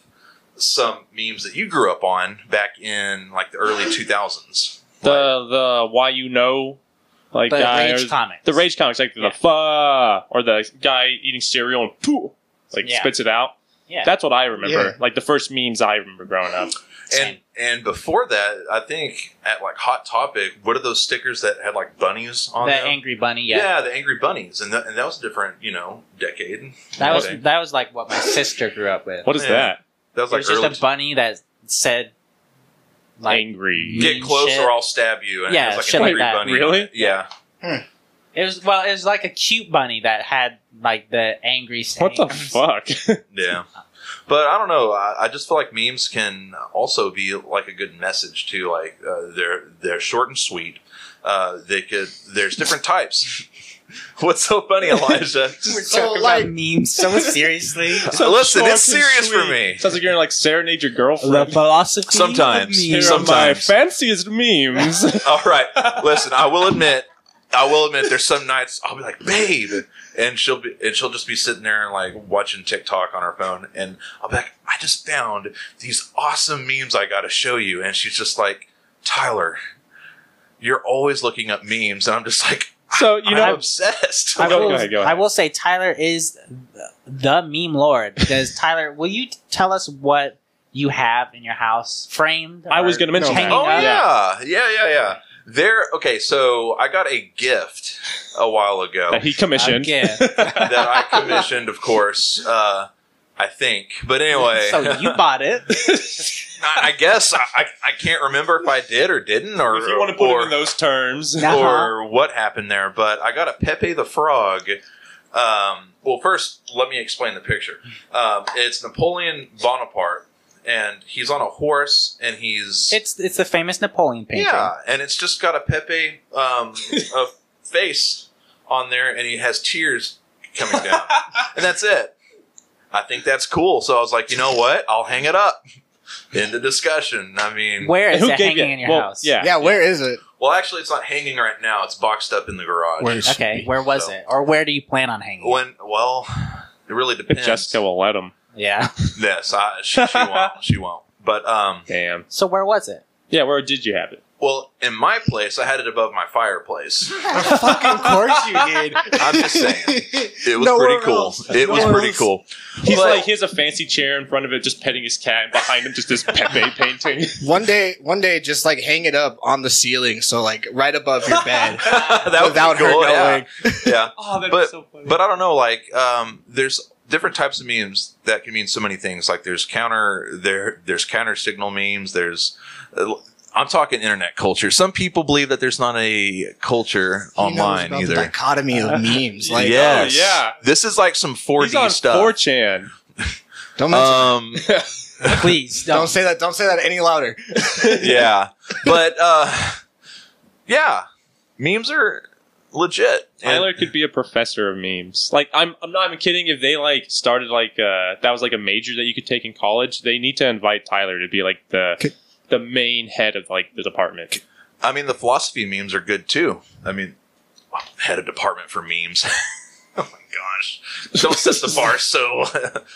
Speaker 3: some memes that you grew up on back in like the early 2000s.
Speaker 1: the the why you know like
Speaker 2: The
Speaker 1: guy
Speaker 2: Rage
Speaker 1: or-
Speaker 2: comics.
Speaker 1: the rage comics like
Speaker 2: Yeah.
Speaker 1: the fa or the guy eating cereal and poo like
Speaker 2: Yeah.
Speaker 1: spits it out.
Speaker 2: Yeah.
Speaker 1: That's what I remember.
Speaker 4: Yeah.
Speaker 1: Like the first memes I remember growing up.
Speaker 3: and and before that, I think at like Hot Topic, what are those stickers that had like bunnies on
Speaker 2: the
Speaker 3: them?
Speaker 2: angry bunny. Yeah.
Speaker 3: Yeah. the Angry Bunnies, and that, and that was a different, you know, decade.
Speaker 2: that was
Speaker 3: Okay.
Speaker 2: that was like what my sister grew up with.
Speaker 1: What is
Speaker 3: Yeah.
Speaker 1: that?
Speaker 3: that was
Speaker 2: it
Speaker 3: like
Speaker 2: was
Speaker 3: early.
Speaker 2: just a bunny that said, like
Speaker 1: Angry.
Speaker 3: Get
Speaker 2: mean
Speaker 3: close
Speaker 2: shit.
Speaker 3: or I'll stab you. And it
Speaker 2: Yeah,
Speaker 3: was like
Speaker 2: shit
Speaker 3: an
Speaker 2: like
Speaker 3: Angry
Speaker 2: that.
Speaker 3: Bunny.
Speaker 1: Really?
Speaker 3: Yeah.
Speaker 2: it was well, it was like a cute bunny that had like the angry.
Speaker 1: What the
Speaker 2: sayings.
Speaker 1: fuck?
Speaker 3: Yeah. But I don't know. I, I just feel like memes can also be like a good message too. Like uh, they're they're short and sweet. Uh, they could. There's different types. What's so funny, Elijah?
Speaker 4: So, like-
Speaker 2: memes so seriously.
Speaker 3: so listen,
Speaker 1: short
Speaker 3: it's
Speaker 1: and
Speaker 3: serious for
Speaker 1: sweet.
Speaker 3: me.
Speaker 1: Sounds like you're gonna like serenade your girlfriend.
Speaker 2: the philosophy.
Speaker 3: Sometimes.
Speaker 2: Of
Speaker 1: Here
Speaker 2: memes.
Speaker 1: are my
Speaker 3: sometimes.
Speaker 1: fanciest memes.
Speaker 3: All right, listen. I will admit, I will admit. There's some nights I'll be like, babe, and she'll be, and she'll just be sitting there and like watching TikTok on her phone, and I'll be like, I just found these awesome memes I got to show you, and she's just like, Tyler, you're always looking up memes, and I'm just like,
Speaker 1: so you
Speaker 3: I'm
Speaker 1: know,
Speaker 3: obsessed.
Speaker 2: I
Speaker 1: Go-
Speaker 2: will,
Speaker 1: go ahead, go ahead.
Speaker 2: I will say Tyler is the meme lord because Tyler, will you tell us what you have in your house framed?
Speaker 1: I was
Speaker 2: or
Speaker 1: gonna mention
Speaker 2: hanging
Speaker 1: that.
Speaker 3: Oh
Speaker 2: up?
Speaker 3: yeah, yeah, yeah, yeah. There. Okay, so I got a gift a while ago.
Speaker 1: that he commissioned.
Speaker 2: Again.
Speaker 3: that I commissioned, of course. Uh, I think, but
Speaker 4: Oh,
Speaker 3: anyway,
Speaker 2: so you bought it.
Speaker 3: I, I guess I, I, I can't remember if I did or didn't, or
Speaker 1: If you want to put
Speaker 3: or,
Speaker 1: it in those terms,
Speaker 2: No. Uh-huh.
Speaker 3: or what happened there. But I got a Pepe the Frog. Um, well, first let me explain the picture. Um, it's Napoleon Bonaparte, and he's on a horse, and he's
Speaker 2: It's it's the famous Napoleon painting.
Speaker 3: yeah, and it's just got a Pepe um, a face on there, and he has tears coming down, and that's it. I think that's cool. So I was like, you know what? I'll hang it up. End of discussion. I mean,
Speaker 2: Where is
Speaker 1: Who
Speaker 2: it
Speaker 1: gave
Speaker 2: hanging
Speaker 1: you-
Speaker 2: in your
Speaker 1: well,
Speaker 2: house?
Speaker 1: yeah.
Speaker 5: Yeah, where is it?
Speaker 3: well, actually, it's not hanging right now. It's boxed up in the garage.
Speaker 5: Where is-
Speaker 2: Okay, where was
Speaker 3: So-
Speaker 2: it, or where do you plan on hanging? it?
Speaker 3: When? Well, it really
Speaker 1: If
Speaker 3: depends.
Speaker 1: Jessica will let him.
Speaker 2: yeah.
Speaker 3: Yes, I, she, she won't. She won't. But um,
Speaker 1: Damn.
Speaker 2: So where was it?
Speaker 1: Yeah, where did you have it?
Speaker 3: well, in my place, I had it above my fireplace.
Speaker 5: of course you did.
Speaker 3: I'm just saying, it was
Speaker 5: Nowhere
Speaker 3: pretty cool.
Speaker 5: else.
Speaker 3: It was
Speaker 5: Nowhere
Speaker 3: pretty
Speaker 5: else.
Speaker 3: cool.
Speaker 1: He's
Speaker 3: But-
Speaker 1: like he has a fancy chair in front of it, just petting his cat, and behind him just this Pepe painting.
Speaker 4: One day, one day, just like hang it up on the ceiling, so like right above your bed,
Speaker 3: that would be
Speaker 4: without her
Speaker 3: cool, yeah.
Speaker 4: knowing.
Speaker 3: Yeah.
Speaker 1: Oh, that's
Speaker 3: But-
Speaker 1: so funny.
Speaker 3: But I don't know, like, um, there's different types of memes that can mean so many things. Like there's counter there there's counter signal memes, there's uh, I'm talking internet culture. Some people believe that there's not a culture
Speaker 4: He knows
Speaker 3: online
Speaker 4: about The
Speaker 3: either.
Speaker 4: dichotomy of memes. Like,
Speaker 3: yes.
Speaker 1: Oh, yeah.
Speaker 3: This is like some 4D
Speaker 1: He's on
Speaker 3: stuff.
Speaker 1: 4chan.
Speaker 4: don't mention-
Speaker 3: um
Speaker 2: Please
Speaker 4: don't
Speaker 2: don't.
Speaker 4: say that. Don't say that any louder.
Speaker 3: yeah. But uh yeah. Memes are legit. And-
Speaker 1: Tyler could be a professor of memes. Like I'm, I'm not even kidding. If they like started like uh, that was like a major that you could take in college, they need to invite Tyler to be like the
Speaker 5: Could-
Speaker 1: the main head of like the department.
Speaker 3: I mean, the philosophy memes are good too. I mean, head of department for memes. oh my gosh! Don't set the bar so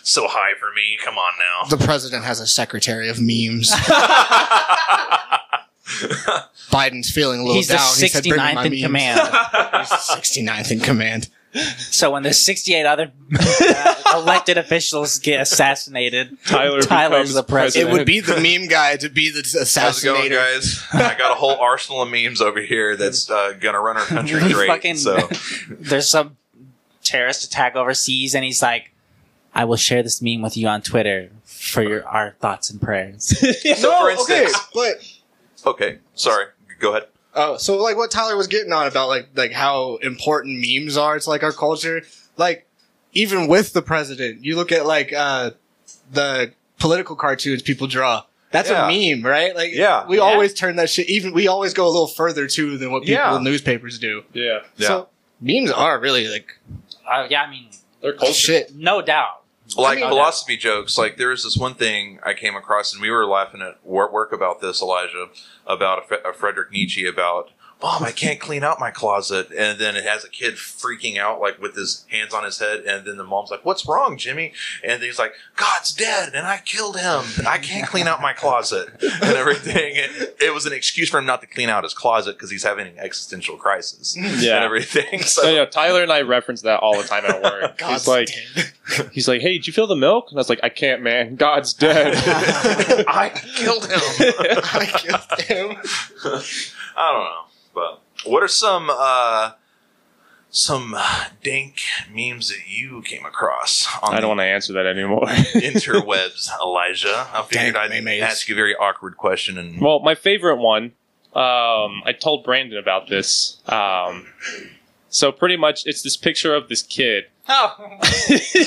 Speaker 3: so high for me. Come on now.
Speaker 4: The president has a secretary of memes. Biden's feeling a little
Speaker 2: He's the
Speaker 4: down. He said, "Bring me
Speaker 2: 69th
Speaker 4: my
Speaker 2: in
Speaker 4: memes."
Speaker 2: command.
Speaker 4: He's the 69th in command.
Speaker 2: So when the 68 other uh, elected officials get assassinated,
Speaker 1: Tyler
Speaker 2: Tyler's
Speaker 1: becomes
Speaker 2: the
Speaker 1: president.
Speaker 2: president.
Speaker 4: It would be the meme guy to be the
Speaker 3: How's it going,
Speaker 4: assassinator.
Speaker 3: guys? I got a whole arsenal of memes over here that's uh, gonna run our country
Speaker 2: We
Speaker 3: great.
Speaker 2: fucking-
Speaker 3: so
Speaker 2: There's some terrorist attack overseas, and he's like, "I will share this meme with you on Twitter for your our thoughts and prayers."
Speaker 3: So, for instance-
Speaker 4: okay,
Speaker 3: okay, sorry. Go ahead.
Speaker 4: but oh, so like what Tyler was getting on about, like like how important memes are to like our culture. Like even with the president, you look at like uh the political cartoons people draw. That's a
Speaker 3: Yeah.
Speaker 4: meme, right? Like
Speaker 3: Yeah.
Speaker 4: we
Speaker 2: Yeah.
Speaker 4: always turn that shit. Even we always go a little further too than what people
Speaker 3: Yeah.
Speaker 4: in newspapers do.
Speaker 1: Yeah,
Speaker 3: Yeah.
Speaker 4: So memes are really like
Speaker 2: uh, yeah, I mean,
Speaker 1: their culture.
Speaker 4: Oh, shit.
Speaker 2: no doubt.
Speaker 3: like
Speaker 4: I mean-
Speaker 3: philosophy jokes like there was this one thing i came across and we were laughing at wor- work about this elijah about a, Fe- a frederick nietzsche about mom i can't clean out my closet and then it has a kid freaking out like with his hands on his head and then the mom's like what's wrong jimmy and he's like god's dead and i killed him i can't clean out my closet and everything and it was an excuse for him not to clean out his closet because he's having an existential crisis and
Speaker 1: Yeah.
Speaker 3: everything
Speaker 1: No,
Speaker 3: so
Speaker 1: no, Tyler and I reference that all the time at work.
Speaker 4: God's
Speaker 1: he's like,
Speaker 4: damn.
Speaker 1: he's like, hey, did you feel the milk? And I was like, I can't, man. God's dead.
Speaker 3: i killed him
Speaker 4: I killed him.
Speaker 3: I don't know. But what are some uh, some uh, dank memes that you came across on
Speaker 1: I don't want
Speaker 3: the
Speaker 1: to answer that anymore.
Speaker 3: interwebs, Elijah? I figured
Speaker 4: Dank
Speaker 3: I'd
Speaker 4: memes.
Speaker 3: ask you a very awkward question and
Speaker 1: Well, my favorite one, um, I told Brandon about this. Um, so pretty much, it's this picture of this kid,
Speaker 2: Oh,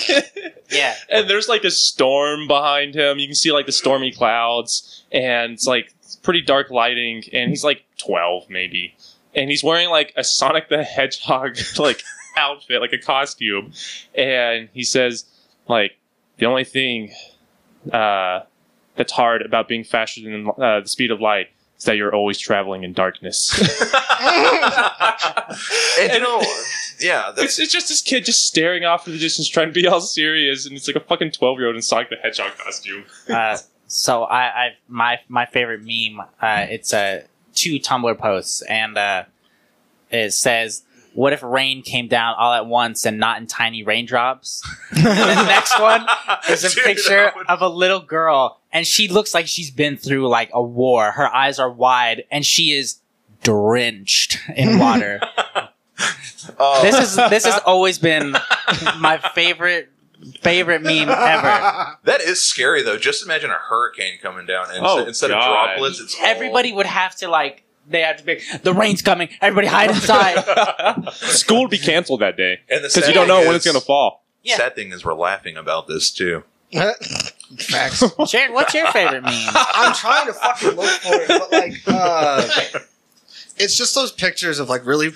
Speaker 2: yeah.
Speaker 1: and there's like a storm behind him. You can see like the stormy clouds, and it's like pretty dark lighting. And he's like 12 maybe, and he's wearing like a Sonic the Hedgehog like outfit, like a costume, and he says, like, the only thing uh, that's hard about being faster than uh, the speed of light is that you're always traveling in darkness.
Speaker 3: and you know, yeah,
Speaker 1: it's,
Speaker 3: that's
Speaker 1: it's just this kid just staring off in the distance, trying to be all serious, and it's like a fucking twelve year old in Sonic the Hedgehog costume.
Speaker 2: Uh, so I, I my my favorite meme. Uh, it's uh, two Tumblr posts, and uh, it says, "What if rain came down all at once and not in tiny raindrops?" the next one There's a
Speaker 3: Dude,
Speaker 2: picture
Speaker 3: that would-
Speaker 2: of a little girl, and she looks like she's been through like a war. Her eyes are wide, and she is drenched in water.
Speaker 3: oh,
Speaker 2: this is this has always been my favorite favorite meme ever.
Speaker 3: that is scary though. Just imagine a hurricane coming down, and
Speaker 1: Oh,
Speaker 3: instead of
Speaker 1: God.
Speaker 3: droplets, it's all-
Speaker 2: Everybody would have to like they have to be the rain's coming. Everybody hide inside.
Speaker 1: School would be canceled that day
Speaker 3: And the
Speaker 1: because you
Speaker 3: sad
Speaker 1: don't know
Speaker 3: thing
Speaker 1: when it's
Speaker 3: is-
Speaker 1: gonna fall.
Speaker 2: Yeah.
Speaker 3: Sad thing is, we're laughing about this too.
Speaker 4: Facts.
Speaker 2: Jared, what's your favorite meme?
Speaker 4: I'm trying to fucking look for it, but like, uh, it's just those pictures of like really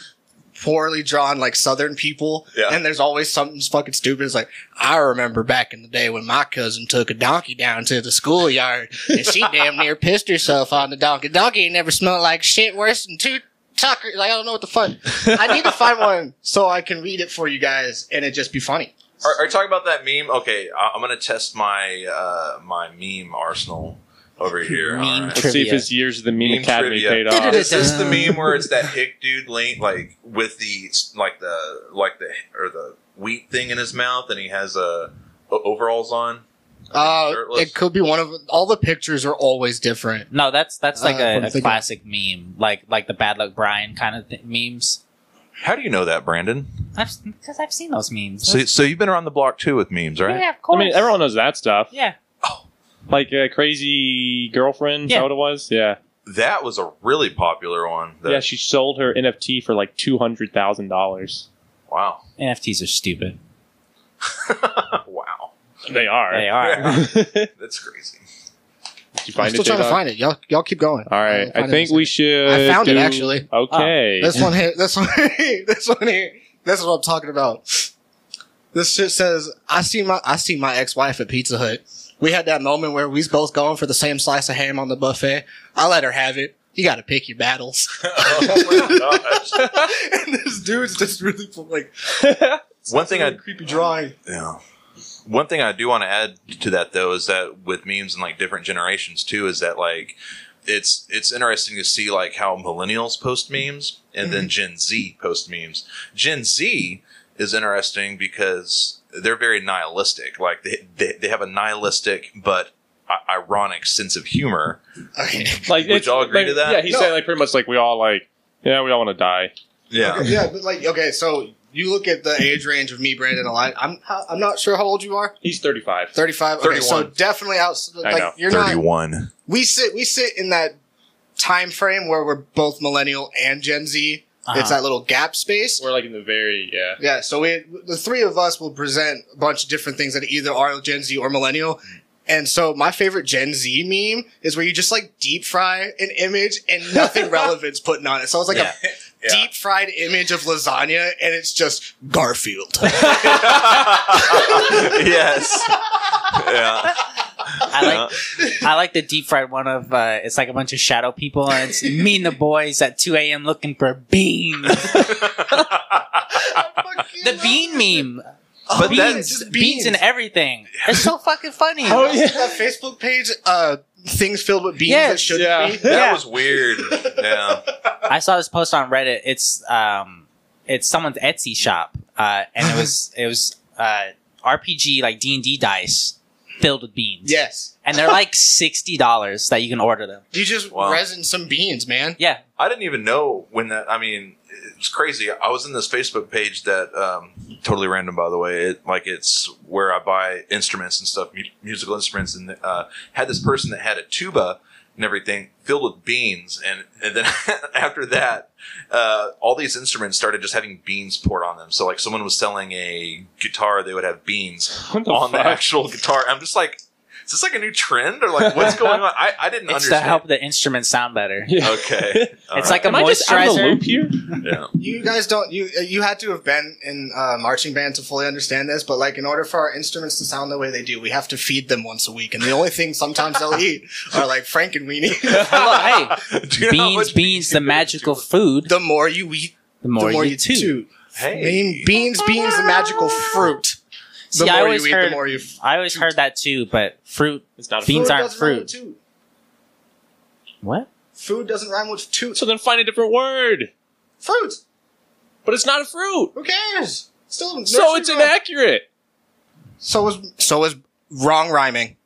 Speaker 4: poorly drawn like Southern people,
Speaker 3: Yeah.
Speaker 4: and there's always something fucking stupid. It's like I remember back in the day when my cousin took a donkey down to the schoolyard, and she damn near pissed herself on the donkey. Donkey ain't never smelled like shit worse than two. Tucker, like I don't know what the fuck. I need to find one so I can read it for you guys, and it just be funny.
Speaker 3: Are, are you talking about that meme? Okay, I, I'm gonna test my uh, my meme arsenal over here.
Speaker 2: Meme
Speaker 3: All right.
Speaker 1: Let's see if
Speaker 2: Trivia.
Speaker 1: his years of the meme,
Speaker 3: Meme
Speaker 1: academy
Speaker 3: trivia.
Speaker 1: paid off.
Speaker 3: Is this the meme where it's that hick dude lane like with the like the like the or the wheat thing in his mouth and he has uh, o- overalls on?
Speaker 4: Uh,
Speaker 3: Shirtless.
Speaker 4: it could be one of all the pictures are always different.
Speaker 2: No, that's that's like
Speaker 4: Uh, I'm
Speaker 2: a, a
Speaker 4: thinking-
Speaker 2: classic meme, like like the bad luck Brian kind of th- memes.
Speaker 3: How do you know that, Brandon?
Speaker 2: I've because I've seen those memes.
Speaker 3: So so you've been around the block too with memes, right?
Speaker 2: Yeah, of
Speaker 1: I
Speaker 2: course.
Speaker 1: mean, everyone knows that stuff.
Speaker 2: Yeah,
Speaker 1: Like a crazy girlfriend, is that
Speaker 2: Yeah.
Speaker 1: what it was? Yeah.
Speaker 3: That was a really popular one. That,
Speaker 1: yeah, she sold her NFT for like two hundred thousand dollars.
Speaker 3: wow.
Speaker 2: NFTs are stupid.
Speaker 3: wow.
Speaker 1: They are.
Speaker 2: They are.
Speaker 1: Did
Speaker 3: That's crazy.
Speaker 1: you
Speaker 4: I'm
Speaker 1: find
Speaker 4: still
Speaker 1: it?
Speaker 4: trying to
Speaker 1: J-Dog?
Speaker 4: find it. Y'all, y'all keep going.
Speaker 1: All right.
Speaker 4: I'll find
Speaker 1: I
Speaker 4: it
Speaker 1: think
Speaker 4: in a
Speaker 1: we
Speaker 4: second.
Speaker 1: should.
Speaker 4: I found it,
Speaker 1: do-
Speaker 4: actually.
Speaker 1: Okay.
Speaker 4: This one here. This one. here, this one here. This is what I'm talking about. This shit says, "I see my I see my ex wife at Pizza Hut. We had that moment where we was both going for the same slice of ham on the buffet. I let her have it. You got to pick your battles."
Speaker 3: oh my gosh.
Speaker 4: and this dude's just really like
Speaker 3: One thing I
Speaker 4: creepy drawing.
Speaker 3: Yeah. One thing I do want to add to that though is that with memes and like different generations too is that like it's it's interesting to see like how millennials post memes and then Gen Z post memes. Gen Z is interesting because they're very nihilistic. Like they they, they have a nihilistic but i- ironic sense of humor.
Speaker 4: Okay.
Speaker 1: Like,
Speaker 3: Would
Speaker 1: it's-
Speaker 3: y'all agree
Speaker 1: like-
Speaker 3: to that?
Speaker 1: Yeah, he
Speaker 4: No.
Speaker 1: said like pretty much like we all like. Yeah, we all want to die.
Speaker 3: Yeah.
Speaker 4: Okay, yeah, but like, okay, so you look at the age range of me, Brandon, and I. I'm I'm not sure how old you are.
Speaker 1: He's thirty-five.
Speaker 4: Thirty five. Okay, so
Speaker 3: 31.
Speaker 4: definitely out. Like
Speaker 1: know.
Speaker 4: you're not.
Speaker 3: 31.
Speaker 4: we sit we sit in that time frame where we're both millennial and Gen Z.
Speaker 2: Uh-huh.
Speaker 4: It's that little gap space.
Speaker 1: We're like in the very yeah.
Speaker 4: yeah, so we the three of us will present a bunch of different things that either are Gen Z or millennial. And so my favorite Gen Z meme is where you just like deep fry an image and nothing relevant's putting on it. So it's like
Speaker 2: Yeah.
Speaker 4: a deep fried image of lasagna and it's just Garfield.
Speaker 3: yes. Yeah.
Speaker 2: I like I like the deep fried one of uh, it's like a bunch of shadow people and it's me and the boys at two a.m. looking for beans. The bean meme.
Speaker 3: But
Speaker 2: beans,
Speaker 3: that-
Speaker 4: just
Speaker 2: beans, and everything. It's so fucking funny.
Speaker 1: Oh, yeah.
Speaker 4: That Facebook page, uh, things filled with beans
Speaker 2: Yes.
Speaker 4: that shouldn't
Speaker 1: Yeah.
Speaker 4: be.
Speaker 3: That
Speaker 2: Yeah.
Speaker 3: was weird. Yeah.
Speaker 2: I saw this post on Reddit. It's um, it's someone's Etsy shop, uh, and it was it was uh, RPG like D and D dice filled with beans.
Speaker 4: Yes.
Speaker 2: and they're like sixty dollars that you can order them.
Speaker 4: You just
Speaker 3: Wow.
Speaker 4: resin some beans, man.
Speaker 2: Yeah,
Speaker 3: I didn't even know when that. I mean, it was crazy. I was in this Facebook page that um, totally random, by the way. It like it's where I buy instruments and stuff, mu- musical instruments, and uh, had this person that had a tuba and everything filled with beans, and and then after that, uh, all these instruments started just having beans poured on them. So like someone was selling a guitar, they would have beans
Speaker 1: What the
Speaker 3: on the
Speaker 1: fuck?
Speaker 3: actual guitar. I'm just like.
Speaker 5: Is this like a new trend or like what's going on? I, I didn't
Speaker 2: It's to
Speaker 5: understand.
Speaker 2: help the instruments sound better.
Speaker 1: Yeah.
Speaker 5: Okay. All
Speaker 2: It's
Speaker 5: right.
Speaker 2: like a
Speaker 1: Am I just out of the
Speaker 2: moisturizer.
Speaker 1: loop here?
Speaker 5: yeah.
Speaker 4: You guys don't you uh, you had to have been in uh, marching band to fully understand this, but like in order for our instruments to sound the way they do, we have to feed them once a week, and the only thing sometimes they'll eat are like frankenweenie.
Speaker 2: Hello, hey,
Speaker 5: Do you know how
Speaker 2: beans,
Speaker 5: much-
Speaker 2: beans, the magical food.
Speaker 4: the more you eat,
Speaker 2: The more,
Speaker 4: the more
Speaker 2: you,
Speaker 4: you
Speaker 2: toot.
Speaker 4: toot. Bean-
Speaker 5: Hey.
Speaker 4: beans, beans, the magical fruit. The
Speaker 2: See, I
Speaker 4: more
Speaker 2: always
Speaker 4: you eat,
Speaker 2: heard-
Speaker 4: the more you.
Speaker 2: I always heard that too, but fruit.
Speaker 1: It's not a
Speaker 2: Beans
Speaker 1: fruit.
Speaker 2: aren't
Speaker 4: doesn't rhyme
Speaker 2: fruit.
Speaker 4: with toot.
Speaker 2: What?
Speaker 4: Food doesn't rhyme with toot.
Speaker 1: So then find a different word.
Speaker 4: Fruit.
Speaker 1: But it's not a fruit.
Speaker 4: Who cares? Still,
Speaker 1: So it's
Speaker 4: inaccurate.
Speaker 1: inaccurate.
Speaker 4: So is so is wrong rhyming.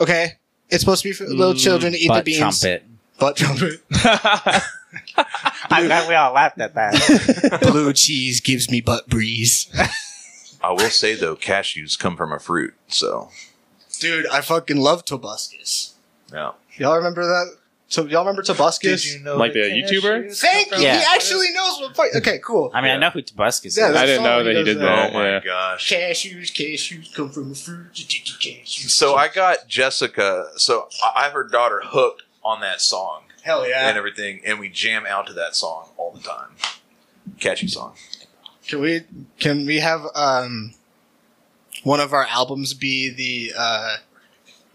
Speaker 4: Okay, it's supposed to be for little
Speaker 1: Mm,
Speaker 4: children to eat the
Speaker 2: Butt
Speaker 4: beans.
Speaker 2: trumpet.
Speaker 4: Butt trumpet.
Speaker 2: I'm glad we all laughed at that.
Speaker 4: Blue cheese gives me butt breeze.
Speaker 5: I will say though, cashews come from a fruit, so
Speaker 4: Dude, I fucking love Tobuscus.
Speaker 5: yeah.
Speaker 4: Y'all remember that? So y'all remember Tobuscus?
Speaker 5: know
Speaker 1: Like the YouTuber?
Speaker 4: Thank you.
Speaker 2: Yeah.
Speaker 4: He actually knows what. Fuck. Okay, cool.
Speaker 2: I mean, I
Speaker 5: Yeah.
Speaker 2: know who Tobuscus is.
Speaker 4: Yeah,
Speaker 1: I
Speaker 4: that's-
Speaker 1: didn't know that he did
Speaker 5: Oh
Speaker 1: that.
Speaker 5: my
Speaker 1: yeah.
Speaker 5: gosh.
Speaker 4: Cashews, cashews come from a fruit. Cashews.
Speaker 5: So I got Jessica. So I I have her daughter hooked on that song
Speaker 4: hell
Speaker 5: and
Speaker 4: yeah.
Speaker 5: everything, and we jam out to that song all the time. Catchy song.
Speaker 4: Can we can we have um one of our albums be the uh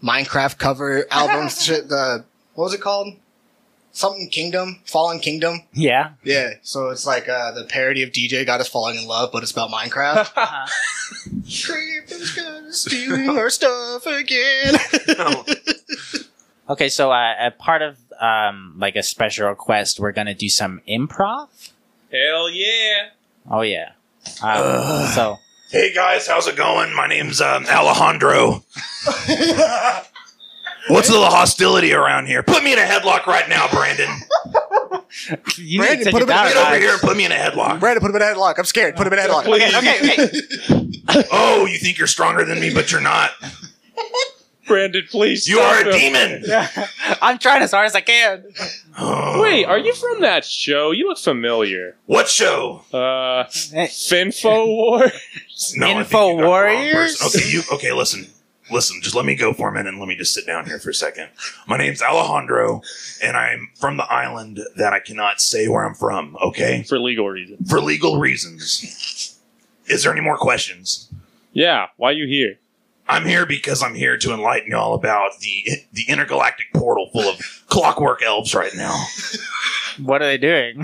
Speaker 4: Minecraft cover album? shit, the what was it called? Something Kingdom, Fallen Kingdom.
Speaker 2: Yeah.
Speaker 4: Yeah. So it's like uh, the parody of DJ got us falling in love, but it's about Minecraft.
Speaker 2: Uh-huh.
Speaker 4: Creepers gonna steal our stuff again.
Speaker 2: Okay, so uh, a part of um, like a special request, we're gonna do some improv.
Speaker 1: Hell yeah.
Speaker 2: Oh yeah. Um, so
Speaker 5: Hey guys, how's it going? My name's um, Alejandro. What's the hostility around here? Put me in a headlock right now, Brandon.
Speaker 2: you
Speaker 3: Brandon, put him in-
Speaker 2: down
Speaker 3: get
Speaker 2: a
Speaker 3: over
Speaker 2: notch.
Speaker 5: and put me in a headlock.
Speaker 3: Brandon, put him in a headlock. I'm scared. Put him in a headlock.
Speaker 1: Please.
Speaker 2: Okay, okay.
Speaker 5: Oh, you think you're stronger than me, but you're not.
Speaker 1: Brandon, please. stop him.
Speaker 5: demon.
Speaker 2: I'm trying as hard as I can.
Speaker 1: Wait, are you from that show? You look familiar.
Speaker 5: What show?
Speaker 1: Uh, Finfo War?
Speaker 5: I
Speaker 2: Info
Speaker 5: think you got the wrong
Speaker 2: Warriors?
Speaker 5: person. Okay, you okay, listen. Listen, just let me go for a minute and let me just sit down here for a second. My name's Alejandro, and I'm from the island that I cannot say where I'm from, okay?
Speaker 1: For legal reasons.
Speaker 5: For legal reasons. Is there any more questions?
Speaker 1: Yeah, why you here?
Speaker 5: I'm here because I'm here to enlighten y'all about the the intergalactic portal full of clockwork elves right now.
Speaker 2: What are they doing?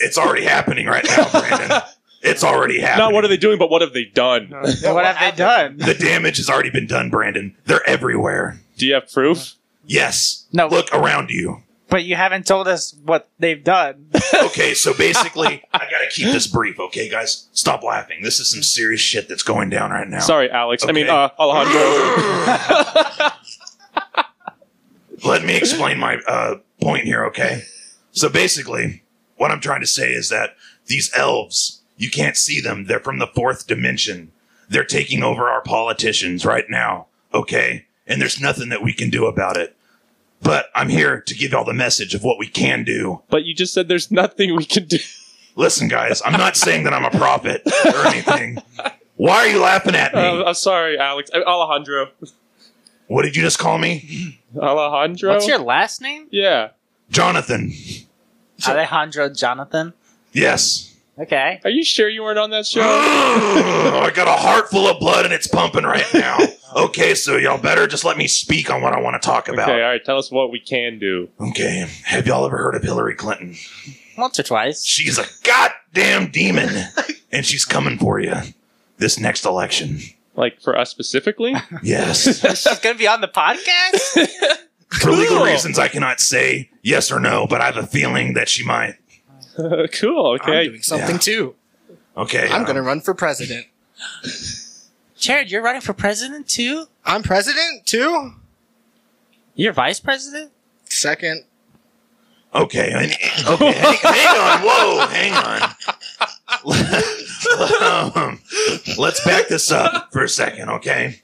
Speaker 5: It's already happening right now, Brandon. It's already happening.
Speaker 1: Not what are they doing, but what have they done?
Speaker 2: what have they done?
Speaker 5: The damage has already been done, Brandon. They're everywhere.
Speaker 1: Do you have proof?
Speaker 5: Yes.
Speaker 2: No.
Speaker 5: Look around you.
Speaker 2: But you haven't told us what they've done.
Speaker 5: Okay, so basically, I gotta keep this brief, okay, guys? Stop laughing. This is some serious shit that's going down right now.
Speaker 1: Sorry, Alex. I mean,
Speaker 5: Okay.
Speaker 1: uh, Alejandro.
Speaker 5: Let me explain my uh, point here, okay? So basically, what I'm trying to say is that these elves, you can't see them. They're from the fourth dimension. They're taking over our politicians right now, okay? And there's nothing that we can do about it. But I'm here to give y'all the message of what we can do
Speaker 1: but you just said there's nothing we can do.
Speaker 5: Listen, guys, I'm not saying that I'm a prophet or anything. Why are you laughing at me?
Speaker 1: Uh, I'm sorry, Alex. Uh, Alejandro.
Speaker 5: what did you just call me?
Speaker 1: Alejandro?
Speaker 2: What's your last name?
Speaker 1: yeah.
Speaker 5: Jonathan.
Speaker 2: Alejandro Jonathan.
Speaker 5: Yes.
Speaker 2: Okay.
Speaker 1: Are you sure you weren't on that show?
Speaker 5: I got a heart full of blood and it's pumping right now. Okay, so y'all better just let me speak on what I want to talk about.
Speaker 1: Okay, all right. Tell us what we can do.
Speaker 5: okay. Have y'all ever heard of Hillary Clinton?
Speaker 2: Once or twice.
Speaker 5: She's a goddamn demon and she's coming for you this next election.
Speaker 1: Like for us specifically?
Speaker 5: Yes.
Speaker 2: She's gonna be on the podcast?
Speaker 5: For legal
Speaker 1: Cool.
Speaker 5: reasons, I cannot say yes or no, but I have a feeling that she might.
Speaker 1: cool.
Speaker 4: I'm
Speaker 1: Okay.
Speaker 4: doing something
Speaker 5: Yeah.
Speaker 4: too.
Speaker 5: Okay.
Speaker 4: I'm
Speaker 5: uh,
Speaker 4: gonna run for president.
Speaker 2: Jared, you're running for president too?
Speaker 4: I'm president too.
Speaker 2: You're vice president?
Speaker 4: Second.
Speaker 5: Okay, and- okay. hang, hang on. Whoa, hang on. um, let's back this up for a second, okay?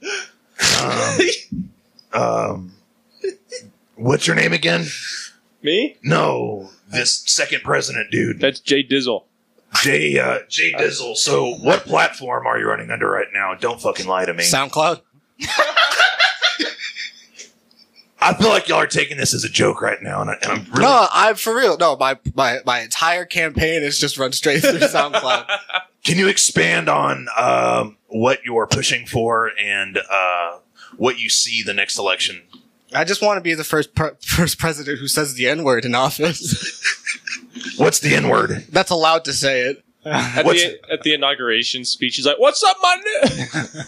Speaker 5: Um, um, what's your name again?
Speaker 1: Me?
Speaker 5: No, this second president dude,
Speaker 1: That's Jay Dizzle.
Speaker 5: Jay uh, Jay Dizzle. So, what platform are you running under right now? Don't fucking lie to me.
Speaker 4: SoundCloud.
Speaker 5: I feel like y'all are taking this as a joke right now, and, I, and I'm really
Speaker 6: No,
Speaker 4: I'm for real. No, my my my entire campaign is just run straight through SoundCloud.
Speaker 5: Can you expand on um, what you are pushing for and uh, what you see the next election?
Speaker 4: I just want to be the first pre- first president who says the N word in office.
Speaker 5: What's the N word?
Speaker 4: That's allowed to say it.
Speaker 1: At
Speaker 5: What's-
Speaker 1: the, at the inauguration speech, he's like, "What's up, my n-"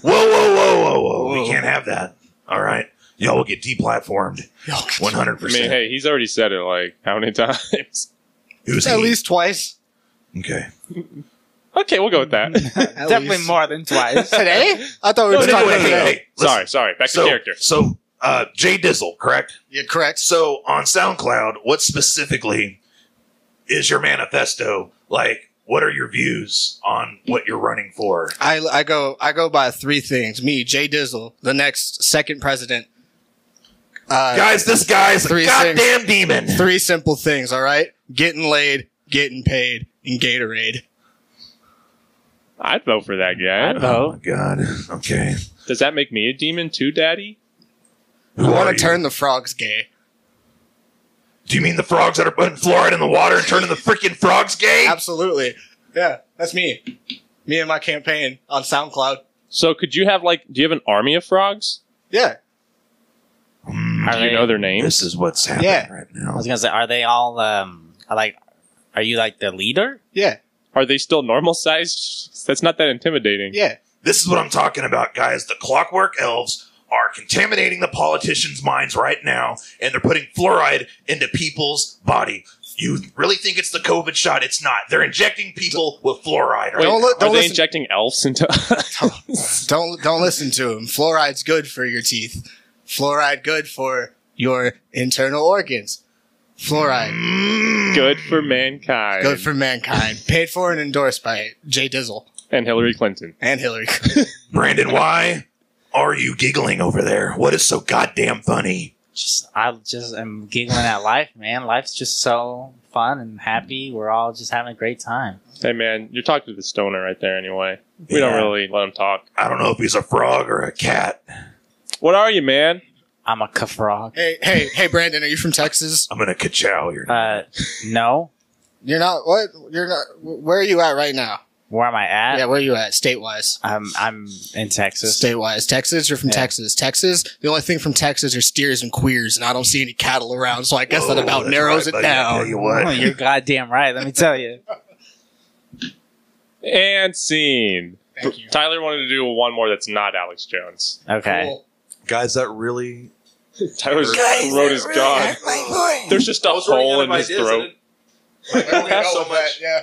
Speaker 5: Whoa, whoa, whoa, whoa, whoa, We can't have that. All right. Y'all will get deplatformed. 100%.
Speaker 1: I mean, hey, he's already said it like how many times?
Speaker 5: Who's
Speaker 4: At
Speaker 5: he?
Speaker 4: least twice.
Speaker 5: Okay.
Speaker 1: Okay, we'll go with that.
Speaker 4: At
Speaker 2: Definitely
Speaker 4: least.
Speaker 2: more than twice.
Speaker 4: Today? I thought we
Speaker 5: No,
Speaker 4: were
Speaker 5: no,
Speaker 4: talking
Speaker 5: no,
Speaker 4: about
Speaker 5: hey,
Speaker 4: today.
Speaker 5: hey, listen.
Speaker 1: sorry, sorry. Back
Speaker 5: So,
Speaker 1: to character.
Speaker 5: so uh, Jay Dizzle, correct?
Speaker 4: Yeah, correct.
Speaker 5: So on SoundCloud, what specifically is your manifesto? Like, what are your views on what you're running for?
Speaker 4: I, I go I go by three things. Me, Jay Dizzle, the next second president. Uh,
Speaker 5: Guys, this guy's a
Speaker 4: Three
Speaker 5: goddamn demon.
Speaker 4: Three simple things, all right? Getting laid, getting paid, and Gatorade.
Speaker 1: I'd vote for that
Speaker 2: I
Speaker 1: guy.
Speaker 4: Oh.
Speaker 2: know.
Speaker 5: Oh, God. Okay.
Speaker 1: Does that make me a demon too, Daddy?
Speaker 5: Who
Speaker 4: I
Speaker 5: are
Speaker 4: want
Speaker 5: you?
Speaker 4: to turn the frogs gay.
Speaker 5: Do you mean the frogs that are putting fluoride in the water and turning the freaking frogs gay?
Speaker 4: Absolutely. Yeah, that's me. Me and my campaign on SoundCloud.
Speaker 1: So could you have like? Do you have an army of frogs?
Speaker 4: Yeah.
Speaker 5: Hmm,
Speaker 2: Are
Speaker 1: Do you
Speaker 2: they-
Speaker 1: know their names?
Speaker 5: this is what's happening
Speaker 4: Yeah.
Speaker 5: right
Speaker 2: I
Speaker 5: now.
Speaker 2: was gonna say, are they all um are like are you like the leader?
Speaker 4: Yeah.
Speaker 1: Are they still normal sized? That's not that intimidating.
Speaker 4: Yeah.
Speaker 5: This is what I'm talking about, guys. The clockwork elves are contaminating the politicians' minds right now, and they're putting fluoride into people's body. You really think it's the COVID shot? It's not. They're injecting people with fluoride. Right
Speaker 1: Wait,
Speaker 4: Don't
Speaker 5: now.
Speaker 4: li-
Speaker 1: are
Speaker 4: don't
Speaker 1: they
Speaker 4: listen-
Speaker 1: injecting elves into?
Speaker 4: Don't don't listen to him. Fluoride's good for your teeth. Fluoride good for your internal organs. Fluoride
Speaker 5: Mm.
Speaker 1: Good for mankind.
Speaker 4: good for mankind. Paid for and endorsed by Jay Dizzle
Speaker 1: and Hillary Clinton.
Speaker 4: and Hillary.
Speaker 5: Brandon, why are you giggling over there? What is so goddamn funny?
Speaker 2: Just I just am giggling at life, man. Life's just so fun and happy. We're all just having a great time.
Speaker 1: Hey man, you're talking to the stoner right there. Anyway, we don't
Speaker 5: Yeah.
Speaker 1: really let him talk.
Speaker 5: I don't know if he's a frog or a cat.
Speaker 1: What are you, man?
Speaker 2: I'm a kafrog.
Speaker 4: hey, hey, hey Brandon, are you from Texas?
Speaker 5: I'm gonna kachow your
Speaker 2: Uh no.
Speaker 4: You're not what? You're not where are you at right now?
Speaker 2: Where am I at?
Speaker 4: Yeah, where are you at state wise?
Speaker 2: Um, I'm in Texas.
Speaker 4: State-wise, Texas. You're from
Speaker 2: Yeah.
Speaker 4: Texas. Texas. The only thing from Texas are steers and queers, and I don't see any cattle around. So I guess that
Speaker 5: Whoa,
Speaker 4: about
Speaker 5: Oh, that's
Speaker 4: narrows
Speaker 5: right,
Speaker 4: it
Speaker 5: buddy. I
Speaker 4: down.
Speaker 5: tell you what.
Speaker 2: Oh, you're goddamn right. Let me tell you.
Speaker 1: And scene.
Speaker 4: Thank you.
Speaker 1: Tyler wanted to do one more that's not Alex Jones.
Speaker 2: Okay.
Speaker 4: Cool.
Speaker 5: guys, that really
Speaker 1: Tyler's
Speaker 5: Guys,
Speaker 1: throat is gone. There's just a hole in his throat.
Speaker 5: So much.
Speaker 4: Yeah.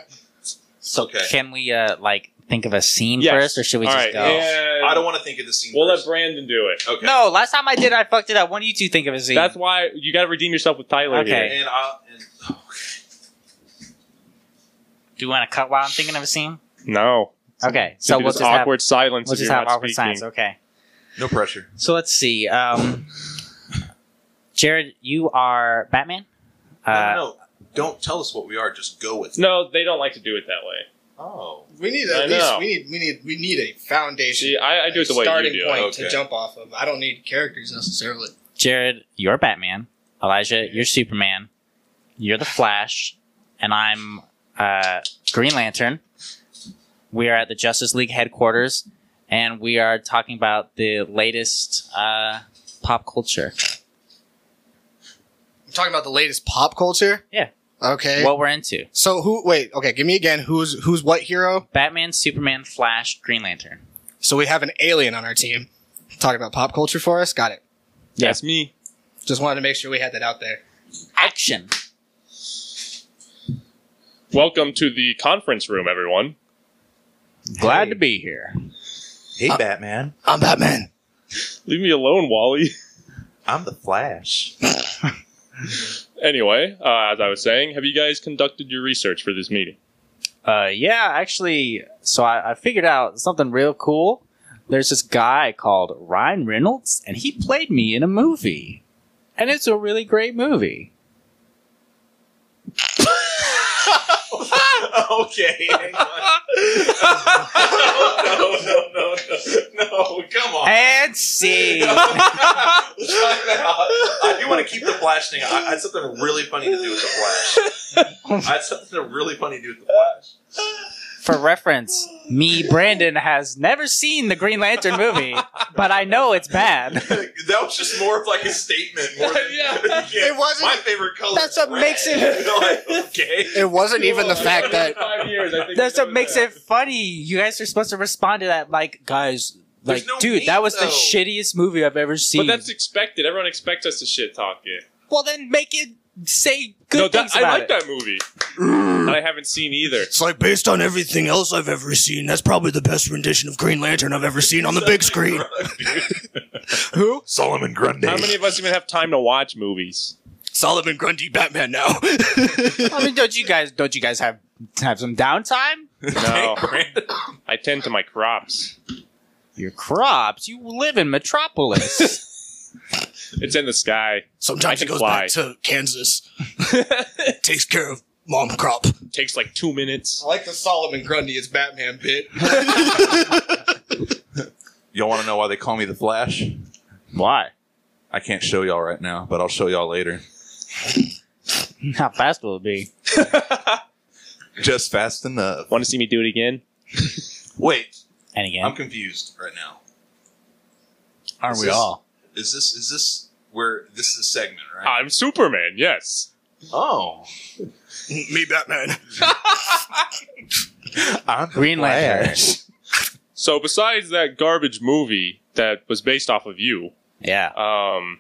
Speaker 2: So
Speaker 5: Okay.
Speaker 2: can we uh like think of a scene
Speaker 1: Yes.
Speaker 2: first, or should we
Speaker 1: All
Speaker 2: just
Speaker 1: right,
Speaker 2: go?
Speaker 1: and
Speaker 5: I don't want to think of the scene.
Speaker 1: We'll let
Speaker 5: first.
Speaker 1: Brandon do it.
Speaker 5: okay.
Speaker 2: No, last time I did, I fucked it up. One of you two think of a scene.
Speaker 1: That's why you got to redeem yourself with Tyler
Speaker 2: Okay.
Speaker 1: here.
Speaker 5: And I and
Speaker 2: Do you want to cut while I'm thinking of a scene?
Speaker 1: No.
Speaker 2: Okay. So
Speaker 1: Just
Speaker 2: we'll
Speaker 1: this
Speaker 2: just have
Speaker 1: awkward silence.
Speaker 2: we'll
Speaker 1: if
Speaker 2: just
Speaker 1: you're
Speaker 2: have
Speaker 1: not
Speaker 2: awkward
Speaker 1: speaking.
Speaker 2: silence. Okay.
Speaker 5: no pressure.
Speaker 2: So let's see. Um, Jared, you are Batman.
Speaker 5: no,
Speaker 2: Uh,
Speaker 5: no, no. Don't tell us what we are. Just go with it.
Speaker 1: No, they don't like to do it that way.
Speaker 5: Oh.
Speaker 4: We need
Speaker 1: I
Speaker 4: at
Speaker 1: know.
Speaker 4: least we need we need we need a foundation.
Speaker 1: See, I, I do it the way
Speaker 4: starting
Speaker 1: you do.
Speaker 4: point
Speaker 1: It.
Speaker 5: Okay.
Speaker 4: to jump off of. I don't need characters necessarily.
Speaker 2: Jared, you're Batman. Elijah, you're Superman. You're the Flash, and I'm uh, Green Lantern. We are at the Justice League headquarters, and we are talking about the latest uh, pop culture.
Speaker 4: I'm talking about the latest pop culture.
Speaker 2: Yeah.
Speaker 4: Okay.
Speaker 2: What we're into:
Speaker 4: so who? Wait. Okay. Give me again. Who's who's what hero?
Speaker 2: Batman, Superman, Flash, Green Lantern.
Speaker 4: So we have an alien on our team. Talking about pop culture for us. Got it.
Speaker 1: That's me.
Speaker 4: Just wanted to make sure we had that out there.
Speaker 2: Action.
Speaker 1: Welcome to the conference room, everyone.
Speaker 2: Glad to be here.
Speaker 5: Hey, Batman.
Speaker 4: I'm Batman.
Speaker 1: Leave me alone, Wally.
Speaker 5: I'm the Flash.
Speaker 1: anyway, uh, as I was saying, have you guys conducted your research for this meeting?
Speaker 2: Uh, yeah, actually, so I, I figured out something real cool. There's this guy called Ryan Reynolds, and he played me in a movie, and it's a really great movie.
Speaker 5: okay. hang on. no, no, no, no, no. Come on.
Speaker 2: And see,
Speaker 5: Time out. I do
Speaker 3: keep the flash thing. I, I had something really funny to do with the flash. I had something really funny to do with the flash.
Speaker 2: For reference, me, Brandon, has never seen the Green Lantern movie, but I know it's bad.
Speaker 3: that was just more of like a statement. More than,
Speaker 1: Yeah.
Speaker 3: Yeah,
Speaker 5: It wasn't-
Speaker 3: my favorite color.
Speaker 2: That's
Speaker 3: is
Speaker 2: what makes
Speaker 3: red.
Speaker 2: it-
Speaker 3: like, okay.
Speaker 5: It wasn't even the fact that
Speaker 1: Five years, I think
Speaker 2: That's
Speaker 1: we
Speaker 2: what
Speaker 1: know
Speaker 2: makes
Speaker 1: that.
Speaker 2: it funny. You guys are supposed to respond to that like, guys,
Speaker 3: There's
Speaker 2: like,
Speaker 3: no
Speaker 2: dude,
Speaker 3: need,
Speaker 2: that was the
Speaker 3: though.
Speaker 2: shittiest movie I've ever
Speaker 1: But
Speaker 2: seen.
Speaker 1: that's expected. Everyone expects us to shit talk it.
Speaker 2: well, then make it say good
Speaker 1: No, that-
Speaker 2: things about
Speaker 1: I like
Speaker 2: it.
Speaker 1: that movie.
Speaker 5: Mm.
Speaker 1: that I haven't seen either.
Speaker 5: It's like based on everything else I've ever seen, that's probably the best rendition of Green Lantern I've ever seen on the big screen. Who?
Speaker 3: Solomon Grundy.
Speaker 1: How many of us even have time to watch movies?
Speaker 5: Solomon Grundy Batman now.
Speaker 2: I mean, don't you guys? Don't you guys have have some downtime?
Speaker 1: No, I tend to my crops.
Speaker 2: Your crops. You live in Metropolis.
Speaker 1: It's in the sky.
Speaker 5: Sometimes
Speaker 1: I can
Speaker 5: he goes
Speaker 1: fly.
Speaker 5: back to Kansas. Takes care of mom crop.
Speaker 1: takes like two minutes.
Speaker 4: I like the Solomon Grundy as Batman bit.
Speaker 3: Y'all want to know why they call me the Flash?
Speaker 2: Why?
Speaker 3: I can't show y'all right now, but I'll show y'all later.
Speaker 2: How fast will it be?
Speaker 3: Just fast enough.
Speaker 1: Want to see me do it again?
Speaker 3: Wait,
Speaker 2: And again,
Speaker 1: Um,
Speaker 3: I'm confused right now.
Speaker 2: aren't we
Speaker 3: this-
Speaker 2: all?
Speaker 3: Is this is this where this is a segment, right?
Speaker 2: Uh,
Speaker 1: I'm Superman. Yes.
Speaker 3: oh,
Speaker 5: Me Batman.
Speaker 3: I'm
Speaker 2: Green Lantern.
Speaker 1: So besides that garbage movie that was based off of you,
Speaker 2: Yeah.
Speaker 1: um,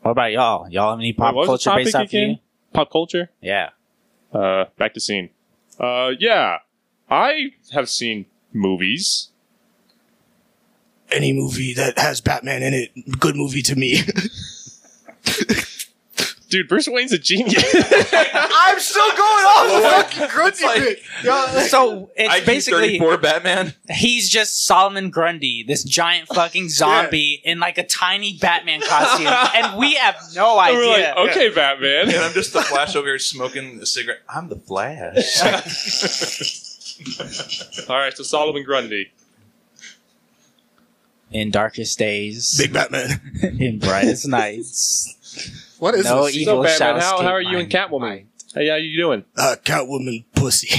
Speaker 2: What about y'all? Y'all have any pop
Speaker 1: what was the
Speaker 2: culture based
Speaker 1: topic
Speaker 2: off you?
Speaker 1: again? pop culture.
Speaker 2: Yeah.
Speaker 1: Uh, back to scene. Uh, yeah, I have seen movies.
Speaker 5: Any movie that has Batman in it, good movie to me.
Speaker 1: Dude, Bruce Wayne's a genius.
Speaker 5: I'm still going off
Speaker 3: What?
Speaker 5: fucking Grundy
Speaker 3: like-
Speaker 2: So it's
Speaker 3: I
Speaker 2: basically
Speaker 3: 34 Batman.
Speaker 2: he's just Solomon Grundy, this giant fucking zombie in like a tiny Batman costume, and we have no
Speaker 1: And we're
Speaker 2: idea.
Speaker 1: like, okay, Batman.
Speaker 3: And I'm just the Flash over here smoking a cigarette. I'm the Flash.
Speaker 1: All right, so Solomon Grundy.
Speaker 2: in darkest days,
Speaker 5: Big Batman.
Speaker 2: in brightest nights.
Speaker 5: What is
Speaker 2: No
Speaker 5: this?
Speaker 2: evil-
Speaker 1: So Batman,
Speaker 2: shall
Speaker 1: how, how are
Speaker 2: escape
Speaker 1: you and
Speaker 2: mine.
Speaker 1: Catwoman? Hey, how you doing?
Speaker 5: Uh, Catwoman pussy.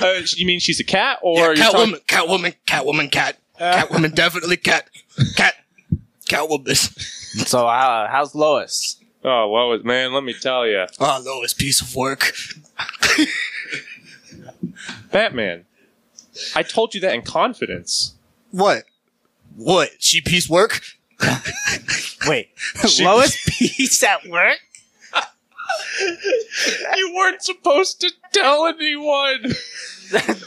Speaker 1: Uh, you mean she's a cat, or
Speaker 5: Yeah,
Speaker 1: are you talking-
Speaker 5: Catwoman, Catwoman, Catwoman, Cat.
Speaker 4: Uh.
Speaker 5: Catwoman, definitely Cat. Cat. Catwoman.
Speaker 2: So uh, how's Lois?
Speaker 1: Oh, Lois, man, let me tell you,
Speaker 5: Oh, Lois, piece of work.
Speaker 1: Batman. I told you that in confidence.
Speaker 5: What? What? She piece work?
Speaker 2: Wait, Lois Peace at work?
Speaker 1: You weren't supposed to tell anyone.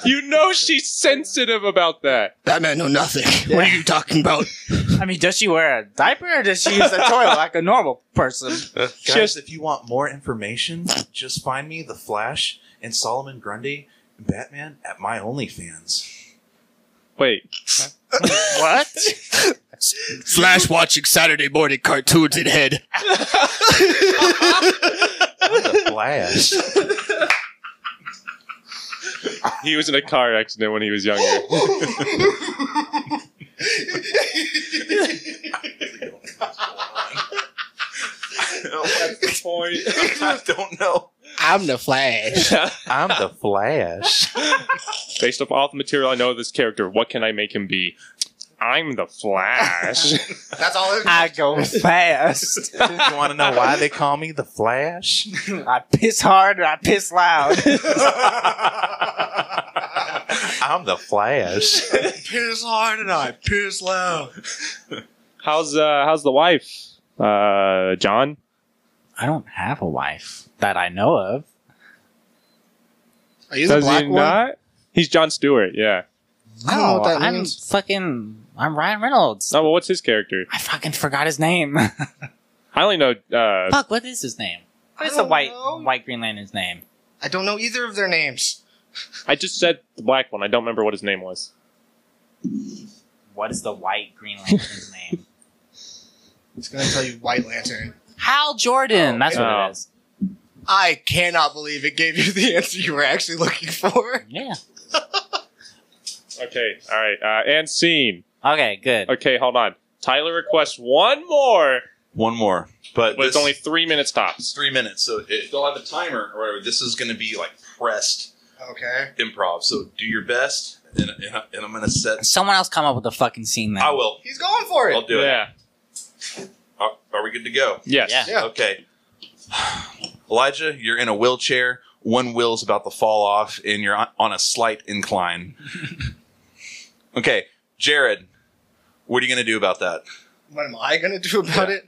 Speaker 1: you know she's sensitive about that.
Speaker 5: Batman know nothing. What are you talking about?
Speaker 2: I mean, does she wear a diaper or does she use a toilet like a normal person?
Speaker 3: Guys,
Speaker 1: Just-
Speaker 3: if you want more information, just find me the Flash and Solomon Grundy and Batman at my OnlyFans.
Speaker 1: Wait,
Speaker 2: What?
Speaker 5: Flash watching Saturday morning cartoons in head.
Speaker 3: I'm the Flash.
Speaker 1: he was in a car accident when he was younger. That's the
Speaker 3: I don't know.
Speaker 5: I'm the Flash.
Speaker 1: point.
Speaker 3: I'm the Flash.
Speaker 1: Based off all the material I know of this character, what can I make him be? I'm the Flash.
Speaker 4: That's all it
Speaker 2: I go fast.
Speaker 3: you want to know why they call me the Flash?
Speaker 2: I piss hard and I piss loud.
Speaker 3: I'm the Flash.
Speaker 5: Piss hard and I piss loud.
Speaker 1: how's uh, how's the wife, uh, John?
Speaker 2: I don't have a wife that I know of.
Speaker 4: He's
Speaker 1: Does he not? He's John Stewart. Yeah.
Speaker 5: I don't know what that
Speaker 2: I'm
Speaker 5: means.
Speaker 2: fucking. I'm Ryan Reynolds.
Speaker 1: Oh well, what's his character?
Speaker 2: I fucking forgot his name.
Speaker 1: I only know. Uh,
Speaker 2: Fuck, what is his name? What is
Speaker 4: I
Speaker 2: the
Speaker 4: don't
Speaker 2: white
Speaker 4: know.
Speaker 2: white Green Lantern's name?
Speaker 4: I don't know either of their names.
Speaker 1: I just said the black one. I don't remember what his name was.
Speaker 2: What is the white Green Lantern's name?
Speaker 4: It's gonna tell you White Lantern.
Speaker 2: Hal Jordan. That's what
Speaker 1: Oh.
Speaker 2: it is.
Speaker 4: I cannot believe it gave you the answer you were actually looking for.
Speaker 2: Yeah.
Speaker 1: Okay. All right. Uh, and scene.
Speaker 2: Okay. Good.
Speaker 1: Okay, hold on. Tyler requests one more
Speaker 3: One more, but,
Speaker 1: But it's
Speaker 3: this-
Speaker 1: only three minutes tops.
Speaker 3: three minutes. So if they'll have a timer or whatever, this is going to be like pressed
Speaker 4: Okay.
Speaker 3: improv. So do your best, and, and, I- and I'm going to set.
Speaker 2: Someone else come up with a fucking scene then.
Speaker 3: I will.
Speaker 4: He's going for
Speaker 3: I'll
Speaker 4: it.
Speaker 3: do it.
Speaker 1: Yeah.
Speaker 3: Are, are we good to go?
Speaker 1: Yes.
Speaker 2: Yeah.
Speaker 4: Yeah.
Speaker 3: Okay. Elijah, you're in a wheelchair. One wheel's about to fall off, and you're on- on a slight incline. okay, Jared, what are you going to do about that?
Speaker 4: What am I gonna do about it?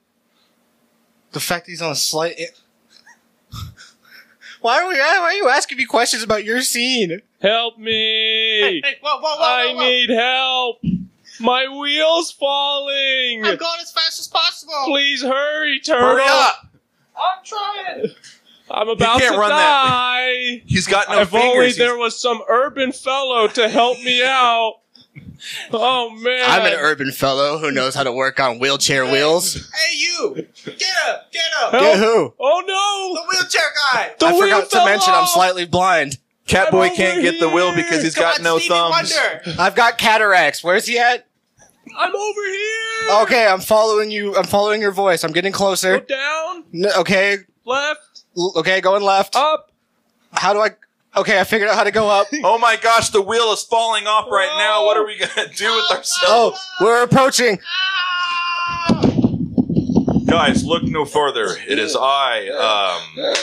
Speaker 4: The fact that he's on a slight. why are we? Why are you asking me questions about your scene?
Speaker 1: Help me!
Speaker 4: whoa, whoa, whoa,
Speaker 1: I need help! My wheel's falling!
Speaker 4: going as fast as possible.
Speaker 1: Please hurry, turtle!
Speaker 3: Hurry up!
Speaker 4: I'm trying.
Speaker 1: I'm about
Speaker 3: can't
Speaker 1: to
Speaker 3: run that.
Speaker 1: die!
Speaker 3: He's got no
Speaker 1: if only
Speaker 3: fingers.
Speaker 1: there was some urban fellow to help me out! Oh man!
Speaker 4: I'm an urban fellow who knows how to work on wheelchair wheels.
Speaker 7: Hey, you! Get up! Get up!
Speaker 1: Help!
Speaker 4: Get who?
Speaker 1: Oh
Speaker 7: The
Speaker 1: no!
Speaker 7: wheelchair guy!
Speaker 1: The
Speaker 4: I
Speaker 1: wheel
Speaker 4: forgot to
Speaker 1: fell
Speaker 4: mention I'm
Speaker 1: off!
Speaker 4: slightly blind.
Speaker 1: I'm
Speaker 3: Catboy can't
Speaker 1: over
Speaker 3: get the wheel
Speaker 1: here.
Speaker 3: because he's
Speaker 7: Come
Speaker 3: got
Speaker 7: on,
Speaker 3: no
Speaker 7: Stevie
Speaker 3: thumbs.
Speaker 7: Wonder.
Speaker 4: I've got cataracts. Where's he at?
Speaker 1: I'm over here!
Speaker 4: Okay, I'm following you. I'm following your voice. I'm getting
Speaker 1: Go
Speaker 4: closer.
Speaker 1: down,
Speaker 4: N- okay,
Speaker 1: left,
Speaker 4: l- okay, going left.
Speaker 1: up.
Speaker 4: How do I? Okay, I figured out how to go up.
Speaker 3: Oh my gosh, the wheel is falling off right now. What are we gonna do with ourselves?
Speaker 4: Oh, we're approaching.
Speaker 3: Guys, look no further. It is I, um,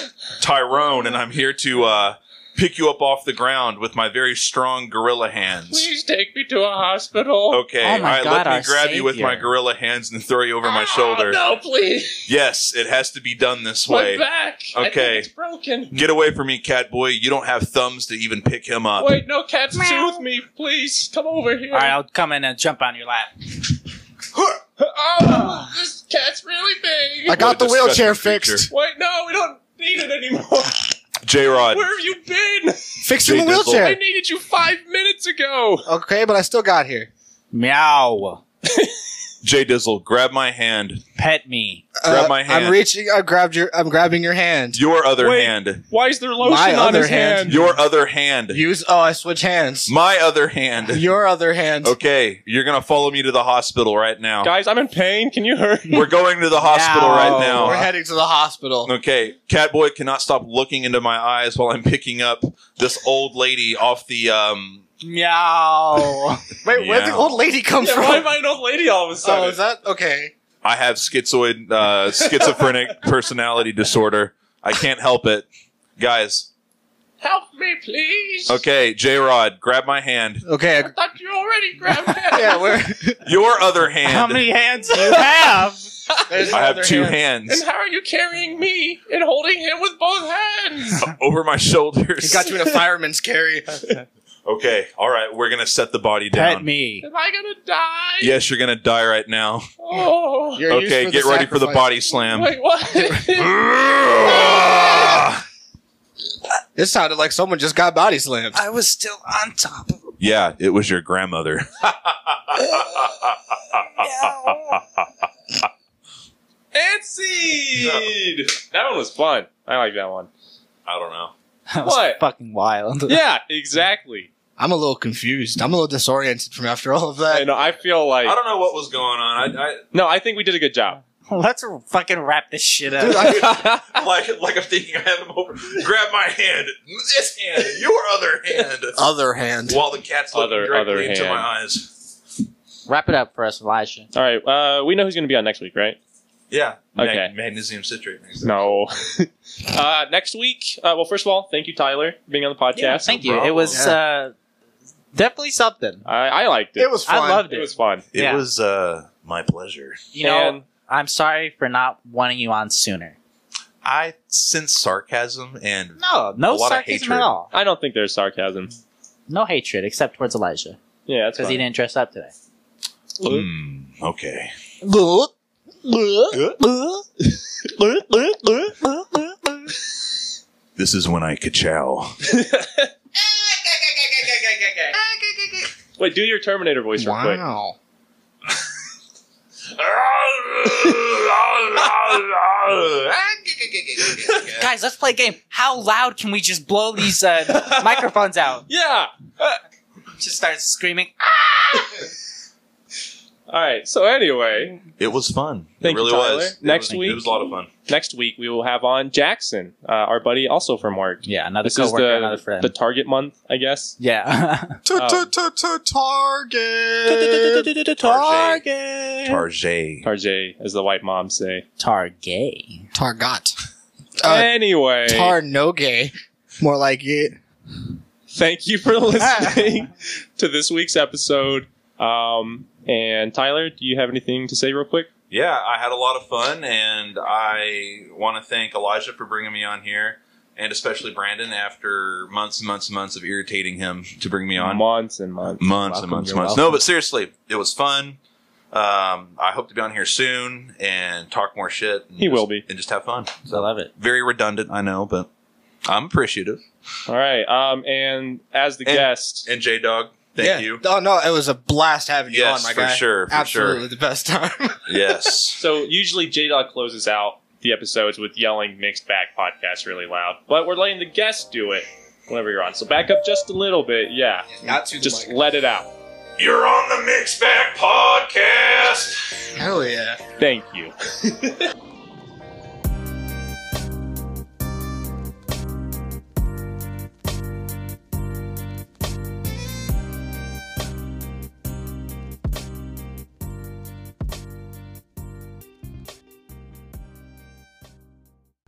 Speaker 3: Tyrone, and I'm here to uh, pick you up off the ground with my very strong gorilla hands.
Speaker 1: Please take me to a hospital.
Speaker 3: Okay,
Speaker 2: Oh my
Speaker 3: all right,
Speaker 2: God,
Speaker 3: let me
Speaker 2: our
Speaker 3: grab you with my
Speaker 2: savior.
Speaker 3: gorilla hands and throw you over my
Speaker 1: Ah,
Speaker 3: shoulder.
Speaker 1: no, please.
Speaker 3: Yes, it has to be done this
Speaker 1: My
Speaker 3: way.
Speaker 1: back. I think
Speaker 3: Okay.
Speaker 1: it's broken.
Speaker 3: Get away from me, Catboy. You don't have thumbs to even pick him up.
Speaker 1: Wait, no, cats soothe me. Please come over here.
Speaker 2: All right, I'll come in and jump on your lap.
Speaker 1: oh, this cat's really big.
Speaker 4: I got
Speaker 3: What a
Speaker 4: the wheelchair
Speaker 3: disgusting creature.
Speaker 4: fixed.
Speaker 1: Wait, no, we don't need it anymore.
Speaker 3: J Rod.
Speaker 1: Where have you been?
Speaker 4: Fixing the
Speaker 3: Jay Dizzle.
Speaker 1: I
Speaker 4: wheelchair.
Speaker 1: needed you five minutes ago.
Speaker 4: Okay, but I still got here.
Speaker 2: Meow.
Speaker 3: J Dizzle, grab my hand.
Speaker 2: Pet me.
Speaker 3: Grab my hand.
Speaker 4: Uh, I'm reaching. I grabbed your. I'm grabbing your hand.
Speaker 3: Your other
Speaker 1: Wait.
Speaker 3: hand.
Speaker 1: Why is there lotion
Speaker 4: My
Speaker 1: on
Speaker 4: other
Speaker 1: his hand?
Speaker 4: hand.
Speaker 3: Your other hand.
Speaker 4: Use. Oh, I switch hands.
Speaker 3: my other hand.
Speaker 4: Your other hand.
Speaker 3: okay, you're going to follow me to the hospital right now.
Speaker 1: Guys, I'm in pain. Can you hurt?
Speaker 3: We're going to the hospital
Speaker 2: Now.
Speaker 3: right
Speaker 4: Oh, We're
Speaker 3: now.
Speaker 4: heading to the hospital.
Speaker 3: Okay, Catboy cannot stop looking into my eyes while I'm picking up this old lady off the um
Speaker 2: Meow.
Speaker 4: Wait, where'd the
Speaker 3: Yeah.
Speaker 4: old lady come
Speaker 1: Yeah,
Speaker 4: from?
Speaker 1: why am I an old lady all of a
Speaker 4: oh,
Speaker 1: sudden?
Speaker 4: is that okay?
Speaker 3: I have schizoid uh schizophrenic personality disorder. I can't help it. Guys,
Speaker 1: Help me, please.
Speaker 3: okay, J Rod, grab my hand.
Speaker 4: Okay. I-
Speaker 1: I thought you already grabbed it.
Speaker 4: Yeah, we're.
Speaker 3: Your other hand.
Speaker 2: How many hands do you have?
Speaker 4: There's
Speaker 3: I have
Speaker 4: another
Speaker 3: two
Speaker 4: hand.
Speaker 1: And
Speaker 3: hands
Speaker 1: how are you carrying me and holding him with both hands?
Speaker 3: over my
Speaker 4: He
Speaker 3: shoulders.
Speaker 4: got you in a fireman's carry.
Speaker 3: Okay, all right, we're gonna set the body down.
Speaker 2: Pet me.
Speaker 1: Am I gonna die?
Speaker 3: Yes, you're gonna die right now.
Speaker 1: Oh.
Speaker 4: You're used
Speaker 3: okay,
Speaker 4: for
Speaker 3: get ready for the
Speaker 4: sacrifice.
Speaker 3: body slam.
Speaker 1: Wait, what?
Speaker 4: This sounded like someone just got body slammed.
Speaker 2: I was still on top of
Speaker 3: yeah, it was your grandmother.
Speaker 1: Ant seed. That one was fun. I like that one.
Speaker 3: I don't know.
Speaker 2: That was
Speaker 1: What?
Speaker 2: fucking wild.
Speaker 1: Yeah, exactly.
Speaker 4: I'm a little confused. I'm a little disoriented from after all of that.
Speaker 1: I know. I feel like
Speaker 3: I don't know what was going on. I,
Speaker 1: no. I think we did a good job.
Speaker 2: Let's fucking wrap this shit up.
Speaker 4: Dude, I-
Speaker 3: I like like I'm thinking I have him over. Grab my hand, this hand, your other hand,
Speaker 4: Other hand.
Speaker 3: while the cat's looking
Speaker 1: Other-
Speaker 3: directly
Speaker 1: other
Speaker 3: into
Speaker 1: hand.
Speaker 3: my eyes.
Speaker 2: wrap it up for us, Elijah.
Speaker 1: All right. Uh, we know who's gonna be on next week, right?
Speaker 3: Yeah.
Speaker 1: Okay.
Speaker 3: Mag- magnesium citrate. Next time.
Speaker 1: No. uh, next week. Uh, well, first of all, thank you, Tyler, for being on the podcast.
Speaker 2: Thank
Speaker 3: no
Speaker 2: you. It
Speaker 3: problem.
Speaker 2: was
Speaker 4: Yeah.
Speaker 2: uh, definitely something.
Speaker 1: I, I liked it.
Speaker 4: It was fun.
Speaker 2: I loved
Speaker 1: Uh, It
Speaker 2: it.
Speaker 1: was fun.
Speaker 3: It
Speaker 2: Yeah.
Speaker 3: was uh, my pleasure.
Speaker 2: you know,
Speaker 1: And-
Speaker 2: I'm sorry for not wanting you on sooner.
Speaker 3: I sense sarcasm and
Speaker 2: No, no
Speaker 3: A lot of
Speaker 2: sarcasm
Speaker 3: hatred.
Speaker 2: at all.
Speaker 1: I don't think there's sarcasm.
Speaker 2: No hatred except towards Elijah
Speaker 1: Yeah, that's
Speaker 2: because he
Speaker 1: fine.
Speaker 2: didn't dress up today.
Speaker 3: Mm, okay. This is when I ka-chow.
Speaker 1: Wait, do your Terminator voice real quick.
Speaker 4: Wow.
Speaker 2: Guys, let's play a game. How loud can we just blow these uh, microphones out?
Speaker 1: Yeah.
Speaker 2: Just start screaming.
Speaker 1: All right. So anyway,
Speaker 3: It was fun.
Speaker 1: Thank
Speaker 3: it really
Speaker 1: you, Tyler.
Speaker 3: was. It
Speaker 1: Next
Speaker 3: was-
Speaker 1: week-
Speaker 3: it was a lot of fun.
Speaker 1: next week we will have on Jackson, uh, our buddy, also from work.
Speaker 2: Yeah, another
Speaker 1: This is
Speaker 2: Uh, coworker, another
Speaker 1: the
Speaker 2: friend.
Speaker 1: the target month, I guess.
Speaker 2: yeah.
Speaker 1: Um,
Speaker 4: Target.
Speaker 3: Target. Target.
Speaker 1: Tarjay, Um, as the white moms say.
Speaker 2: Targay.
Speaker 4: Targot. Uh,
Speaker 1: anyway,
Speaker 4: Tar no gay. More like it.
Speaker 1: thank you for listening to this week's episode. Um, and Tyler, do you have anything to say real quick?
Speaker 3: yeah, I had a lot of fun, and I want to thank Elijah for bringing me on here, and especially Brandon after months and months and months of irritating him to bring me on.
Speaker 1: Months and months.
Speaker 3: Months
Speaker 2: Welcome,
Speaker 3: and months and
Speaker 2: you're
Speaker 3: months. No, but seriously, it was fun. Um, I hope to be on here soon and talk more shit. And
Speaker 1: He
Speaker 3: just-
Speaker 1: will be.
Speaker 3: And just have fun.
Speaker 2: I love it.
Speaker 3: Very redundant, I know, but I'm appreciative.
Speaker 1: All right. Um, and as the
Speaker 3: And-
Speaker 1: guest,
Speaker 3: And J Dog, thank you.
Speaker 4: Oh no, it was a blast having you
Speaker 3: Yes,
Speaker 4: on, my
Speaker 3: for
Speaker 4: guy.
Speaker 3: sure, for
Speaker 4: Absolutely
Speaker 3: sure.
Speaker 4: the best time.
Speaker 3: Yes.
Speaker 1: so usually J Dog closes out the episodes with yelling "mixed bag podcast" really loud, but we're letting the guest do it whenever you're on. So back up just a little bit. Yeah,
Speaker 4: Not too
Speaker 1: just let it out.
Speaker 3: You're on the Mixback Podcast.
Speaker 4: Hell yeah.
Speaker 1: Thank you.